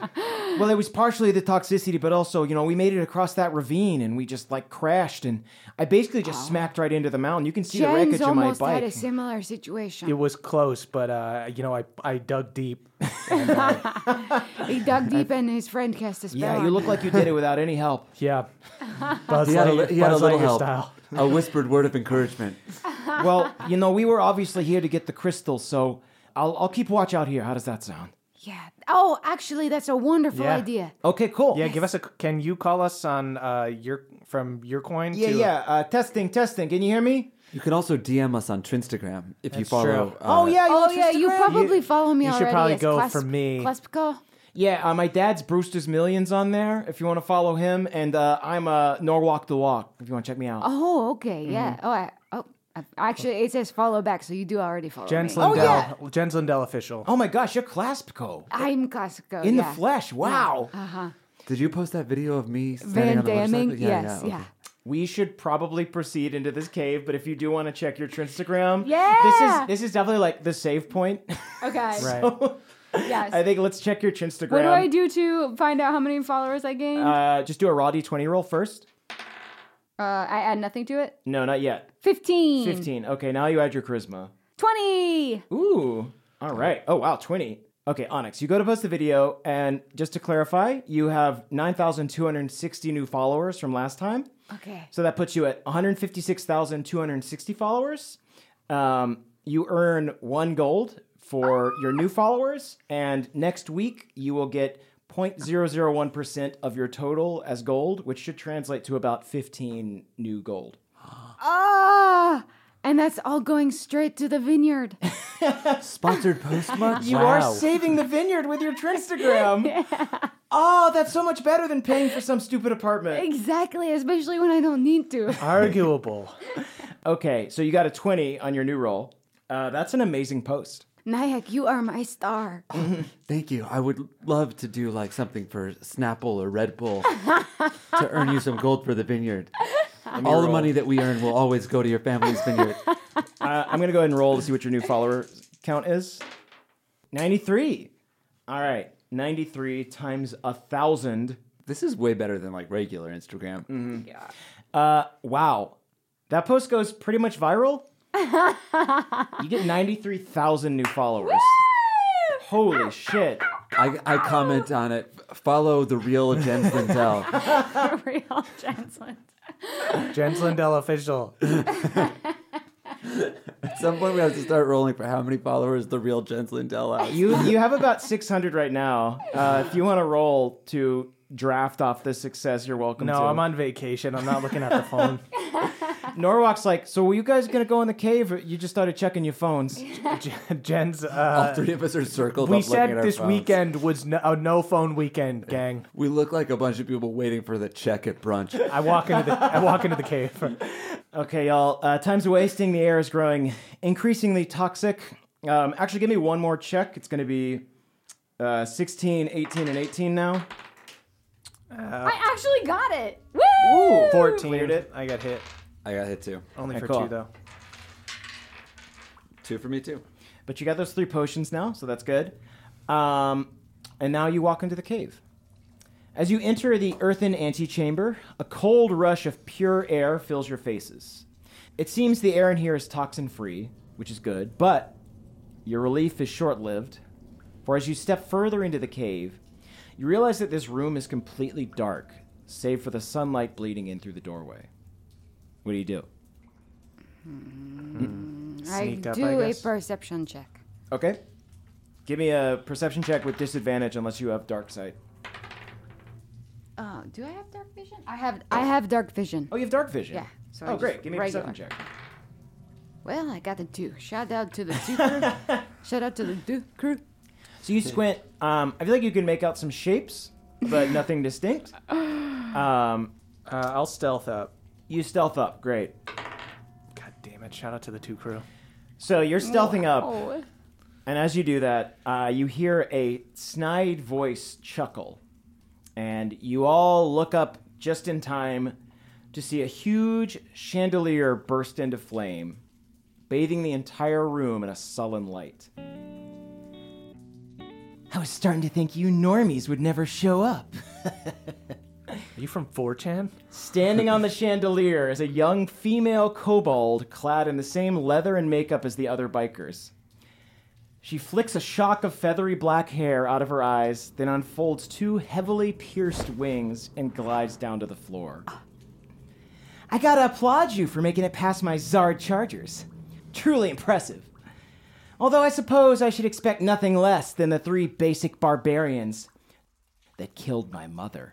Well, it was partially the toxicity, but also, you know, we made it across that ravine and we just like crashed and I basically just smacked right into the mountain. You can see the James wreckage of my almost had a bike. similar situation. It was close, but uh, you know, I I dug deep. He dug deep and his friend cast a spell. Yeah, on you look him. like you did it without any help. Yeah. Buzz He had a, li- Lightyear, he had a Buzz little Lightyear help. style. A whispered word of encouragement. Well, you know, we were obviously here to get the crystal, so I'll, I'll keep watch out here. How does that sound? Yeah. Oh, actually, that's a wonderful Yeah. idea. Okay, cool. Yeah, give us a. Can you call us on uh your from your coin? yeah, to, yeah. Uh, testing, testing. Can you hear me? You can also DM us on Trinstagram if you That's follow. true. uh, oh, yeah. you Oh on yeah, you Instagram? probably follow me you should already. probably as go Clasp- for me. Claspco. Yeah, uh, my dad's Brewster's Millions on there if you want to follow him. And uh, I'm uh, Norwalk the Walk if you want to check me out. Oh, okay, yeah. Mm-hmm. Oh, I, oh, I- actually, it says follow back, so you do already follow Jens me. Oh, Oh, Lindell. Jens Lindell official. Oh my gosh, you're Claspco. I'm Classico. In Uh, yeah. Uh-huh. the flesh. Wow. Did you post that video of me standing Van on a Damming. motorcycle? yes, okay. yeah. We should probably proceed into this cave, but if you do want to check your Trinstagram, Yeah. this is this is definitely like the save point. Okay. Right. Yes. I think let's check your Chinstagram. what do I do to find out how many followers I gained? Uh, Uh, just do a raw d20 roll first. Uh, I add nothing to it. No, not yet. 15. 15. Okay, now you add your charisma. 20. Ooh. All right. Oh, wow. 20. Okay, Onyx, you go to post the video, and just to clarify, you have 9,260 new followers from last time. Okay. So that puts you at 156,260 followers. Um, you earn one gold for your new followers, and next week you will get 0.001% of your total as gold, which should translate to about 15 new gold. Ah! And that's all going straight to the vineyard. Sponsored postmark. You are saving the vineyard with your Trinstagram. Oh, that's so much better than paying for some stupid apartment. exactly, especially when I don't need to. Uh, Arguable. okay, so you got a 20 on your new roll. Uh, that's an amazing post. Nayak, you are my star. Thank you. I would love to do like something for Snapple or Red Bull to earn you some gold for the vineyard. All the money that we earn will always go to your family's vineyard. Uh, I'm gonna go ahead and roll to see what your new follower count is. 93. All right, 93 times a thousand. This is way better than like regular Instagram. Uh, wow, that post goes pretty much viral. you get 93,000 new followers. Holy shit! I, I comment on it. Follow the real Jens Lindell. Real Jensen. Oh. Jens Lindell official. At some point, we have to start rolling for how many followers the real Jens Lindell has. You you have about 600 right now. Uh, if you want to roll to draft off this success, you're welcome. No, to. I'm on vacation. I'm not looking at the phone. Norwalk's like, so were you guys gonna go in the cave? Or you just started checking your phones. Jen's. All Uh, three of us are circled we up looking at said our this phones. weekend was no, a no phone weekend, gang. We look like a bunch of people waiting for the check at brunch. I walk into the I walk into the cave. Okay, y'all. Uh, time's wasting. The air is growing increasingly toxic. Um, actually, give me one more check. It's going to be uh, 16, 18, and 18 now. I actually got it. Woo! Uh, Ooh, Fourteen. I got hit. I got hit too. Only Okay, for cool. two though. Two for me too. But you got those three potions now, so that's good. Um, and now you walk into the cave. As you enter the earthen antechamber, a cold rush of pure air fills your faces. It seems the air in here is toxin free, which is good, but your relief is short lived. For as you step further into the cave, you realize that this room is completely dark, save for the sunlight bleeding in through the doorway. What do you do? I Sneak up, do I a guess. perception check. Okay. Give me a perception check with disadvantage unless you have dark sight. Oh, do I have dark vision? I have I have dark vision. Oh, you have dark vision. Yeah, so I oh, just- great. Give me a regular. perception check. Well, I got a two. Shout out to the two crew. Shout out to the two crew. So you squint. Um, I feel like you can make out some shapes, but nothing distinct. Um, Uh, I'll stealth up. you stealth up. Great. God damn it! Shout out to the two crew. So you're stealthing up, Oh, and as you do that, uh, you hear a snide voice chuckle, and you all look up just in time to see a huge chandelier burst into flame, bathing the entire room in a sullen light. I was starting to think you normies would never show up. Are you from 4chan? Standing on the chandelier is a young female kobold clad in the same leather and makeup as the other bikers. She flicks a shock of feathery black hair out of her eyes, then unfolds two heavily pierced wings and glides down to the floor. I gotta applaud you for making it past my Zard Chargers. Truly impressive. Although I suppose I should expect nothing less than the three basic barbarians that killed my mother.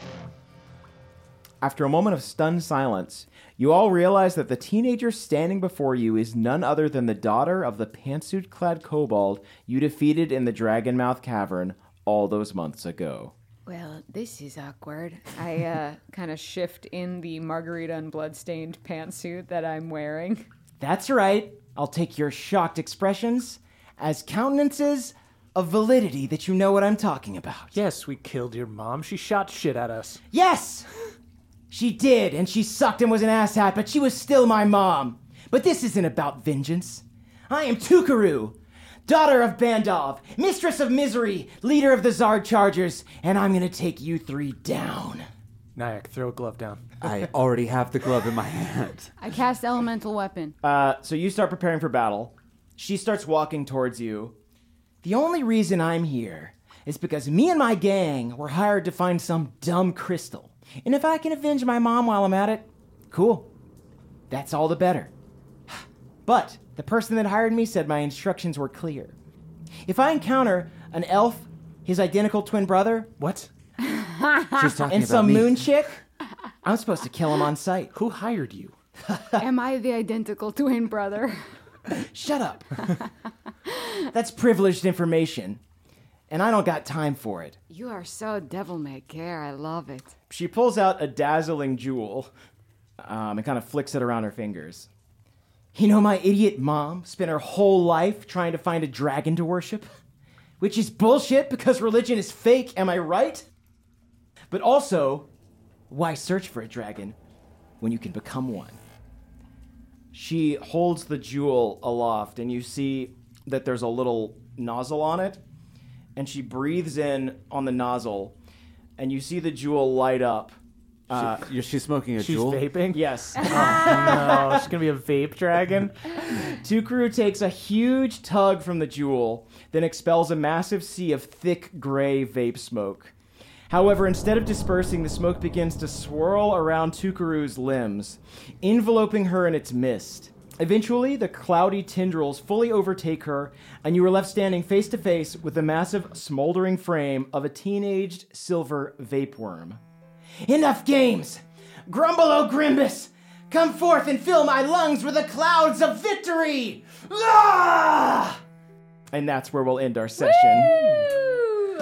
After a moment of stunned silence, you all realize that the teenager standing before you is none other than the daughter of the pantsuit clad kobold you defeated in the Dragonmouth Cavern all those months ago. Well, this is awkward. I uh, kind of shift in the margarita and bloodstained pantsuit that I'm wearing. That's right, I'll take your shocked expressions as countenances of validity that you know what I'm talking about. Yes, we killed your mom. She shot shit at us. Yes! She did, and she sucked and was an asshat, but she was still my mom. But this isn't about vengeance. I am Tukaru, daughter of Bandov, mistress of misery, leader of the Zard Chargers, and I'm gonna take you three down. Nyack, throw a glove down. I already have the glove in my hand. I cast elemental weapon. Uh, so you start preparing for battle. She starts walking towards you. The only reason I'm here is because me and my gang were hired to find some dumb crystal. And if I can avenge my mom while I'm at it, cool. That's all the better. But the person that hired me said my instructions were clear. If I encounter an elf, his identical twin brother, What? She's talking and about some me. moon chick, I'm supposed to kill him on sight. Who hired you? Am I the identical twin brother? Shut up. That's privileged information, and I don't got time for it. You are so devil may care. I love it. She pulls out a dazzling jewel um, and kind of flicks it around her fingers. You know, my idiot mom spent her whole life trying to find a dragon to worship, which is bullshit because religion is fake, am I right? But also, why search for a dragon when you can become one? She holds the jewel aloft, and you see that there's a little nozzle on it. And she breathes in on the nozzle, and you see the jewel light up. She- you're- Uh, she's smoking a She's jewel. vaping? Yes. No, it's gonna be a vape dragon. Tukuru takes a huge tug from the jewel, then expels a massive sea of thick gray vape smoke. However, instead of dispersing, the smoke begins to swirl around Tukuru's limbs, enveloping her in its mist. Eventually, the cloudy tendrils fully overtake her, and you are left standing face to face with the massive, smoldering frame of a teenaged silver vapeworm. Enough games! Grumble, O Grimbus! Come forth and fill my lungs with the clouds of victory! Ah! And that's where we'll end our session.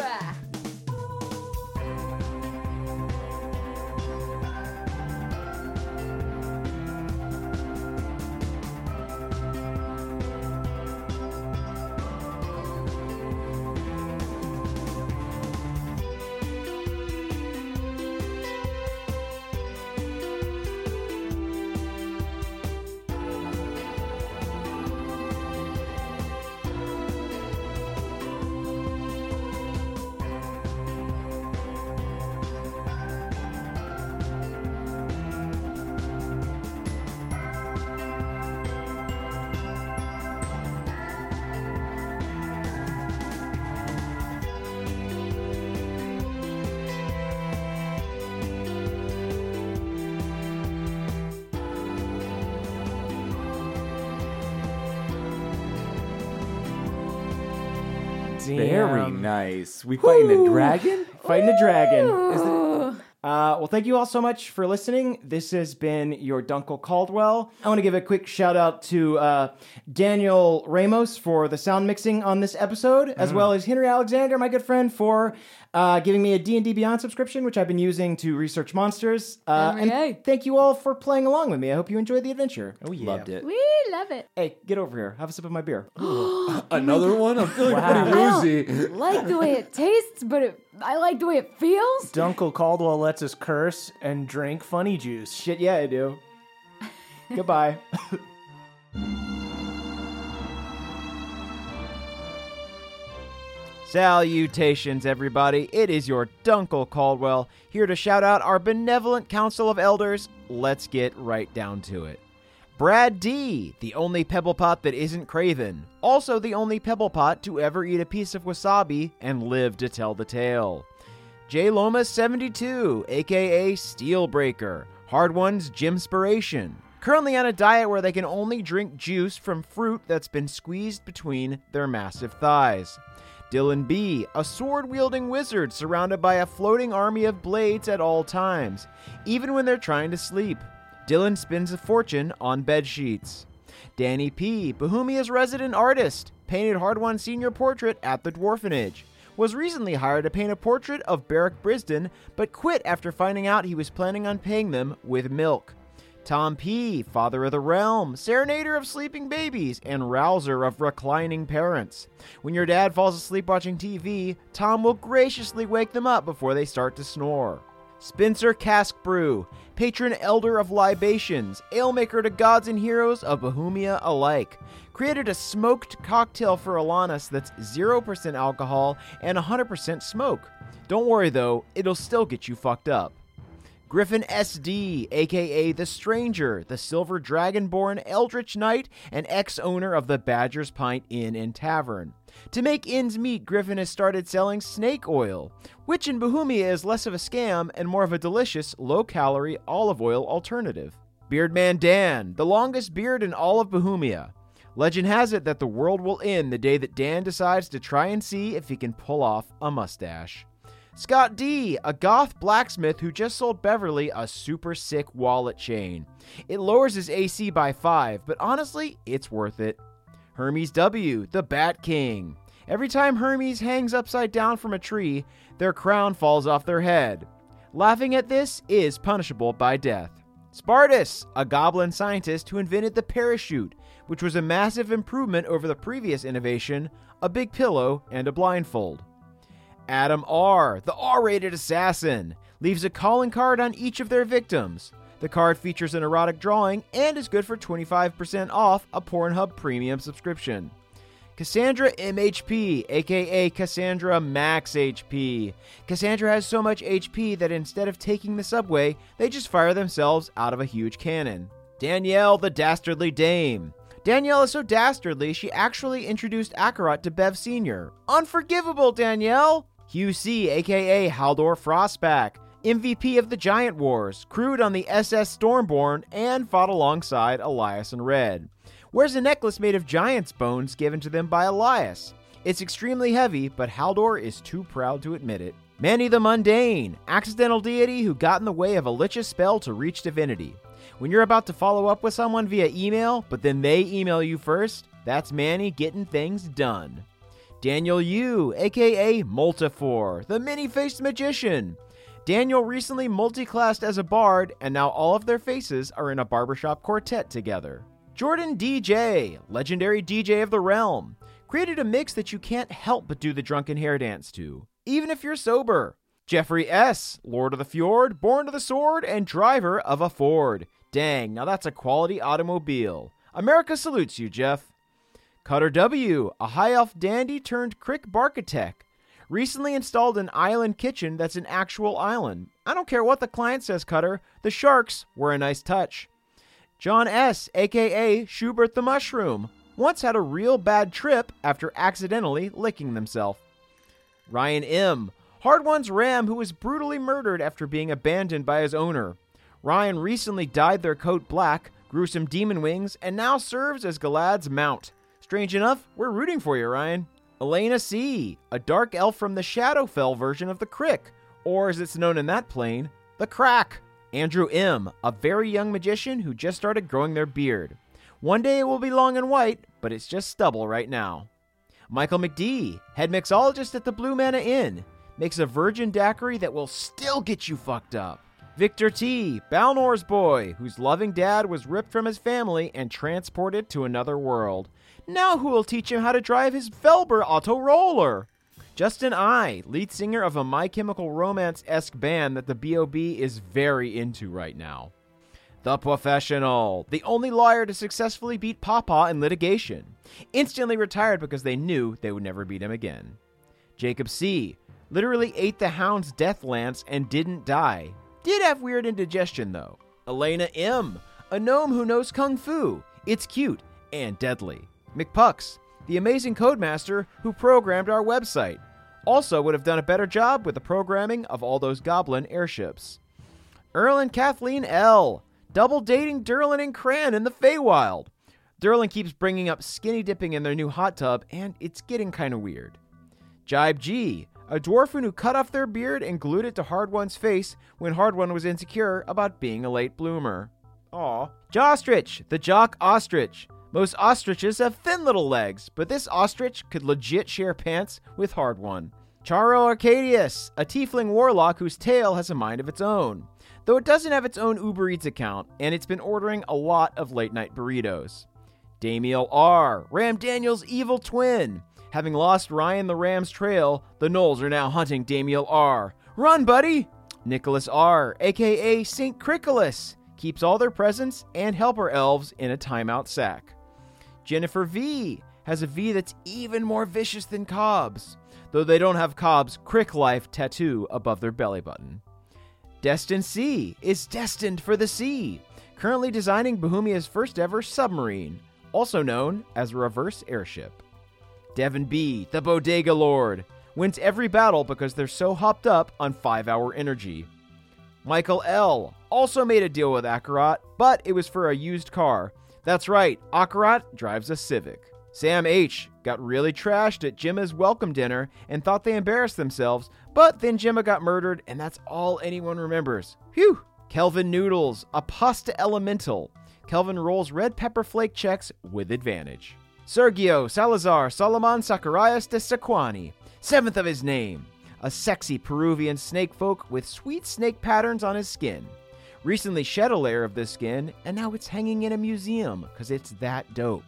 Very um, Damn. nice. We fighting a dragon? fighting the dragon. Uh, well, thank you all so much for listening. This has been your Dunkel Caldwell. I want to give a quick shout out to uh, Daniel Ramos for the sound mixing on this episode, as well as Henry Alexander, my good friend, for uh, giving me a D&D Beyond subscription, which I've been using to research monsters. Uh, and Henry. thank you all for playing along with me. I hope you enjoyed the adventure. Oh, yeah. Loved it. We love it. Hey, get over here. Have a sip of my beer. Another one? I'm feeling pretty woozy. Like the way it tastes, but it, I like the way it feels. Dunkel Caldwell lets us curse and drink funny juice. Shit, yeah, I do. Goodbye. Salutations, everybody. It is your Dunkel Caldwell here to shout out our benevolent Council of Elders. Let's get right down to it. Brad D, the only pebble pot that isn't craven, also the only pebble pot to ever eat a piece of wasabi and live to tell the tale. J Loma 72, aka Steelbreaker, Hard One's Gymspiration. Currently on a diet where they can only drink juice from fruit that's been squeezed between their massive thighs. Dylan B, a sword wielding wizard surrounded by a floating army of blades at all times, even when they're trying to sleep. Dylan spends a fortune on bed sheets. Danny P., Bohemia's resident artist, painted Hard One senior portrait at the Dwarfenage. Was recently hired to paint a portrait of Barrack Brisden, but quit after finding out he was planning on paying them with milk. Tom P., Father of the Realm, Serenader of Sleeping Babies, and Rouser of Reclining Parents. When your dad falls asleep watching TV, Tom will graciously wake them up before they start to snore. Spencer Cask Brew, patron elder of libations, alemaker to gods and heroes of Bohemia alike, created a smoked cocktail for Alanis that's 0% alcohol and 100% smoke. Don't worry though, it'll still get you fucked up. Griffin SD, aka The Stranger, the Silver Dragonborn Eldritch Knight, and ex owner of the Badger's Pint Inn and Tavern. To make ends meet, Griffin has started selling snake oil, which in Bohemia is less of a scam and more of a delicious, low calorie olive oil alternative. Beardman Dan, the longest beard in all of Bohemia. Legend has it that the world will end the day that Dan decides to try and see if he can pull off a mustache. Scott D, a goth blacksmith who just sold Beverly a super sick wallet chain. It lowers his AC by 5, but honestly, it's worth it. Hermes W, the Bat King. Every time Hermes hangs upside down from a tree, their crown falls off their head. Laughing at this is punishable by death. Spartus, a goblin scientist who invented the parachute, which was a massive improvement over the previous innovation a big pillow and a blindfold. Adam R., the R rated assassin, leaves a calling card on each of their victims. The card features an erotic drawing and is good for 25% off a Pornhub premium subscription. Cassandra MHP, aka Cassandra Max HP. Cassandra has so much HP that instead of taking the subway, they just fire themselves out of a huge cannon. Danielle, the dastardly dame. Danielle is so dastardly, she actually introduced Akarat to Bev Sr. Unforgivable, Danielle! QC, aka Haldor Frostback, MVP of the Giant Wars, crewed on the SS Stormborn, and fought alongside Elias and Red. Wears a necklace made of giant's bones given to them by Elias. It's extremely heavy, but Haldor is too proud to admit it. Manny the Mundane, accidental deity who got in the way of a Lich's spell to reach divinity. When you're about to follow up with someone via email, but then they email you first, that's Manny getting things done. Daniel Yu, aka Multifor, the many faced magician. Daniel recently multiclassed as a bard, and now all of their faces are in a barbershop quartet together. Jordan DJ, legendary DJ of the realm, created a mix that you can't help but do the drunken hair dance to, even if you're sober. Jeffrey S., Lord of the Fjord, Born to the Sword, and Driver of a Ford. Dang, now that's a quality automobile. America salutes you, Jeff. Cutter W., a high elf dandy turned crick barkitect. Recently installed an island kitchen that's an actual island. I don't care what the client says, Cutter, the sharks were a nice touch. John S., aka Schubert the Mushroom, once had a real bad trip after accidentally licking themselves. Ryan M., Hard One's Ram, who was brutally murdered after being abandoned by his owner. Ryan recently dyed their coat black, grew some demon wings, and now serves as Galad's mount. Strange enough, we're rooting for you, Ryan. Elena C., a dark elf from the Shadowfell version of the Crick, or as it's known in that plane, the Crack. Andrew M., a very young magician who just started growing their beard. One day it will be long and white, but it's just stubble right now. Michael McD., head mixologist at the Blue Manna Inn, makes a virgin daiquiri that will still get you fucked up. Victor T, Balnor's boy, whose loving dad was ripped from his family and transported to another world. Now who will teach him how to drive his Velber auto roller? Justin I, lead singer of a My Chemical Romance esque band that the BOB is very into right now. The Professional, the only lawyer to successfully beat Papa in litigation. Instantly retired because they knew they would never beat him again. Jacob C, literally ate the hound's death lance and didn't die. Did have weird indigestion though. Elena M, a gnome who knows kung fu. It's cute and deadly. McPucks, the amazing codemaster who programmed our website. Also would have done a better job with the programming of all those goblin airships. Earl and Kathleen L, double dating Derlin and Cran in the Feywild. Derlin keeps bringing up skinny dipping in their new hot tub, and it's getting kind of weird. Jibe G, a dwarfin who cut off their beard and glued it to Hard One's face when Hard One was insecure about being a late bloomer. Aw. Jostrich, the jock ostrich. Most ostriches have thin little legs, but this ostrich could legit share pants with Hard One. Charo Arcadius, a tiefling warlock whose tail has a mind of its own. Though it doesn't have its own Uber Eats account, and it's been ordering a lot of late night burritos. Damiel R., Ram Daniel's evil twin. Having lost Ryan the Ram's trail, the Knolls are now hunting Damiel R. Run, buddy! Nicholas R., aka St. Cricolas, keeps all their presents and helper elves in a timeout sack. Jennifer V. has a V that's even more vicious than Cobb's, though they don't have Cobb's Crick Life tattoo above their belly button. Destined C is destined for the sea, currently designing Bohemia's first ever submarine, also known as a reverse airship. Devin B, the Bodega Lord, wins every battle because they're so hopped up on 5 hour energy. Michael L also made a deal with Akarat, but it was for a used car. That's right, Akarat drives a Civic. Sam H got really trashed at Gemma's welcome dinner and thought they embarrassed themselves, but then Gemma got murdered, and that's all anyone remembers. Phew! Kelvin Noodles, a pasta elemental. Kelvin rolls red pepper flake checks with advantage. Sergio Salazar Solomon Zacharias de Sequani, seventh of his name, a sexy Peruvian snake folk with sweet snake patterns on his skin. Recently shed a layer of this skin, and now it's hanging in a museum because it's that dope.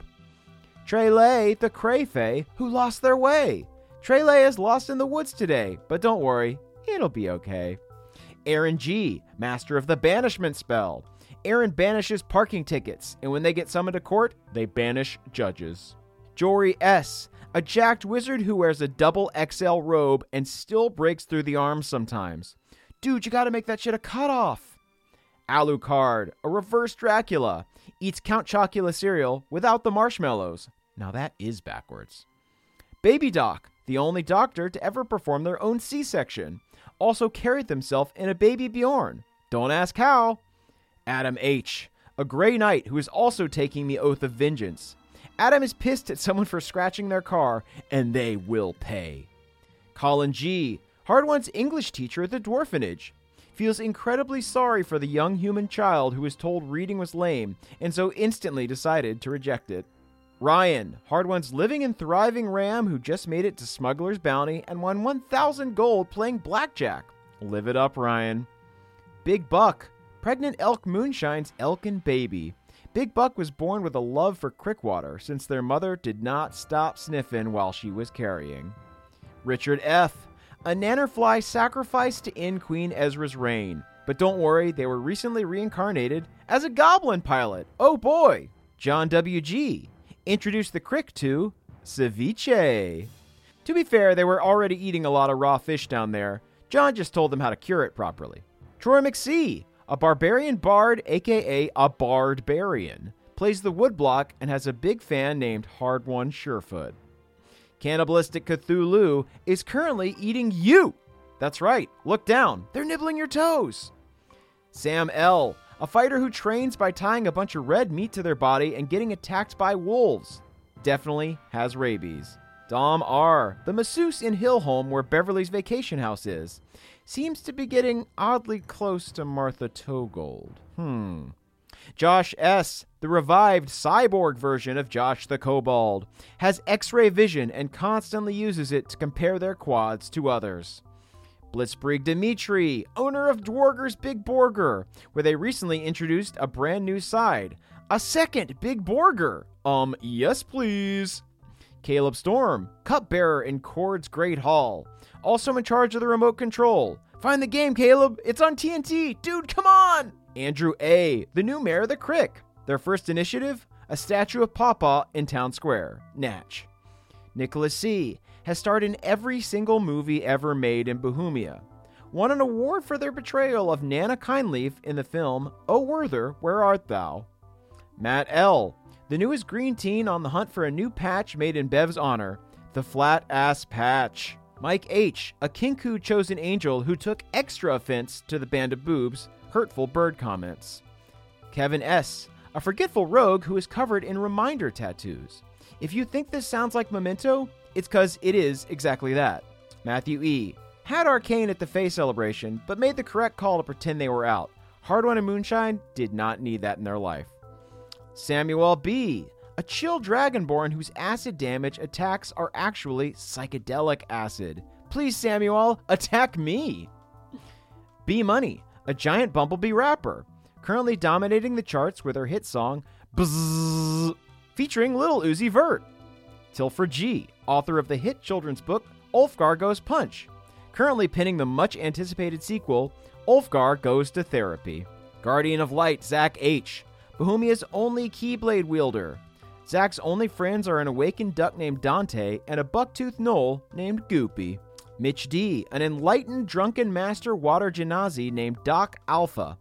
Trele, the Crayfay, who lost their way. Trele is lost in the woods today, but don't worry, it'll be okay. Aaron G, master of the banishment spell. Aaron banishes parking tickets, and when they get summoned to court, they banish judges. Jory S, a jacked wizard who wears a double XL robe and still breaks through the arms sometimes. Dude, you gotta make that shit a cutoff. Alucard, a reverse Dracula, eats Count Chocula cereal without the marshmallows. Now that is backwards. Baby Doc, the only doctor to ever perform their own C section, also carried themselves in a baby Bjorn. Don't ask how. Adam H., a gray knight who is also taking the oath of vengeance. Adam is pissed at someone for scratching their car, and they will pay. Colin G., Hardwood's English teacher at the dwarfenage, feels incredibly sorry for the young human child who was told reading was lame and so instantly decided to reject it. Ryan, Hardwood's living and thriving ram who just made it to Smuggler's Bounty and won 1,000 gold playing blackjack. Live it up, Ryan. Big Buck, pregnant elk moonshine's elkin baby. Big Buck was born with a love for crickwater since their mother did not stop sniffing while she was carrying. Richard F., a nannerfly sacrificed to end Queen Ezra's reign. But don't worry, they were recently reincarnated as a goblin pilot. Oh boy! John W.G. introduced the crick to ceviche. To be fair, they were already eating a lot of raw fish down there. John just told them how to cure it properly. Troy McSee, a barbarian bard, aka a bardbarian, plays the woodblock and has a big fan named Hard One Surefoot. Cannibalistic Cthulhu is currently eating you. That's right, look down, they're nibbling your toes. Sam L., a fighter who trains by tying a bunch of red meat to their body and getting attacked by wolves, definitely has rabies. Dom R., the masseuse in Hillholm where Beverly's vacation house is, seems to be getting oddly close to Martha Togold. Hmm. Josh S., the revived cyborg version of Josh the Kobold, has x ray vision and constantly uses it to compare their quads to others. Blitzkrieg Dimitri, owner of Dwarger's Big Borger, where they recently introduced a brand new side, a second Big Borger. Um, yes, please. Caleb Storm, cupbearer in Cord's Great Hall, also in charge of the remote control. Find the game, Caleb. It's on TNT. Dude, come on. Andrew A., the new mayor of the Crick. Their first initiative, a statue of Papa in town square, Natch. Nicholas C. has starred in every single movie ever made in Bohemia. Won an award for their portrayal of Nana Kindleaf in the film O Werther, Where Art Thou? Matt L., the newest green teen on the hunt for a new patch made in Bev's honor, the Flat Ass Patch. Mike H., a Kinku chosen angel who took extra offense to the band of boobs, hurtful bird comments. Kevin S., a forgetful rogue who is covered in reminder tattoos. If you think this sounds like Memento, it's because it is exactly that. Matthew E., had Arcane at the Fae celebration, but made the correct call to pretend they were out. Hard One and Moonshine did not need that in their life. Samuel B., a chill dragonborn whose acid damage attacks are actually psychedelic acid. Please, Samuel, attack me! B Money, a giant bumblebee rapper, currently dominating the charts with her hit song Bzzz, featuring Little Uzi Vert. Tilford G, author of the hit children's book Ulfgar Goes Punch, currently penning the much anticipated sequel, Ulfgar Goes to Therapy. Guardian of Light, Zack H., Bohemia's only Keyblade wielder. Zack's only friends are an awakened duck named Dante and a bucktooth knoll named Goopy. Mitch D., an enlightened drunken master water genasi named Doc Alpha.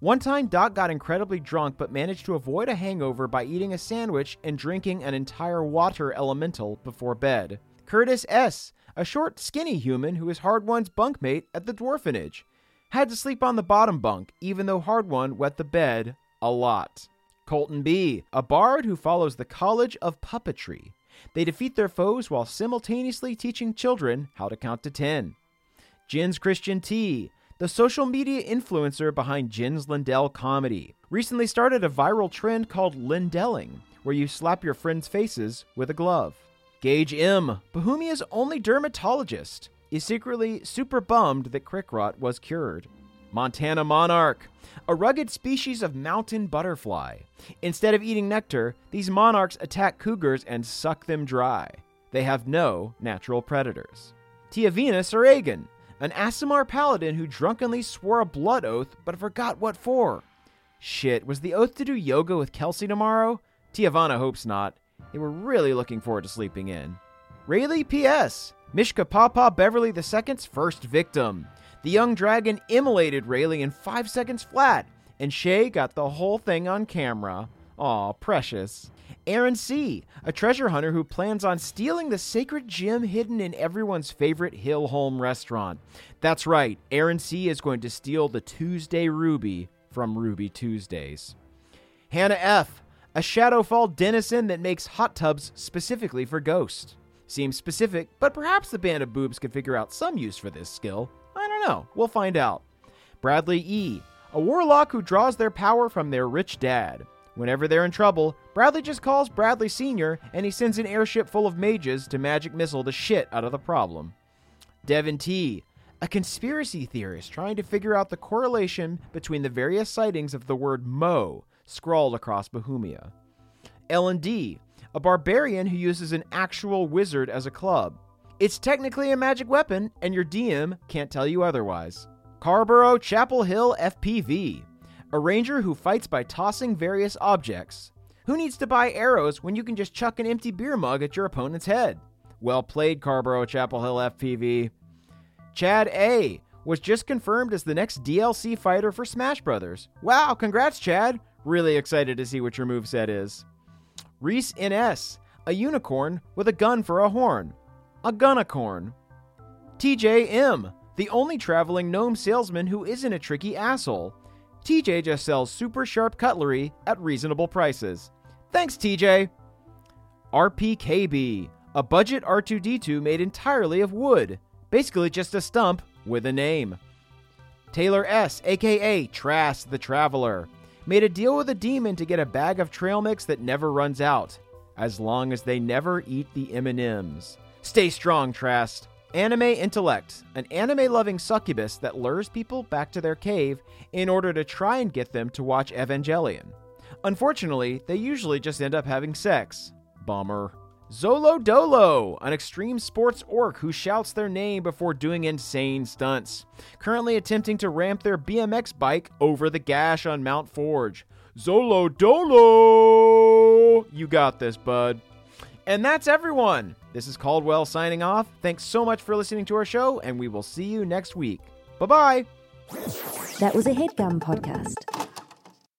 One time, Doc got incredibly drunk but managed to avoid a hangover by eating a sandwich and drinking an entire water elemental before bed. Curtis S., a short, skinny human who is Hard One's bunkmate at the dwarfinage. Had to sleep on the bottom bunk, even though Hard One wet the bed a lot. Colton B., a bard who follows the College of Puppetry. They defeat their foes while simultaneously teaching children how to count to 10. Jens Christian T., the social media influencer behind Jens Lindell comedy, recently started a viral trend called Lindelling, where you slap your friends' faces with a glove. Gage M., Bohemia's only dermatologist, is secretly super bummed that Crickrot was cured. Montana monarch, a rugged species of mountain butterfly. Instead of eating nectar, these monarchs attack cougars and suck them dry. They have no natural predators. Tia Venus Aragon, an Asimar paladin who drunkenly swore a blood oath but forgot what for. Shit, was the oath to do yoga with Kelsey tomorrow? Tiavana hopes not. They were really looking forward to sleeping in. Rayleigh P.S. Mishka Papa Beverly II's first victim. The young dragon immolated Rayleigh in five seconds flat, and Shay got the whole thing on camera. Aw, precious. Aaron C., a treasure hunter who plans on stealing the sacred gem hidden in everyone's favorite Hill Home restaurant. That's right, Aaron C. is going to steal the Tuesday Ruby from Ruby Tuesdays. Hannah F., a Shadowfall denizen that makes hot tubs specifically for ghosts. Seems specific, but perhaps the band of boobs could figure out some use for this skill. I don't know. We'll find out. Bradley E., a warlock who draws their power from their rich dad. Whenever they're in trouble, Bradley just calls Bradley Sr., and he sends an airship full of mages to magic missile the shit out of the problem. Devin T., a conspiracy theorist trying to figure out the correlation between the various sightings of the word Mo scrawled across Bohemia. Ellen D., a barbarian who uses an actual wizard as a club. It's technically a magic weapon, and your DM can't tell you otherwise. Carborough Chapel Hill FPV, a ranger who fights by tossing various objects. Who needs to buy arrows when you can just chuck an empty beer mug at your opponent's head? Well played, Carborough Chapel Hill FPV. Chad A was just confirmed as the next DLC fighter for Smash Brothers. Wow, congrats, Chad! Really excited to see what your moveset is. Reese NS, a unicorn with a gun for a horn. A gunacorn. TJM, the only traveling gnome salesman who isn't a tricky asshole. TJ just sells super sharp cutlery at reasonable prices. Thanks, TJ! RPKB, a budget R2D2 made entirely of wood. Basically, just a stump with a name. Taylor S., aka Trass the Traveler, made a deal with a demon to get a bag of trail mix that never runs out, as long as they never eat the M&Ms. Stay strong, Trask. Anime Intellect, an anime-loving succubus that lures people back to their cave in order to try and get them to watch Evangelion. Unfortunately, they usually just end up having sex. Bummer. Zolo Dolo, an extreme sports orc who shouts their name before doing insane stunts. Currently attempting to ramp their BMX bike over the gash on Mount Forge. Zolo Dolo! You got this, bud. And that's everyone. This is Caldwell signing off. Thanks so much for listening to our show, and we will see you next week. Bye bye. That was a headgum podcast.